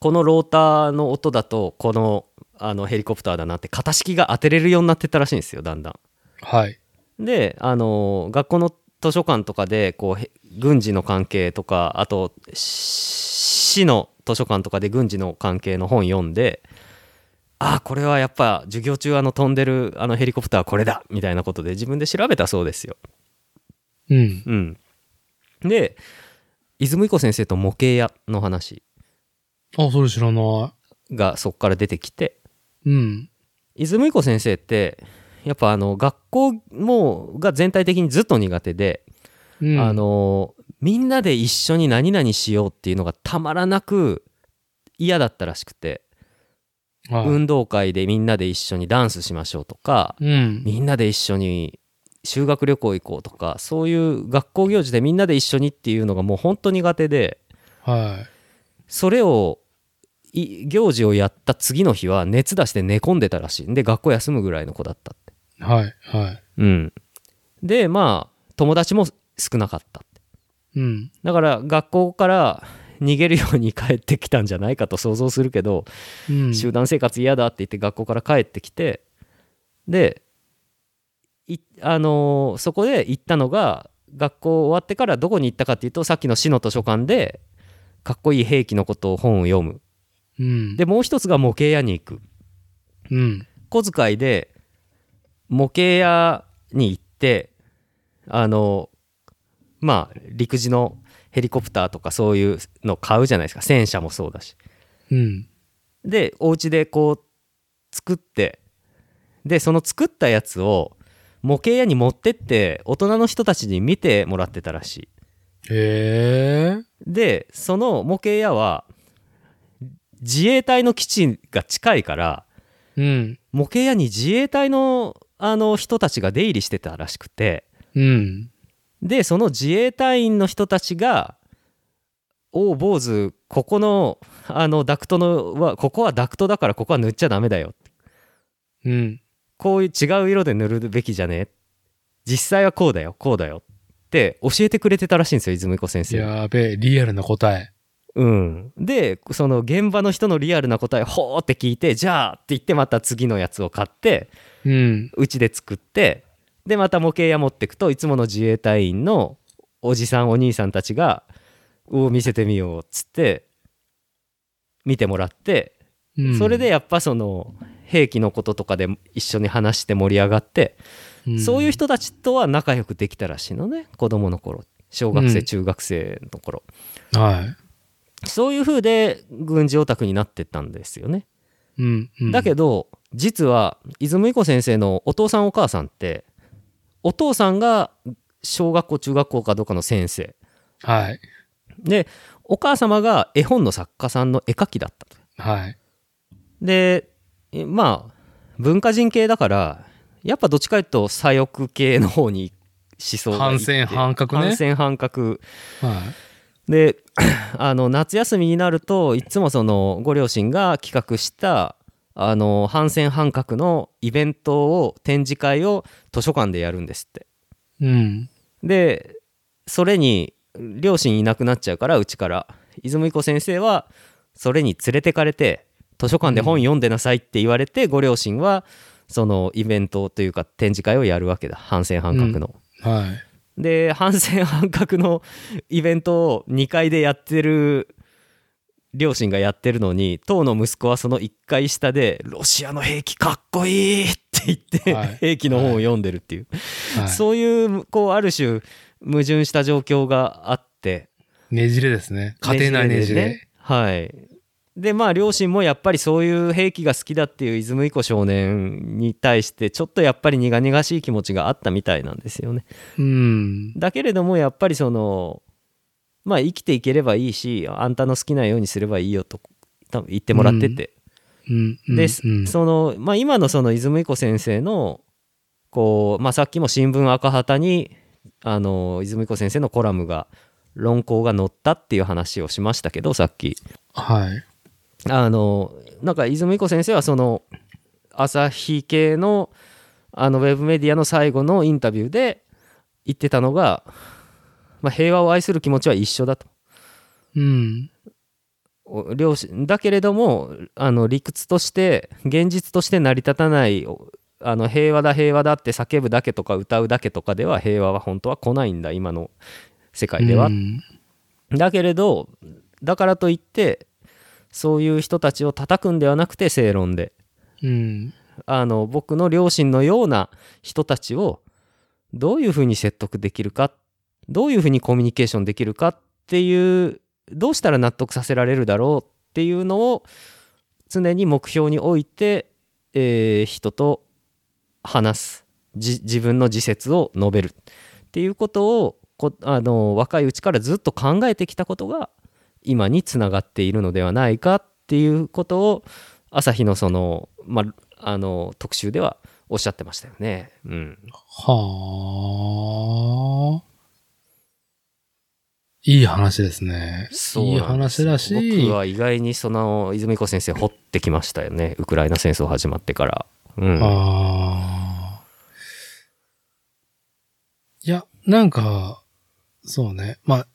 このローターの音だとこのあのヘリコプターだなって型式が当てれるようになってったらしいんですよだんだ
はい。
ん。であの学校の図書館とかでこうへ軍事の関係とかあとし市の図書館とかで軍事の関係の本読んでああこれはやっぱ授業中あの飛んでるあのヘリコプターこれだみたいなことで自分で調べたそうですよ。
うん。
うん、で泉井子先生と模型屋の話
あ、それ知らな
がそこから出てきて
い。うん。
泉井子先生ってやっぱあの学校もが全体的にずっと苦手で、
うん。
あ、のみんなで一緒に何々しようっていうのがたまらなく嫌だったらしくて、
はい、
運動会でみんなで一緒にダンスしましょうとか、
うん。
みんなで一緒に修学旅行行こうとかそういう学校行事でみんなで一緒にっていうのがもう本当苦手で
は
それをい行事をやった次の日は熱出して寝込んでたらしいんで学校休むぐらいの子だったって。
い。はい。はい。
うん、でまあ友達も少なかったって
うん。
だから学校から逃げるように帰ってきたんじゃないかと想像するけど、
うん。
集団生活嫌だって言って学校から帰ってきてでいあのーそこで行ったのが学校終わってからどこに行ったかっていうとさっきの市の図書館でかっこいい兵器のことを本を読む
うん。
でもう一つが模型屋に行く
うん。
小遣いで模型屋に行ってあのまあ陸自のヘリコプターとかそういうの買うじゃないですか戦車もそうだし
うん。
でお家でこう作ってでその作ったやつを模型屋に持ってって大人の人たちに見てもらってたらしい
へえ。
でその模型屋は自衛隊の基地が近いから
うん。
模型屋に自衛隊のあの人たちが出入りしてたらしくて
うん。
でその自衛隊員の人たちが「おう坊主ここのあのダクトのはここはダクトだからここは塗っちゃダメだよ」
うん。
こういう違う色で塗るべきじゃね実際はこうだよこうだよって教えてくれてたらしいんですよ泉子先生。
やべえ、リアルな答え。
うん、でその現場の人のリアルな答え「ほー」って聞いて「じゃあ」って言ってまた次のやつを買って
うん。
うちで作ってでまた模型屋持ってくといつもの自衛隊員のおじさんお兄さんたちが「を見せてみよう」っつって見てもらって
うん、
それで、やっぱその兵器のこととかで一緒に話して盛り上がってそういう人たちとは仲良くできたらしいのね子供の頃小学生、
うん
中学生の頃
人。はい。
そういう風で軍事オタクになってったんですよね、
うん。うん、
だけ
ど、
ど実は泉井子先生のお父さんお母さんってお父さんが小学校中学校かどうかの先生
はい。
でお母様が絵本の作家さんの絵描きだったと
はい。
でえまあ文化人系だからやっぱどっちかというと左翼系の方に思想がいって
反戦反核ね
反戦反核
は
で あの夏休みになるといつもそのご両親が企画したあの反戦反核のイベントを展示会を図書館でやるんですって
うん。
でそれに両親いなくなっちゃうからうちから泉子先生はそれに連れてかれて図書館で本読んでなさいって言われて、ご両親はそのイベントというか展示会をやるわけだ反戦反核の。
はい。
で反戦反核のイベントを2階でやってる両親がやってるのに当の息子はその1階下で「ロシアの兵器かっこいい!」って言って、
はい
兵器の本を読んでるっていう、
はい、
そういうこうある種矛盾した状況があって
ねじれですね。家庭内ねじれ。
ねはいでまあ両親もやっぱりそういう兵器が好きだっていう泉井子少年に対してちょっとやっぱり苦々しい気持ちがあったみたいなんですよね
うん。
だけれどもやっぱりそのまあ生きていければいいしあんたの好きなようにすればいいよと多分言ってもらってて、
うん。うん
で、
うん、
その、まあ、今のその泉子先生のこう、まあ、さっきも新聞赤旗にあの泉子先生のコラムが論考が載ったっていう話をしましたけどさっき
はい。
あのなんか泉子先生はその朝日系のあのウェブメディアの最後のインタビューで言ってたのが、まあ、平和を愛する気持ちは一緒だと
うん。
お両親だけれどもあの理屈として現実として成り立たないおあの平和だ平和だって叫ぶだけとか歌うだけとかでは平和は本当は来ないんだ今の世界では、
うん
だけれどだからといってそういう人たちを叩くんではなくて正論で
うん。
あの僕の両親のような人たちをどういうふうに説得できるかどういうふうにコミュニケーションできるかっていうどうしたら納得させられるだろうっていうのを常に目標に置いて、えー人と話すじ自分の自説を述べるっていうことをこあの若いうちからずっと考えてきたことが今につながっているのではないかっていうことを朝日のその,、まあ、あの特集ではおっしゃってましたよね。うん、
はあ。いい話ですね。いい話だし。
僕は意外にその泉子先生掘ってきましたよねウクライナ戦争始まってから。うん、
ああ。いや、なんか、そうね。まあ、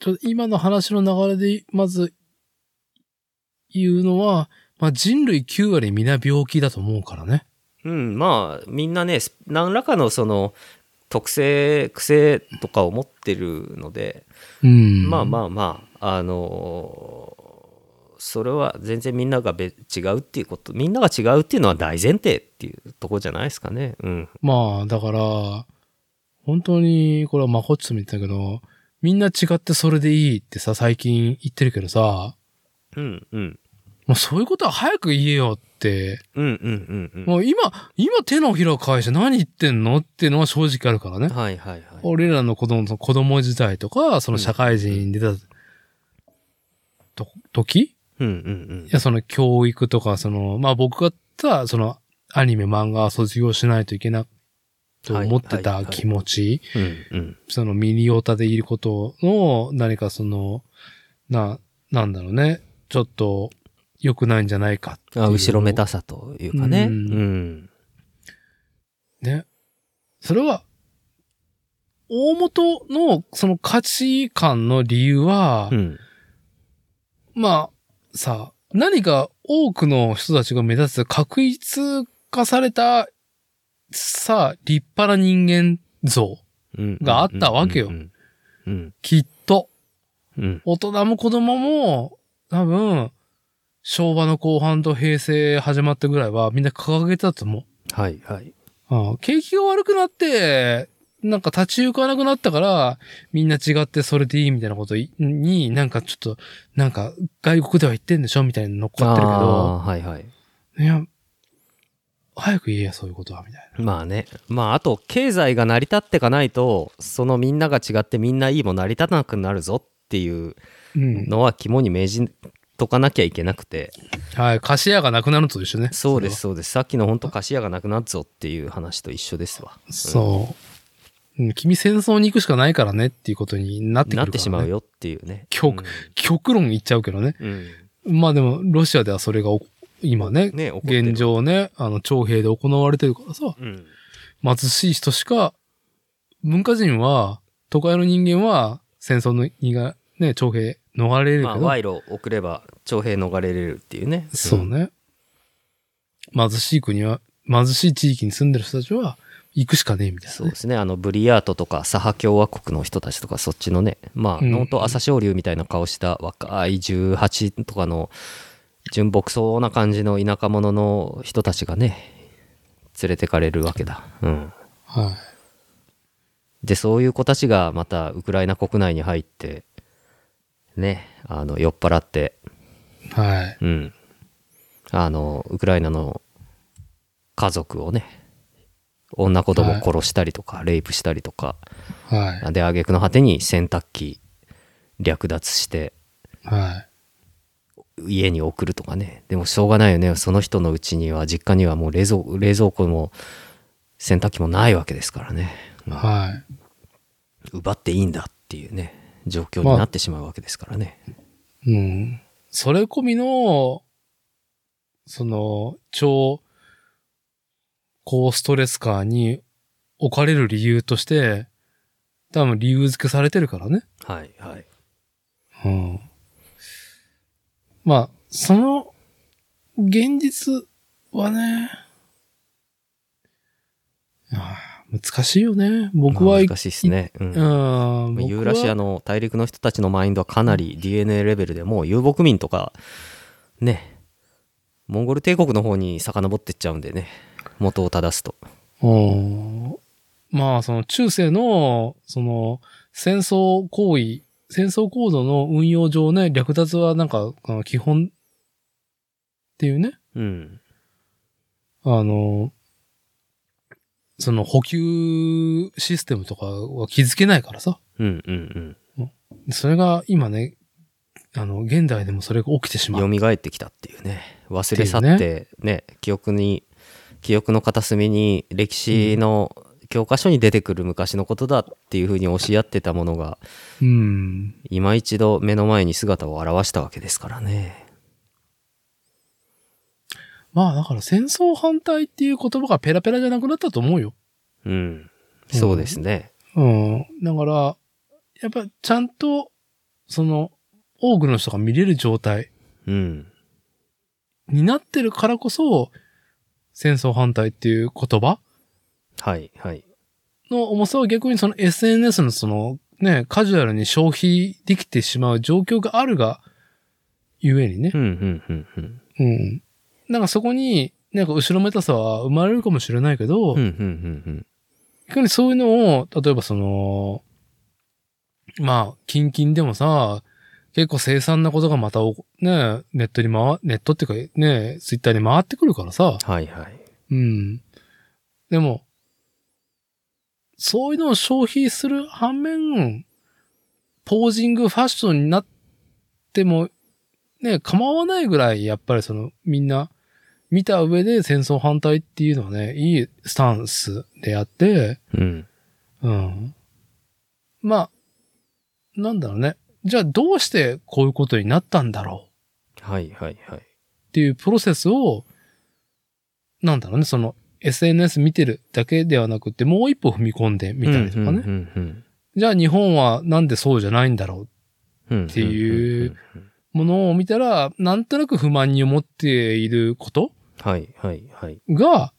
ちょっと今の話の流れで、まず、言うのは、まあ人類9割皆病気だと思うからね。
うん、まあみんなねス何らかのその特性癖とかを持ってるので、
うん。
まあまあまああのーそれは全然みんながべ違うっていうことみんなが違うっていうのは大前提っていうとこじゃないですかね。うん、
まあ、だから、本当に、これはまこっちとも言ったけど、みんな違ってそれでいいってさ、最近言ってるけどさ、
うん、うん
もうそういうことは早く言えよって、
うんうんうんうん。
もう今、今手のひら返して何言ってんのっていうのは正直あるからね。
はいはいはい。
俺らの子供の子供時代とか、その社会人に出た、と、時
うんうん
いや、その教育とか、その、まあ僕がさ、その、アニメ、漫画は卒業しないといけな、と思って
はいはい
た
はい
気持ち、
うん。うんうん。
そのミニオタでいることの、何かその、な、なんだろうね。ちょっと、良くないんじゃないかっていう
あ後ろめ。たさというかね。う
うん
ん。
ね。それは、大元のその価値観の理由は、
うん。
まあ、さ、何か多くの人たちが目指す確一化された、さ、立派な人間像、
うん
があったわけよ
うん。うん。
きっと。
うん。
大人も子供も、多分、昭和の後半と平成始まったぐらいはみんな掲げてたと思う。
はいはい。
ああ景気が悪くなって、なんか立ち行かなくなったから、みんな違ってそれでいいみたいなこといに、なんかちょっと、なんか外国では言ってんでしょみたいに乗っかってるけど、
あーはいはい。
いや、早く言えや、そういうことは、みたい
まあね。まああと、経済が成り立ってかないと、そのみんなが違ってみんないいも成り立たなくなるぞっていう
な。うん。
のは肝に銘じとかなきゃいけなくて。
はい。貸し屋がなくなるのと一緒ね。
そうですそうです。さっきの本当貸し屋がなくなっぞっていう話と一緒ですわ。
それは。そう。うん君戦争に行くしかないからねっていうことになってくるから、ね。
なってしまうよっていうね。
極極論言っちゃうけどね。
うん。うん
まあでも、ロシアではそれがお今ね、
ね、怒ってる
現。状ね、あの、徴兵で行われてるからさ、
うん。
貧しい人しか、文化人は、都会の人間は、戦争のにが、ね、徴兵逃れるけど、
まあ、賄賂送れば徴兵逃れれるっていうね。
そうね。貧しい国は、貧しい地域に住んでる人たちは、行くしかねえみたいな
そ
ね、
うですね。あの、ブリヤートとか、サハ共和国の人たちとか、そっちのね、まあ、
うん
本当朝青龍みたいな顔した若い18とかの、純朴そうな感じの田舎者の人たちがね、連れてかれるわけだ。うん。
はい。
で、そういう子たちがまたウクライナ国内に入って、ね、あの、酔っ払って、
はい。
うん。あの、ウクライナの家族をね、女子供を殺したりとか、レイプしたりとか、
はい。
で、挙句の果てに洗濯機略奪して
はい。
家に送るとかね。でもしょうがないよね。その人のうちには、実家にはもう冷蔵冷蔵庫も洗濯機もないわけですからね。
はい。
奪っていいんだっていうね、状況になってしまうわけですからね。
うん。それ込みの、その、超、高ストレス感に置かれる理由として、多分理由付けされてるからね。
はい、はい。
うん。まあ、その、現実はね、ああ難しいよね。僕
ま
は、
あ
うん
難しいですね。うん
僕は、
ユーラシアの大陸の人たちのマインドはかなり DNA レベルでもう遊牧民とか、ね、モンゴル帝国の方に遡ってっちゃうんでね、元を正すと。
うんまあ、その中世の、その、戦争行為、戦争行動の運用上ね、略奪はなんか、あの基本っていうね、
うん。
あの、その補給システムとかは気づけないからさ。
うんうん
それが今ね、あの、現代でもそれが起きてしま
う
う。
ん。蘇ってきたっていうね。忘れ去って、ね、記憶に、記憶の片隅に歴史の教科書に出てくる昔のことだっていうふうに押し合ってたものが、
うん。
今一度目の前に姿を現したわけですからね。
まあ、だから戦争反対っていう言葉がペラペラじゃなくなったと思うよ。
うん。そうですね。
うん。だから、やっぱちゃんと、その、多くの人が見れる状態
うん。
になってるからこそ、戦争反対っていう言葉
はい、はい。
の重さは逆にその SNS のその、ね、カジュアルに消費できてしまう状況があるが、ゆえにね
う。ん、うん、うん、うん。
うん。なんかそこに、なんか後ろめたさは生まれるかもしれないけど、
うん、うん、うん、
逆にそういうのを、例えばその、まあ、キンキンでもさ、結構凄惨なことがまたお、ね、ネットに回、ネットっていうかね、ツイッターに回ってくるからさ、
はい、はい。
うん。でも、そういうのを消費する反面、ポージングファッションになっても、ね、構わないぐらい、やっぱりその、みんな、見た上で戦争反対っていうのはね、いいスタンスであって、
うん。
うん。まあ、なんだろうね。じゃあどうしてこういうことになったんだろう
はい、はい、はい。
っていうプロセスを、なんだろうね、その SNS 見てるだけではなくて、もう一歩踏み込んでみたりとかね。
うん、うん、
じゃあ日本はなんでそうじゃないんだろう
うん。
っていう。ものを見たら、なんとなく不満に思っていること
はい、はい、はい。
が、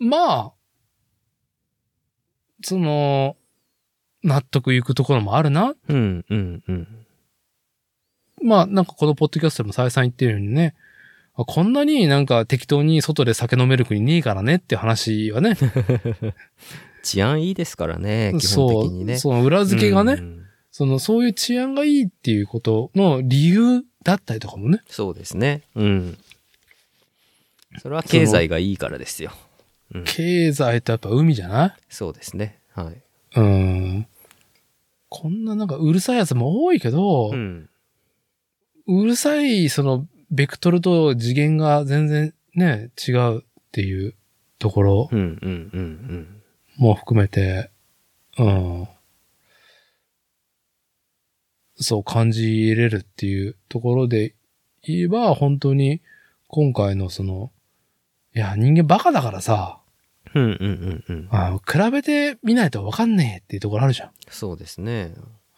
まあ、その、納得いくところもあるな。
うん、うん、うん。
まあ、なんかこのポッドキャストでも再三言ってるようにね、あこんなになんか適当に外で酒飲める国ねえからねっていう話はね、
治安いいですからね、基本
そ
的にね。
う、その裏付けがね、
うん
その、そういう治安がいいっていうことの理由だったりとかもね。
そうですね。うん。それは経済がいいからですよ。
経済とやっぱ海じゃない
そうですね。はい。
うん。こんななんかうるさいやつも多いけど、う
う。
んるさいそのベクトルと次元が全然ね、違うっていうところ。
うん、うん、うん、うん。
も含めて、うん。そう感じれるっていうところで言えば、本当に今回のその、いや、人間バカだからさ、
うんうんうんうん。
あ比べてみないとわかんねえっていうところあるじゃん。
そうですね。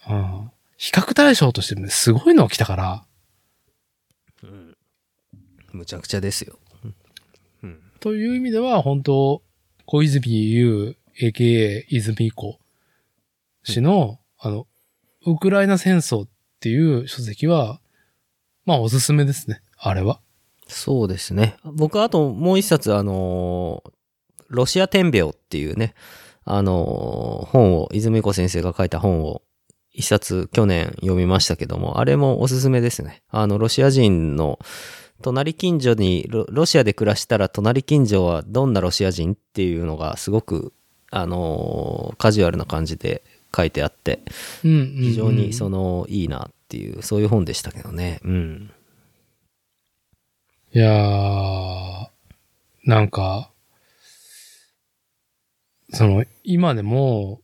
うん比較対象としてもすごいのが来たから、
うん。むちゃくちゃですよ。うん。
という意味では本当、小泉優、AKA 泉子氏の、あの、ウクライナ戦争っていう書籍は、まあおすすめですね。あれは。
そうですね。僕、あともう一冊、あのーロシア天病っていうね、あのー本を、泉子先生が書いた本を、一冊去年読みましたけども、あれもおすすめですね。あの、ロシア人の、隣近所にロ、ロシアで暮らしたら隣近所はどんなロシア人っていうのがすごく、あのーカジュアルな感じで書いてあって、
うんうん、
非常にそ
の。
の、いいなっていう、そういう本でしたけどね。うん。
いやー、なんか、その、今でも、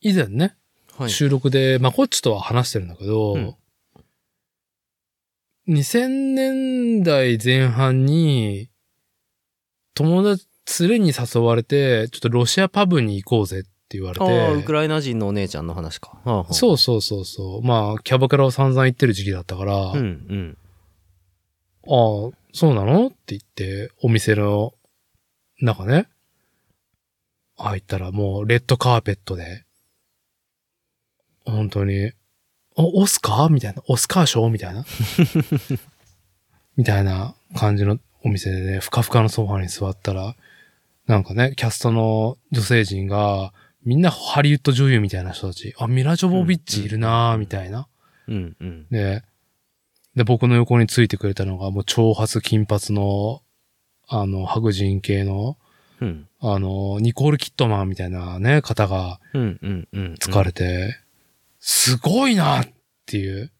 以前ね、
はい
収録で、まあ、こっちとは話してるんだけど、
うん
2000年代前半に、友達、連れに誘われて、ちょっとロシアパブに行こうぜって言われ
ああ、ウク
て、
ライナ人のお姉ちゃんの話か。はあはあ
そうそうそうそう。まあ、キャバクラを散々行ってる時期だったから、
うんう
ああ、
ん。
そうなのって言って、お店の中ね、入ったらもう、レッドカーペットで、本当に、お、オスカーみたいな、オスカー賞みたいな。みたいな感じのお店でね、ふかふかのソファに座ったら、なんかね、キャストの女性陣が、みんなハリウッド女優みたいな人たち、あ、ミラ・ジョボビッチいるなーみたいな。
うんうん。
で、で、僕の横についてくれたのが、もう、長髪金髪の、あの、白人系の、
うん
あの、ニコール・キットマンみたいなね、方が、
うんうんうん。
疲れて、すごいなっていう、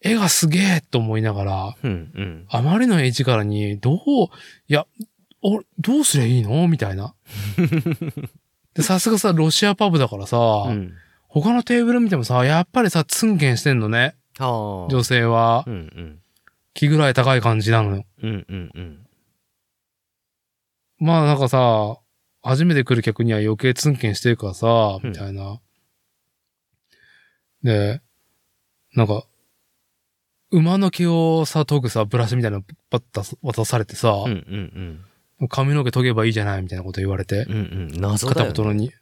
絵がすげえと思いながら、
うんうん。
あまりの絵力に、どう、いや、おどうすりゃいいのみたいな。で、さすがさ、ロシアパブだからさ、
うん。
他のテーブル見てもさ、やっぱりさ、ツンケンしてんのね。
ああ。
女性は
う、んうん。
気ぐらい高い感じなのよ。
うんうんうん。
まあなんかさ、初めて来る客には余計ツンケンしてるからさ、
うん
みたいな。で、なんか、馬の毛をさ、研ぐさ、ブラシみたいなのパッと渡されてさ
うんう、ん
髪の毛研げばいいじゃないみたいなこと言われて
うん。う、んうん。謎
片
だよ
言の
ね。
に、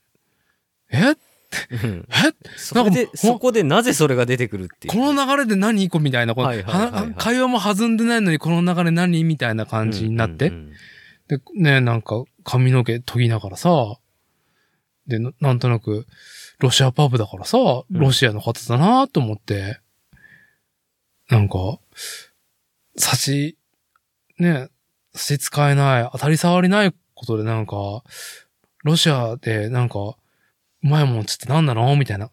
え
うん
え
そこ
なん
で
か、ほん
そこでなぜそれが出てくるっていう。
この流れで何こうみたいな、この
はいはいはいはい
は会話も弾んでないのにこの流れ何みたいな感じになって
うんう。ん
で、ね、なんか髪の毛研ぎながらさ、で、ななんとなく、ロシアパブだからさ、ロシアの方だなと思って、なんか、差し、ね、差し使えない、当たり障りないことでなんか、ロシアでなんか、うまいもんっつってなんなのみたいな。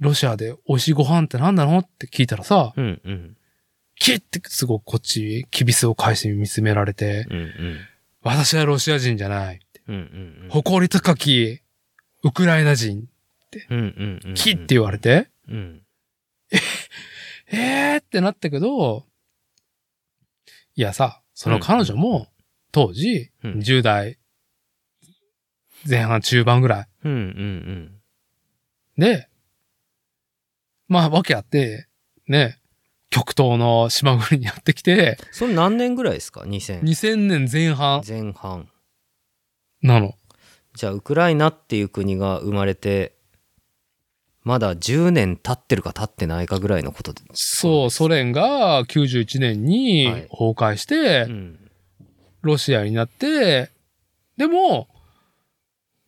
ロシアで美味しいご飯ってなんなのって聞いたらさ、
うん。うんうん
キッってすごくこっち、キビスを返して見つめられて、
うん
私はロシア人じゃない。
うんうんうん
誇り高き、ウクライナ人、
うんうんうん。
キッって言われて、
うん。
えーってなったけど、いやさ、その彼女も、当時、
うん
10代、前半中盤ぐらい
うんうん
で、まあ、わけあって、ね、極東の島国にやってきて、
うん。それ何年ぐらいですか ?2000。
2000年前半
前半。
なの。
じゃあウクライナっていう国が生まれてまだ10年経ってるか経ってないかぐらいのことで、
そう、ソ連が91年に
はい
崩壊して、
うん、
ロシアになって、でも、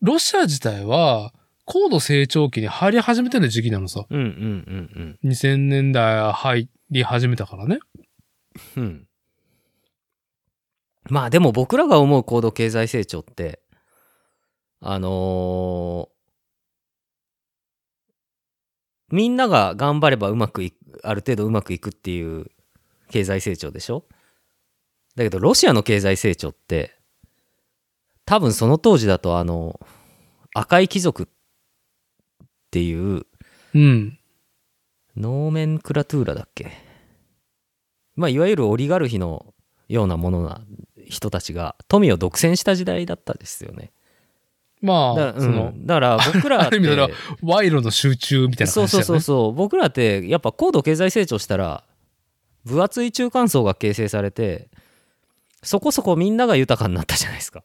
ロシア自体は高度成長期に入り始めてる時期なのさ。
うんうんうん
2000年代入り始めたからね。
うんうんまあでも僕らが思う高度経済成長ってあのーみんなが頑張ればうまくいくある程度うまくいくっていう経済成長でしょだけどロシアの経済成長って多分その当時だとあの赤い貴族っていう
うん。
ノーメンクラトゥーラだっけまあいわゆるオリガルヒのようなものな人たちが富を独占した時代だったですよね。だ
まあ、
うん
その、
だから僕らっ
ある
て
意味だから賄賂の集中みたいな
そう
感じ
そ
だよ
う
ね。
そうそう僕らってやっぱ高度経済成長したら分厚い中間層が形成されてそこそこみんなが豊かになったじゃないですか。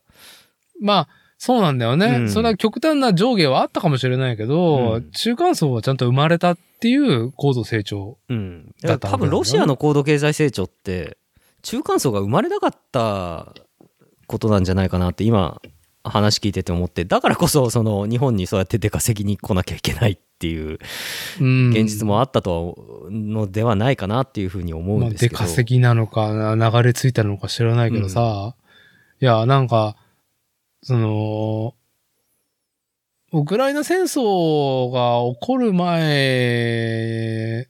まあ、そうなんだよね。
うん
それは極端な上下はあったかもしれないけど、
うん
中間層はちゃんと生まれたっていう高度成長。
うん、
だ
だ
った
か
わけな
ら多
んだ
分ロシアの高度経済成長って中間層が生まれなかったことなんじゃないかなって今話聞いてて思ってだからこそその日本にそうやって出稼ぎに来なきゃいけないっていう
うん。
現実もあったとはのではないかなっていうふうに思う
ま
ん
あ、
です
出
けど、
稼ぎなのか、な流れ着いたのか知らないけどさ、いや、なんか、その、ウクライナ戦争が起こる前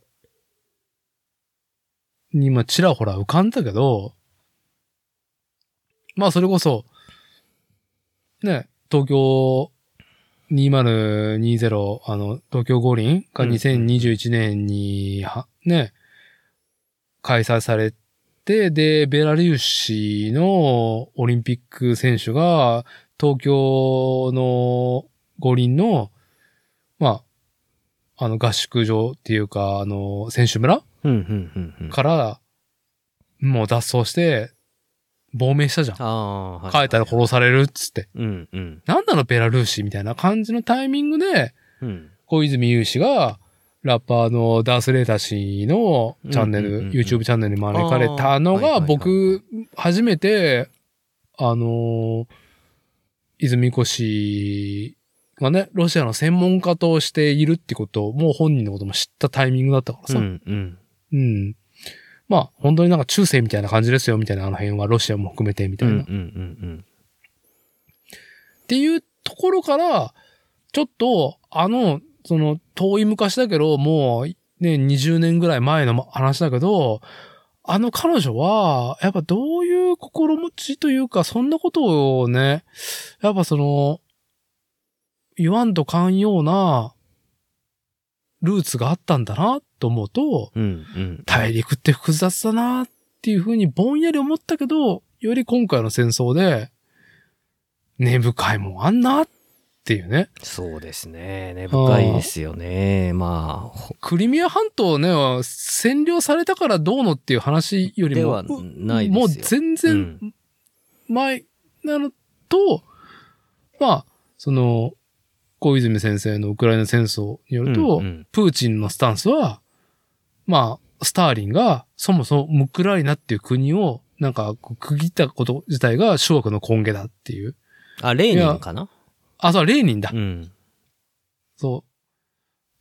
に、まあ、ちらほら浮かんだけど、まあ、それこそ、ね、東京2020、あの、東京五輪が2021年に、はね、開催されて、で、ベラルーシのオリンピック選手が、東京の五輪の、まあ、あの、合宿場っていうか、あの、選手村
うんうんうんうん、
から、もう脱走して、亡命したじゃん。
あーはい
帰ったら殺されるっつって。
うんうん
なんなのベラルーシみたいな感じのタイミングで、
うん
小泉雄氏が、ラッパーのダース・レーター氏のチャンネル、
うんうんうんうん
YouTube チャンネルに招かれたの
あーはいはい
が、
はい
僕、初めて、あのー泉子氏がね、ロシアの専門家としているってことを、もう本人のことも知ったタイミングだったから
う
さ。
んうん
うん。まあ、本当になんか中世みたいな感じですよ、みたいな、あの辺はロシアも含めて、みた
う
い
んう
な。
ん
っ
うん
ていうところから、ちょっと、あの、その、遠い昔だけど、もう、ね、20年ぐらい前の話だけど、あの彼女は、やっぱどういう心持ちというか、そんなことをね、やっぱその、言わんとかんような、ルーツがあったんだな、と思うと、
うんうんうん
大陸って複雑だなっていうふうにぼんやり思ったけど、より今回の戦争で、根深いもんあんなっていうね。
そうですね根深いですよねまあ
クリミア半島ね、占領されたからどうのっていう話よりも、
ではないですよ
もう全然前なのと、まあ、その、小泉先生のウクライナ戦争によると、
うんうん
プーチンのスタンスは、まあ、スターリンがそもそもウクライナっていう国をなんかこう区切ったこと自体が諸悪の根源だっていう。
あレーニンかな
あ、そう、レーニンだ。
うん
そ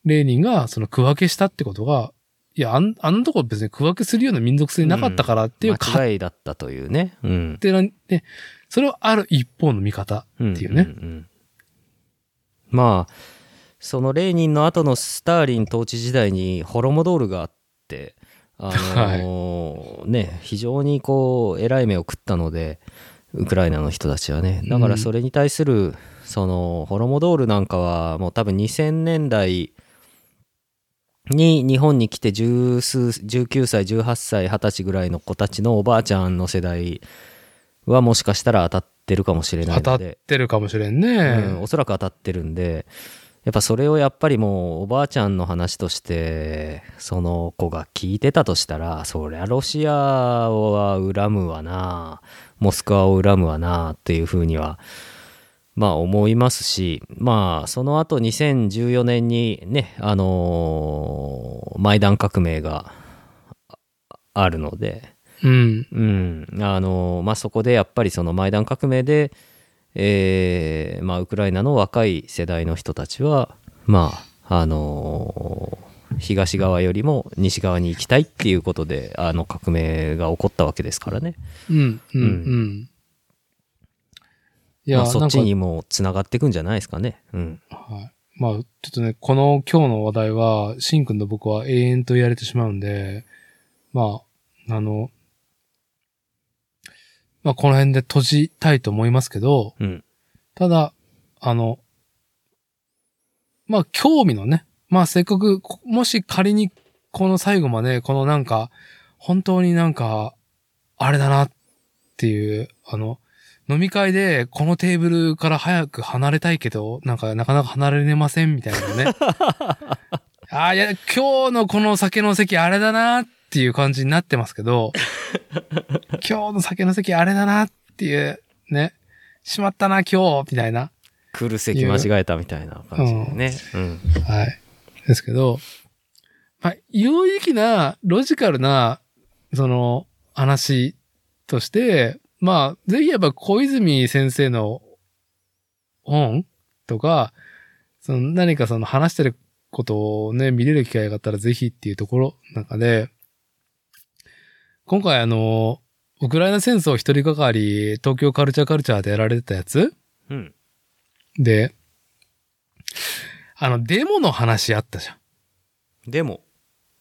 う。レーニンがその区分けしたってことが、いや、あんあんなとこ別に区分けするような民族性なかったからっていう勝
間違いだったというね、うん、
手な、ね、それはある一方の見方。
って
いうね
まあそのレーニンの後のスターリン統治時代にホロモドールがあってあの ーね非常にこうえらい目を食ったのでウクライナの人たちはねだからそれに対する、そのホロモドールなんかはもう多分2000年代に日本に来て十数19歳18歳20歳ぐらいの子たちのおばあちゃんの世代はもしかしたら当たってるかもしれない
当た
の
っ
で
てるかもしれんね。
うん、おそらく当たってるんでやっぱそれをやっぱりもうおばあちゃんの話としてその子が聞いてたとしたらそりゃロシアは恨むわなモスクワを恨むわなっていうふうにはまあ思いますしまあその後2014年にねあのーマイダン革命がああるので
うん。
うん、あのまあ、そこでやっぱりそのマイダン革命で、えーまあ、ウクライナの若い世代の人たちは、まああの東側よりも西側に行きたいっていうことであの革命が起こったわけですからね、
うん、うん、う
うん
ん。い
まあ、そっち
なん
にもつながっていくんじゃないですかね。うん、
か、はい。まあ、ちょっとね、この今日の話題は、シンくんと僕は永遠とやれてしまうんで、まあ、あの、まあ、この辺で閉じたいと思いますけど、
うん
ただ、あの、まあ、興味のね、まあ、せっかく、こもし仮に、この最後まで、このなんか、本当になんか、あれだなっていう、あの、飲み会で、このテーブルから早く離れたいけど、なんか、なかなか離れれません、みたいなね。ああ、いや、今日のこの酒の席、あれだなっていう感じになってますけど、今日の酒の席、あれだなっていう、ね、しまったな、今日、みたいな。
来る席間違えたみたいな感じでね。うん。
はい。ですけど、まあ、有意義な、ロジカルな、その、話として、まあ、ぜひやっぱ小泉先生の本とか、その何かその話してることをね、見れる機会があったらぜひっていうところの中で、今回あの、ウクライナ戦争一人がかり、東京カルチャーカルチャーでやられてたやつ
うん。
で、あの、デモの話あったじ
でも、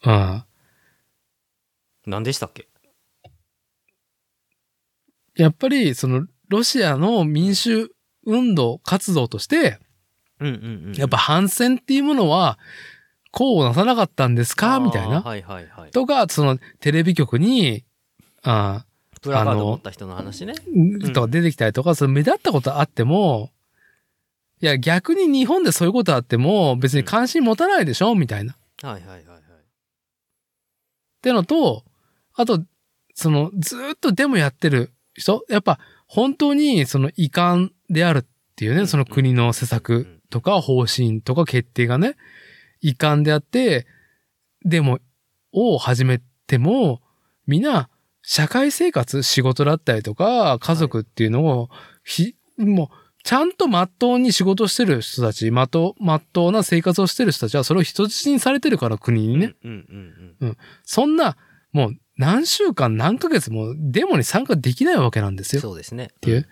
ゃん。うん。
何でしたっけ
やっぱり、その、ロシアの民主運動活動として、
うんうんうん。
やっぱ反戦っていうものは、こうなさなかったんです
あ
か
ー
みたいな。
はいはいはい。
とか、その、テレビ局に、あ
プラカード持った人の話ね。
ーとか出てきたりとか、その目立ったことあっても、いや、逆に日本でそういうことあっても、別に関心持たないでしょみたいな。
はいはいはいはい。
ってのと、あと、その、ずーっとデモやってる人、やっぱ、本当に、その、遺憾であるっていう
う
ね、
ん
その国の施
うんう
策
ん
とか方針とか決定がね、遺憾であって、デモを始めても、みんな、社会生活、仕事だったりとか、家族っていうのを、ひ、もう、ちゃんとまっとうに仕事してる人たち、まと、まっとうな生活をしてる人たちは、それを人質にされてるから、国にね。
うんうん
そんな、もう何週間何ヶ月もデモに参加できないわけなんです
うん。
よ。
そうですね。
ていう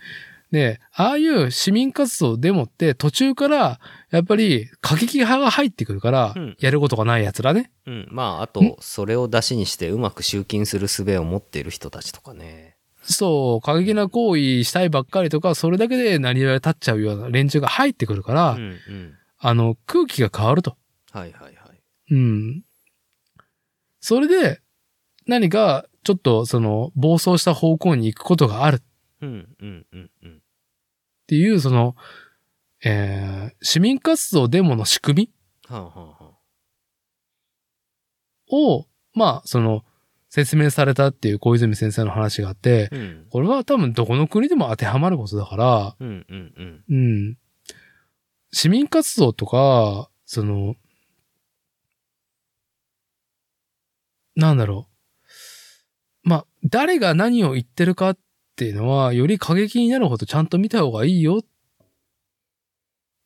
で、ああいう市民活動デモって途中から、やっぱり過激派が入ってくるから
うん、
やることがない奴らね。
うん。まあ、あと、それを出しにしてうまく集金する術を持っている人たちとかね。
そう、過激な行為したいばっかりとか、それだけで成り上がり立っちゃうような連中が入ってくるから、
うんうん。
あの、空気が変わると。
はいはいはい。
うん。それで、何か、ちょっと、その、暴走した方向に行くことがある。
うんうんうんうん。
っていう、その、えー市民活動デモの仕組
はあはあは
みを、まあ、その、説明されたっていう小泉先生の話があって
あ。、うん。
これは多分どこの国でも当てはまることだから、
うんうんうん。
うん。市民活動とか、その、なんだろう。まあ、誰が何を言ってるかっていうのは、より過激になるほどちゃんと見た方がいいよっ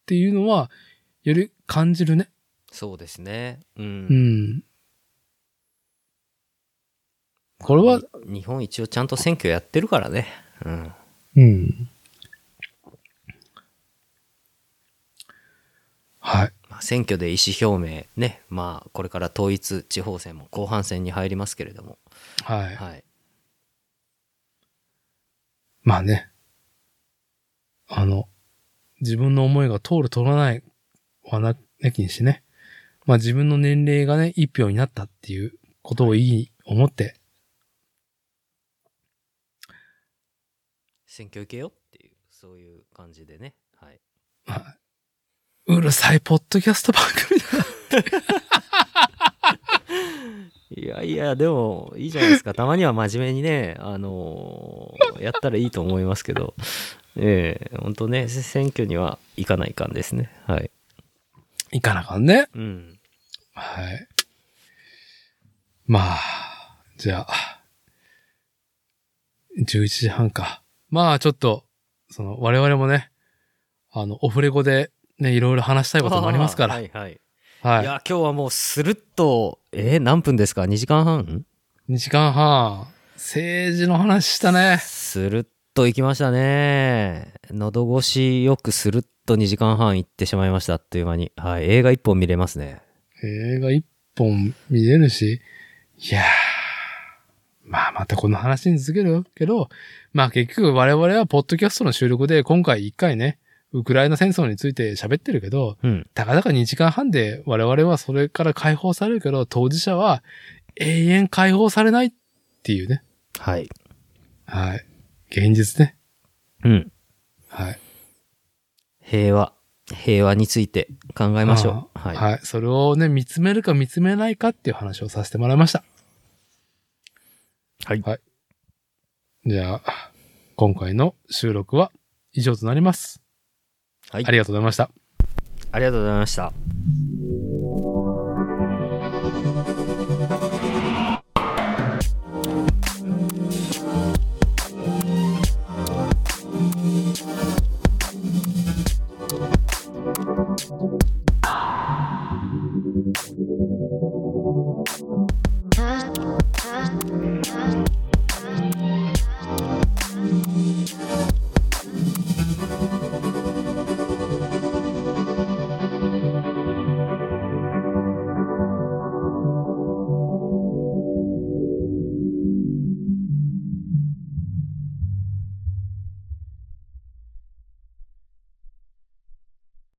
ていうのは、より感じるね。
そうですね。う。
うんん。これは、
日本一応ちゃんと選挙やってるからね。うん。
うん。はい。
まあ、選挙で意思表明ね、まあ、これから統一地方選も後半戦に入りますけれども、
はい。
はい、
まあね。あの、自分の思いが通る通らないはな、なきにしね。まあ自分の年齢がね、一票になったっていうことをいい思って、
選挙行けよっていう、そういう感じでね、はい、
まあ、うるさいポッドキャスト番組だ。
いやいや、でもいいじゃな いですか、たまには真面目にね、あのーやったらいいと思いますけど、 ええ本当ね、せ選挙には行かないかんですね、はい。
いかなあかんね。
うん、
はい。まあ、じゃあ、11時半か。まあちょっと、その我々もね、あの、オフレコでね、いろいろ話したいこともありますから。
は
はい。
いはい、い、や、今日はもうするっと、えー何分ですか、2時間半
2時間半、政治の話したね。
スルッと行きましたね。喉越しよくスルッと2時間半行ってしまいました、あっという間に。はい、映画1本見れますね。
映画一本見れるし、いやー、まあまたこの話に続けるけど、まあ結局我々はポッドキャストの収録で今回一回ね、ウクライナ戦争について喋ってるけど、
うん。
たかだか2時間半で我々はそれから解放されるけど、当事者は永遠解放されないっていうね。
はい。
はい。現実ね。
うん。
はい。
平和。平和について考えましょう。は。
はいい。
はい。
それをね、見つめるか見つめないかっていう話をさせてもらいました。
はい
じゃあ、今回の収録は以上となります。ありがとうございました。
ありがとうございました。